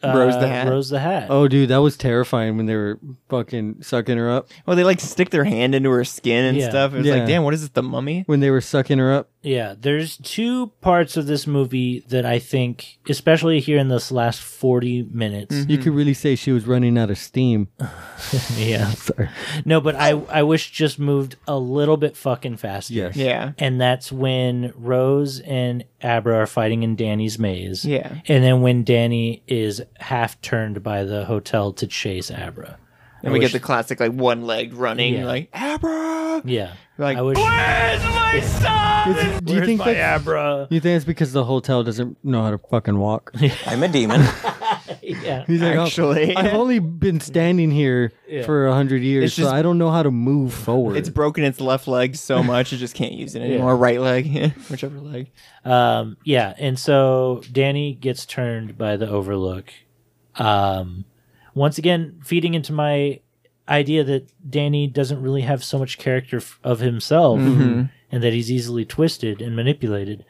Speaker 4: uh,
Speaker 6: Rose the Hat.
Speaker 4: Rose the Hat.
Speaker 5: Oh, dude, that was terrifying when they were fucking sucking her up.
Speaker 6: Well, they like stick their hand into her skin and
Speaker 4: Yeah.
Speaker 6: stuff. It was
Speaker 5: Yeah.
Speaker 6: like, damn, what is this? The mummy?
Speaker 5: When they were sucking her up.
Speaker 4: Yeah, there's two parts of this movie that I think, especially here in this last 40 minutes.
Speaker 6: Mm.
Speaker 5: You
Speaker 6: Mm-hmm.
Speaker 5: could really say she was running out of steam.
Speaker 4: Yeah. No, but I, I wish just moved a little bit fucking faster.
Speaker 5: Yes.
Speaker 6: Yeah.
Speaker 4: And that's when Rose and Abra are fighting in Danny's maze.
Speaker 6: Yeah.
Speaker 4: And then when Danny is half turned by the hotel to chase Abra.
Speaker 6: And we
Speaker 4: wish-
Speaker 6: get the classic like one legged running,
Speaker 4: Yeah.
Speaker 6: like Abra.
Speaker 4: Yeah.
Speaker 6: Like,
Speaker 4: I wish.
Speaker 5: Do you think that
Speaker 4: Abra?
Speaker 5: You think it's because the hotel doesn't know how to fucking walk?
Speaker 2: I'm a demon.
Speaker 4: yeah.
Speaker 5: He's like, "Oh,
Speaker 6: Actually.
Speaker 5: I've only been standing here
Speaker 4: Yeah.
Speaker 5: for a hundred years,
Speaker 6: It's just-
Speaker 5: so I don't know how to move forward.
Speaker 6: It's broken its left leg so much it just can't use it anymore. Right leg, whichever leg.
Speaker 4: Um, yeah, and so Danny gets turned by the Overlook. Um, once again, feeding into my idea that Danny doesn't really have so much character f- of himself and that he's easily twisted and manipulated.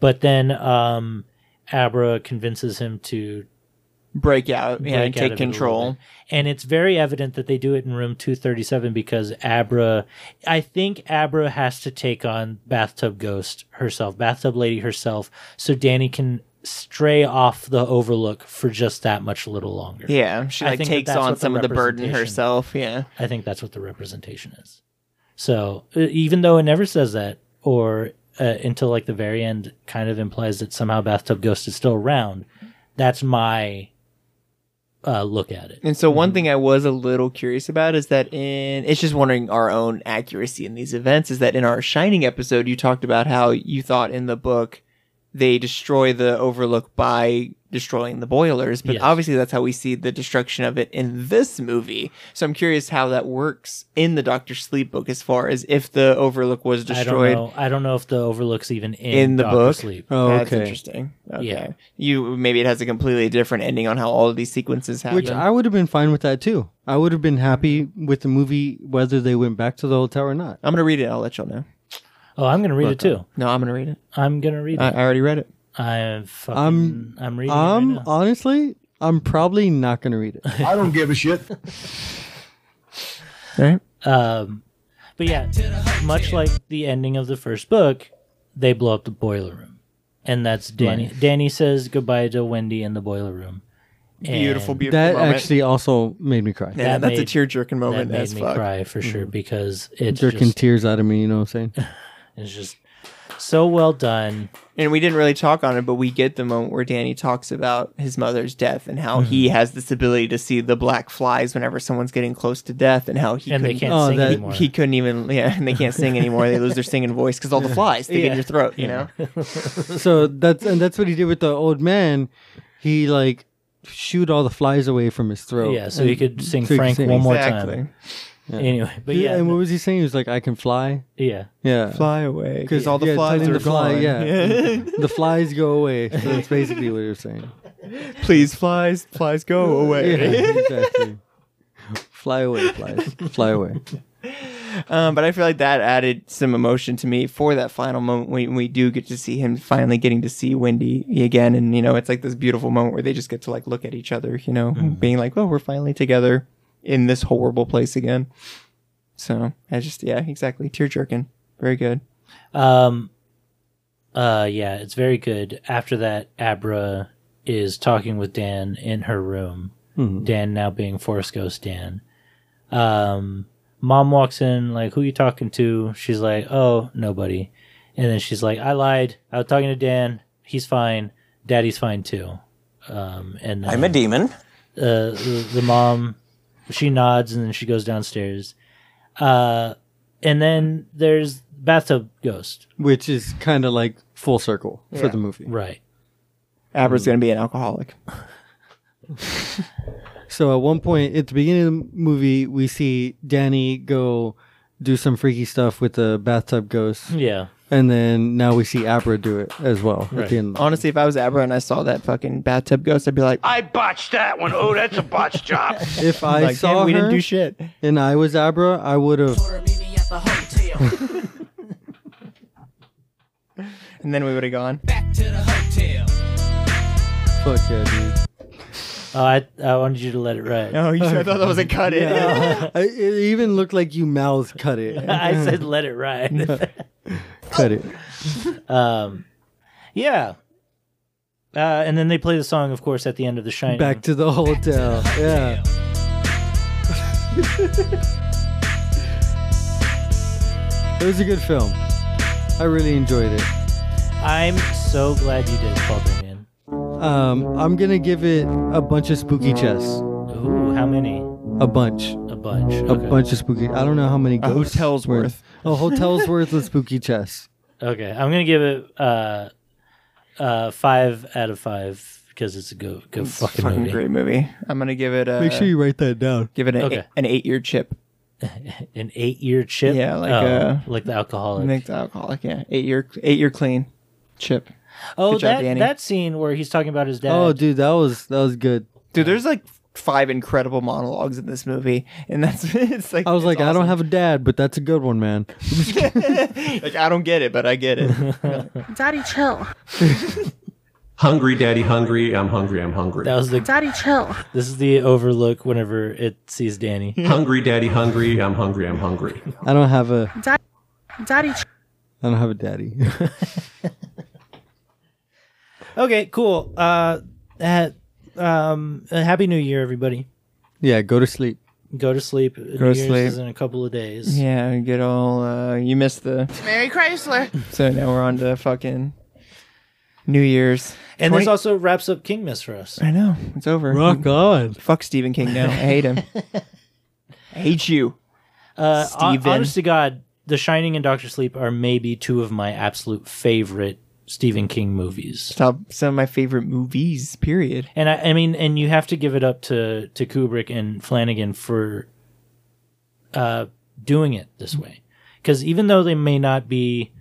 Speaker 4: But then um, Abra convinces him to
Speaker 6: Break out, yeah, and
Speaker 4: break out of
Speaker 6: take
Speaker 4: it a little
Speaker 6: control.
Speaker 4: bit. And it's very evident that they do it in room 237 because Abra, I think Abra has to take on Bathtub Ghost herself, Bathtub Lady herself, so Danny can stray off the overlook for just that much little longer.
Speaker 6: Yeah, she
Speaker 4: I
Speaker 6: like
Speaker 4: think that
Speaker 6: takes
Speaker 4: that's
Speaker 6: on
Speaker 4: what the
Speaker 6: some of the burden
Speaker 4: representation-
Speaker 6: herself. Yeah,
Speaker 4: I think that's what the representation is. So uh, even though it never says that, or uh, until like the very end, kind of implies that somehow Bathtub Ghost is still around, that's my uh, look at it.
Speaker 6: and so one thing I was a little curious about is that in it's just wondering our own accuracy in these events is that in our Shining episode you talked about how you thought in the book they destroy the Overlook by destroying the boilers, but
Speaker 4: Yes.
Speaker 6: obviously that's how we see the destruction of it in this movie. So I'm curious how that works in the Doctor Sleep book as far as if the Overlook was
Speaker 4: I
Speaker 6: destroyed.
Speaker 4: don't know. I don't know if the Overlook's even in,
Speaker 6: in the
Speaker 4: Doctor
Speaker 6: book.
Speaker 4: Sleep.
Speaker 5: Oh,
Speaker 6: That's
Speaker 5: okay.
Speaker 6: interesting. Okay.
Speaker 4: Yeah.
Speaker 6: You maybe it has a completely different ending on how all of these sequences happen.
Speaker 5: Which I would have been fine with that too. I would have been happy with the movie whether they went back to the hotel or not.
Speaker 6: I'm gonna read it. I'll let y'all know.
Speaker 4: Oh, I'm gonna read it too.
Speaker 6: No, I'm gonna read it.
Speaker 4: I'm gonna read
Speaker 6: I,
Speaker 4: it.
Speaker 6: I already read it.
Speaker 4: I'm fucking. I'm,
Speaker 5: I'm-
Speaker 4: reading. it
Speaker 5: Um,
Speaker 4: right now.
Speaker 5: honestly, I'm probably not going to read it.
Speaker 9: I don't give a shit.
Speaker 6: All right.
Speaker 4: But yeah, much like the ending of the first book, they blow up the boiler room, and that's Danny. Danny says goodbye to Wendy in the boiler room. And
Speaker 6: Beautiful, beautiful.
Speaker 5: That
Speaker 6: moment.
Speaker 5: actually also made me cry.
Speaker 6: yeah,
Speaker 4: that
Speaker 6: that's a
Speaker 4: made-
Speaker 6: tear jerking
Speaker 4: That
Speaker 6: moment
Speaker 4: made
Speaker 6: as
Speaker 4: me
Speaker 6: fuck. Mm.
Speaker 4: cry for sure because it's
Speaker 5: Jerking
Speaker 4: just,
Speaker 5: tears out of me, you know what I'm saying?
Speaker 4: it's just so well done.
Speaker 6: And we didn't really talk on it, but we get the moment where Danny talks about his mother's death and how
Speaker 4: Mm-hmm.
Speaker 6: he has this ability to see the black flies whenever someone's getting close to death, and how he
Speaker 4: And they
Speaker 6: couldn't-
Speaker 4: can't
Speaker 5: Oh,
Speaker 4: sing
Speaker 5: that-
Speaker 4: anymore.
Speaker 6: He couldn't even, yeah, and they can't sing anymore. They lose their singing voice because all the flies stick in your throat, you know?
Speaker 5: so that's and that's what he did with the old man. He like shoot all the flies away from his throat.
Speaker 4: yeah, so he
Speaker 5: And-
Speaker 4: could sing
Speaker 5: so he could
Speaker 4: Frank
Speaker 5: sing.
Speaker 4: one more
Speaker 6: exactly.
Speaker 4: time. Anyway, but
Speaker 5: Yeah,
Speaker 4: yeah,
Speaker 5: and what was he saying? He was like, "I can fly."
Speaker 4: yeah.
Speaker 5: Yeah,
Speaker 6: Fly away. Because
Speaker 5: Yeah,
Speaker 6: all the
Speaker 5: yeah,
Speaker 6: flies
Speaker 5: telling
Speaker 6: are
Speaker 5: the fly-
Speaker 6: gone.
Speaker 5: yeah. the flies go away. So that's basically what you're saying.
Speaker 6: Please, flies, flies, go away.
Speaker 5: exactly. Fly away, flies. Fly away.
Speaker 6: Um, but I feel like that added some emotion to me for that final moment when we do get to see him finally getting to see Wendy again, and you know, it's like this beautiful moment where they just get to like look at each other, you know, being like, "Oh, we're finally together in this horrible place again." So I just, yeah, exactly, tear jerking. Very good.
Speaker 4: Um, uh, yeah, it's very good. After that, Abra is talking with Dan in her room. Dan now being Forest Ghost Dan. Um, mom walks in, like, who you talking to? She's like, oh, nobody. And then she's like, I lied. I was talking to Dan. He's fine. Daddy's fine too. Um, and I'm a demon. Uh, the, the mom, she nods and then she goes downstairs. Uh, and then there's bathtub ghost.
Speaker 5: Which is kind of like full circle for the movie.
Speaker 4: Right.
Speaker 6: Abra's gonna be an alcoholic.
Speaker 5: So at one point at the beginning of the movie, we see Danny go do some freaky stuff with the bathtub ghost,
Speaker 6: Hmm.
Speaker 4: Yeah.
Speaker 5: and then now we see Abra do it as well at the end.
Speaker 6: Honestly, if I was Abra and I saw that fucking bathtub ghost, I'd be like,
Speaker 1: I botched that one. Oh, that's a botched job.
Speaker 5: If I
Speaker 6: like,
Speaker 5: saw
Speaker 6: "Damn, we
Speaker 5: her
Speaker 6: didn't do shit."
Speaker 5: and I was Abra, I would have.
Speaker 6: And then we would have gone.
Speaker 5: Fuck yeah, dude.
Speaker 4: Oh, I I wanted you to let it ride.
Speaker 6: Oh, you sure? I thought that was a cut in.
Speaker 5: I, it even looked like you mouth cut it.
Speaker 4: I said let it ride.
Speaker 5: cut it.
Speaker 4: yeah. Uh, and then they play the song, of course, at the end of The Shining.
Speaker 5: Back to the hotel. Yeah. it was a good film. I really enjoyed it.
Speaker 4: I'm so glad you did, Paul Damien.
Speaker 5: Um, I'm gonna give it a bunch of spooky chests.
Speaker 4: Ooh, how many?
Speaker 5: A bunch.
Speaker 4: A bunch.
Speaker 5: A
Speaker 4: Okay.
Speaker 5: bunch of spooky. I don't know how many.
Speaker 6: A
Speaker 5: ghosts
Speaker 6: hotel's
Speaker 5: were-
Speaker 6: worth.
Speaker 5: A hotel's worth of spooky chests.
Speaker 4: Okay, I'm gonna give it uh, uh, five out of five because it's a good, good fucking,
Speaker 6: Fucking
Speaker 4: movie.
Speaker 6: great movie. I'm gonna give it a
Speaker 5: Make sure you write that down.
Speaker 6: give it an,
Speaker 4: Okay.
Speaker 6: an eight year chip.
Speaker 4: An eight year chip. Oh,
Speaker 6: Yeah, like, uh,
Speaker 4: like the
Speaker 6: I
Speaker 4: alcoholic.
Speaker 6: think the alcoholic. Yeah, eight year eight year clean chip.
Speaker 4: oh,
Speaker 6: good job,
Speaker 4: that
Speaker 6: Danny.
Speaker 4: that scene where he's talking about his dad.
Speaker 5: Oh, dude, that was that was good.
Speaker 6: Dude, there's like five incredible monologues in this movie, and that's it's like
Speaker 5: I was
Speaker 6: it's
Speaker 5: like, I
Speaker 6: awesome.
Speaker 5: don't have a dad, but that's a good one, man.
Speaker 6: like I don't get it, but I get it.
Speaker 7: Daddy chill.
Speaker 11: Hungry, daddy, hungry. I'm hungry. I'm hungry.
Speaker 4: that was the.
Speaker 7: Daddy chill.
Speaker 4: This is the overlook whenever it sees Danny.
Speaker 11: Hungry, daddy, hungry. I'm hungry. I'm hungry.
Speaker 5: I don't have a
Speaker 7: Daddy chill.
Speaker 5: I don't have a daddy.
Speaker 4: Okay, cool. Uh, that, um, uh, happy New Year, everybody.
Speaker 5: yeah, go to sleep.
Speaker 4: Go to sleep. Go New
Speaker 6: to
Speaker 4: Year's
Speaker 6: sleep.
Speaker 4: is in a couple of days.
Speaker 6: yeah, you get all uh, you missed the.
Speaker 7: Mary Chrysler.
Speaker 6: So now we're on to fucking New Year's,
Speaker 4: And
Speaker 6: 20
Speaker 4: this also wraps up King Miss for us.
Speaker 6: I know it's over.
Speaker 5: on.
Speaker 6: Fuck Stephen King now. I hate him. I hate you.
Speaker 4: Uh, hon-
Speaker 6: Steven.
Speaker 4: honest to God, The Shining and Doctor Sleep are maybe two of my absolute favorite Stephen King movies.
Speaker 6: Top some of my favorite movies. Period.
Speaker 4: And I, I mean, and you have to give it up to to Kubrick and Flanagan for uh, doing it this way, because even though they may not be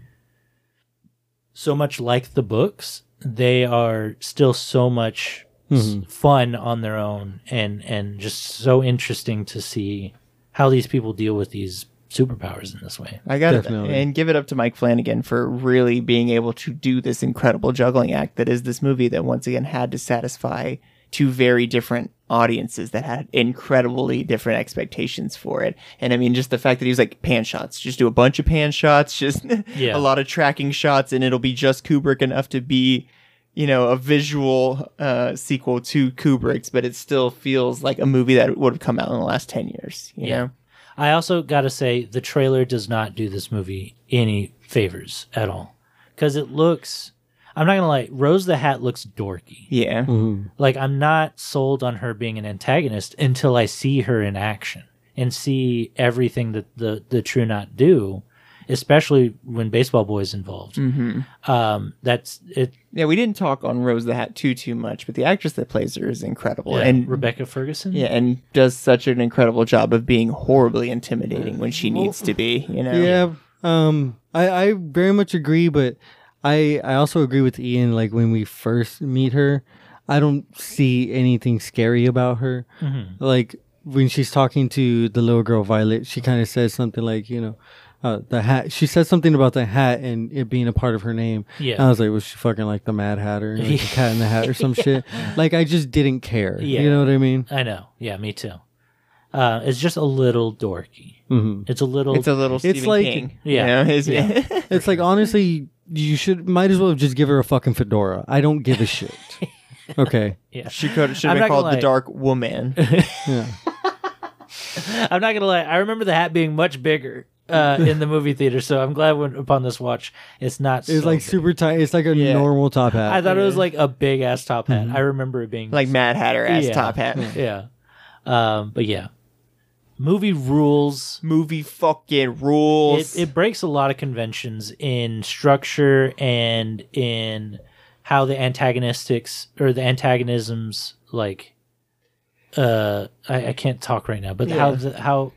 Speaker 4: so much like the books, they are still so much s- fun on their own, and and just so interesting to see how these people deal with these superpowers in this way.
Speaker 6: I got it.
Speaker 5: Definitely.
Speaker 6: And give it up to Mike Flanagan for really being able to do this incredible juggling act that is this movie that once again had to satisfy two very different audiences that had incredibly different expectations for it. And I mean, just the fact that he was like, pan shots, just do a bunch of pan shots, just
Speaker 4: Yeah.
Speaker 6: a lot of tracking shots, and it'll be just Kubrick enough to be. You know, a visual uh, sequel to Kubrick's, but it still feels like a movie that would have come out in the last ten years. You
Speaker 4: Yeah.
Speaker 6: know,
Speaker 4: I also got to say the trailer does not do this movie any favors at all because it looks. I'm not gonna lie, Rose the Hat looks dorky.
Speaker 6: yeah,
Speaker 4: Like I'm not sold on her being an antagonist until I see her in action and see everything that the the True Not do, especially when Baseball Boy's involved.
Speaker 6: Mm-hmm.
Speaker 4: Um, that's it.
Speaker 6: Yeah, we didn't talk on Rose the Hat too too much, but the actress that plays her is incredible,
Speaker 4: And
Speaker 6: and
Speaker 4: Rebecca Ferguson.
Speaker 6: yeah, and does such an incredible job of being horribly intimidating when she needs to be. You know,
Speaker 5: Yeah. Um I, I very much agree, but I I also agree with Ian, like when we first meet her, I don't see anything scary about her.
Speaker 4: Mm-hmm.
Speaker 5: Like when she's talking to the little girl Violet, she kinda says something like, you know, uh, the hat. She said something about the hat and it being a part of her name.
Speaker 4: Yeah.
Speaker 5: And I was like, was she fucking like the Mad Hatter, like the Cat in the Hat, or some shit? Like I just didn't care.
Speaker 4: Yeah.
Speaker 5: You know what I mean?
Speaker 4: I know. Yeah, me too. Uh, it's just a little dorky.
Speaker 5: Mm-hmm.
Speaker 4: It's a little.
Speaker 6: it's a little. Stephen
Speaker 5: like-
Speaker 6: King,
Speaker 4: yeah,
Speaker 6: you know, his-
Speaker 4: yeah.
Speaker 5: It's like honestly, you should might as well just give her a fucking fedora. I don't give a shit. Okay.
Speaker 4: yeah.
Speaker 6: she could should
Speaker 4: I'm
Speaker 6: have
Speaker 4: not
Speaker 6: been called
Speaker 4: gonna
Speaker 6: the
Speaker 4: lie.
Speaker 6: Dark Woman.
Speaker 4: I'm not gonna lie. I remember the hat being much bigger uh, in the movie theater, so I'm glad when upon this watch, it's not.
Speaker 5: It's
Speaker 4: so
Speaker 5: like
Speaker 4: big.
Speaker 5: super tight. It's like a normal top hat.
Speaker 4: I thought it was like a big ass top hat. I remember it being
Speaker 6: like Mad Hatter ass
Speaker 4: Yeah.
Speaker 6: top hat.
Speaker 4: yeah, um, but yeah, movie rules.
Speaker 6: Movie fucking rules.
Speaker 4: It, it breaks a lot of conventions in structure and in how the antagonistics or the antagonisms like uh I, I can't talk right now, but how the, how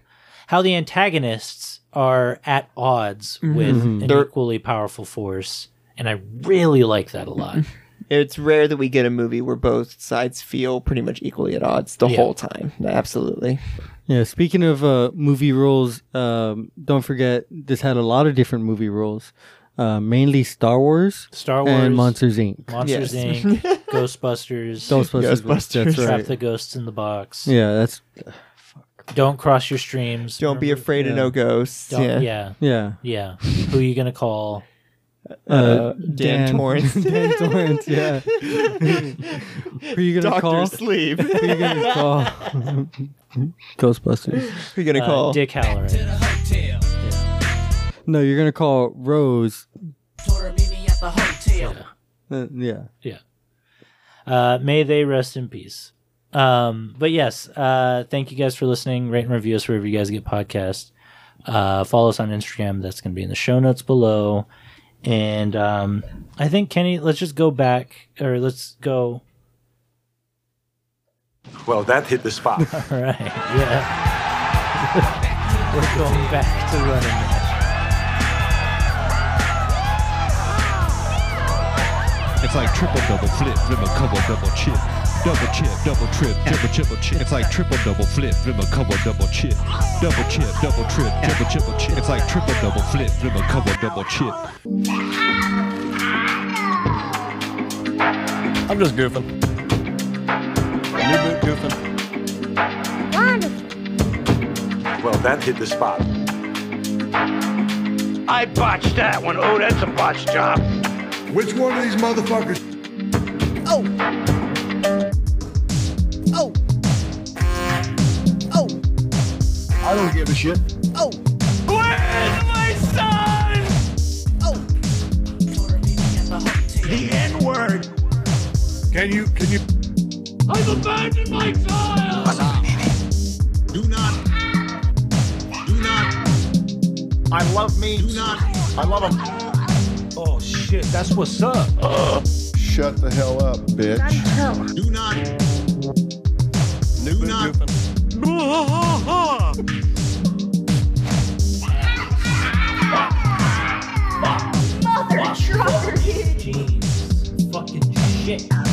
Speaker 4: how the antagonists are at odds with an equally powerful force, and I really like that a lot.
Speaker 6: it's rare that we get a movie where both sides feel pretty much equally at odds the whole time. Absolutely.
Speaker 5: yeah. Speaking of uh, movie rules, um, don't forget this had a lot of different movie rules, uh, mainly Star Wars,
Speaker 4: Star Wars,
Speaker 5: and Monsters Inc.
Speaker 4: Monsters
Speaker 6: Yes.
Speaker 4: Inc., Ghostbusters,
Speaker 5: Ghostbusters.
Speaker 6: Ghostbusters.
Speaker 5: That's
Speaker 4: Trap
Speaker 5: right.
Speaker 4: the Ghosts in the Box.
Speaker 5: Yeah, that's
Speaker 4: Don't cross your streams.
Speaker 6: Don't be
Speaker 4: Remember-
Speaker 6: afraid of no ghosts.
Speaker 4: Don't-
Speaker 6: yeah.
Speaker 4: yeah.
Speaker 5: yeah.
Speaker 4: Yeah. Who are you gonna call?
Speaker 5: Uh,
Speaker 6: Dan Torrance.
Speaker 5: Dan Torrance. Yeah. Who you gonna
Speaker 6: Doctor
Speaker 5: call?
Speaker 6: Sleep.
Speaker 5: Who you gonna call? Ghostbusters.
Speaker 6: Who you gonna
Speaker 4: Uh,
Speaker 6: call?
Speaker 4: Dick Halloran.
Speaker 5: No, you're gonna call Rose. Uh, yeah.
Speaker 4: Uh, may they rest in peace. Um, but yes, uh, thank you guys for listening. Rate and review us wherever you guys get podcasts. Uh, follow us on Instagram. That's going to be in the show notes below. And um, I think Kenny, let's just go back or let's go
Speaker 3: Well, that hit the spot.
Speaker 4: All right. Yeah. We're going back to running. Man.
Speaker 12: It's like triple double flip, flip a couple double chip. Double chip, double trip, triple triple chip. It's like triple double flip, flip a couple double chip. Double chip, double trip, triple triple chip. It's like triple double flip, flip a couple double chip.
Speaker 5: I'm just goofing. New boot goofing.
Speaker 3: Well, that hit the spot.
Speaker 7: I botched that one. Oh, that's a botched job.
Speaker 13: Which one of these motherfuckers?
Speaker 14: Oh. Oh. Oh.
Speaker 13: I don't give a shit.
Speaker 14: Oh. Where's my son? Oh.
Speaker 7: The N word.
Speaker 13: Can you? Can you?
Speaker 15: I've abandoned my child!
Speaker 1: Do not. Do not. I love me. Do not. I love him. Oh shit, that's what's up.
Speaker 16: Shut the hell up, bitch.
Speaker 1: Do not. Do not.
Speaker 14: Mother trucker.
Speaker 5: Jeez. Fucking shit.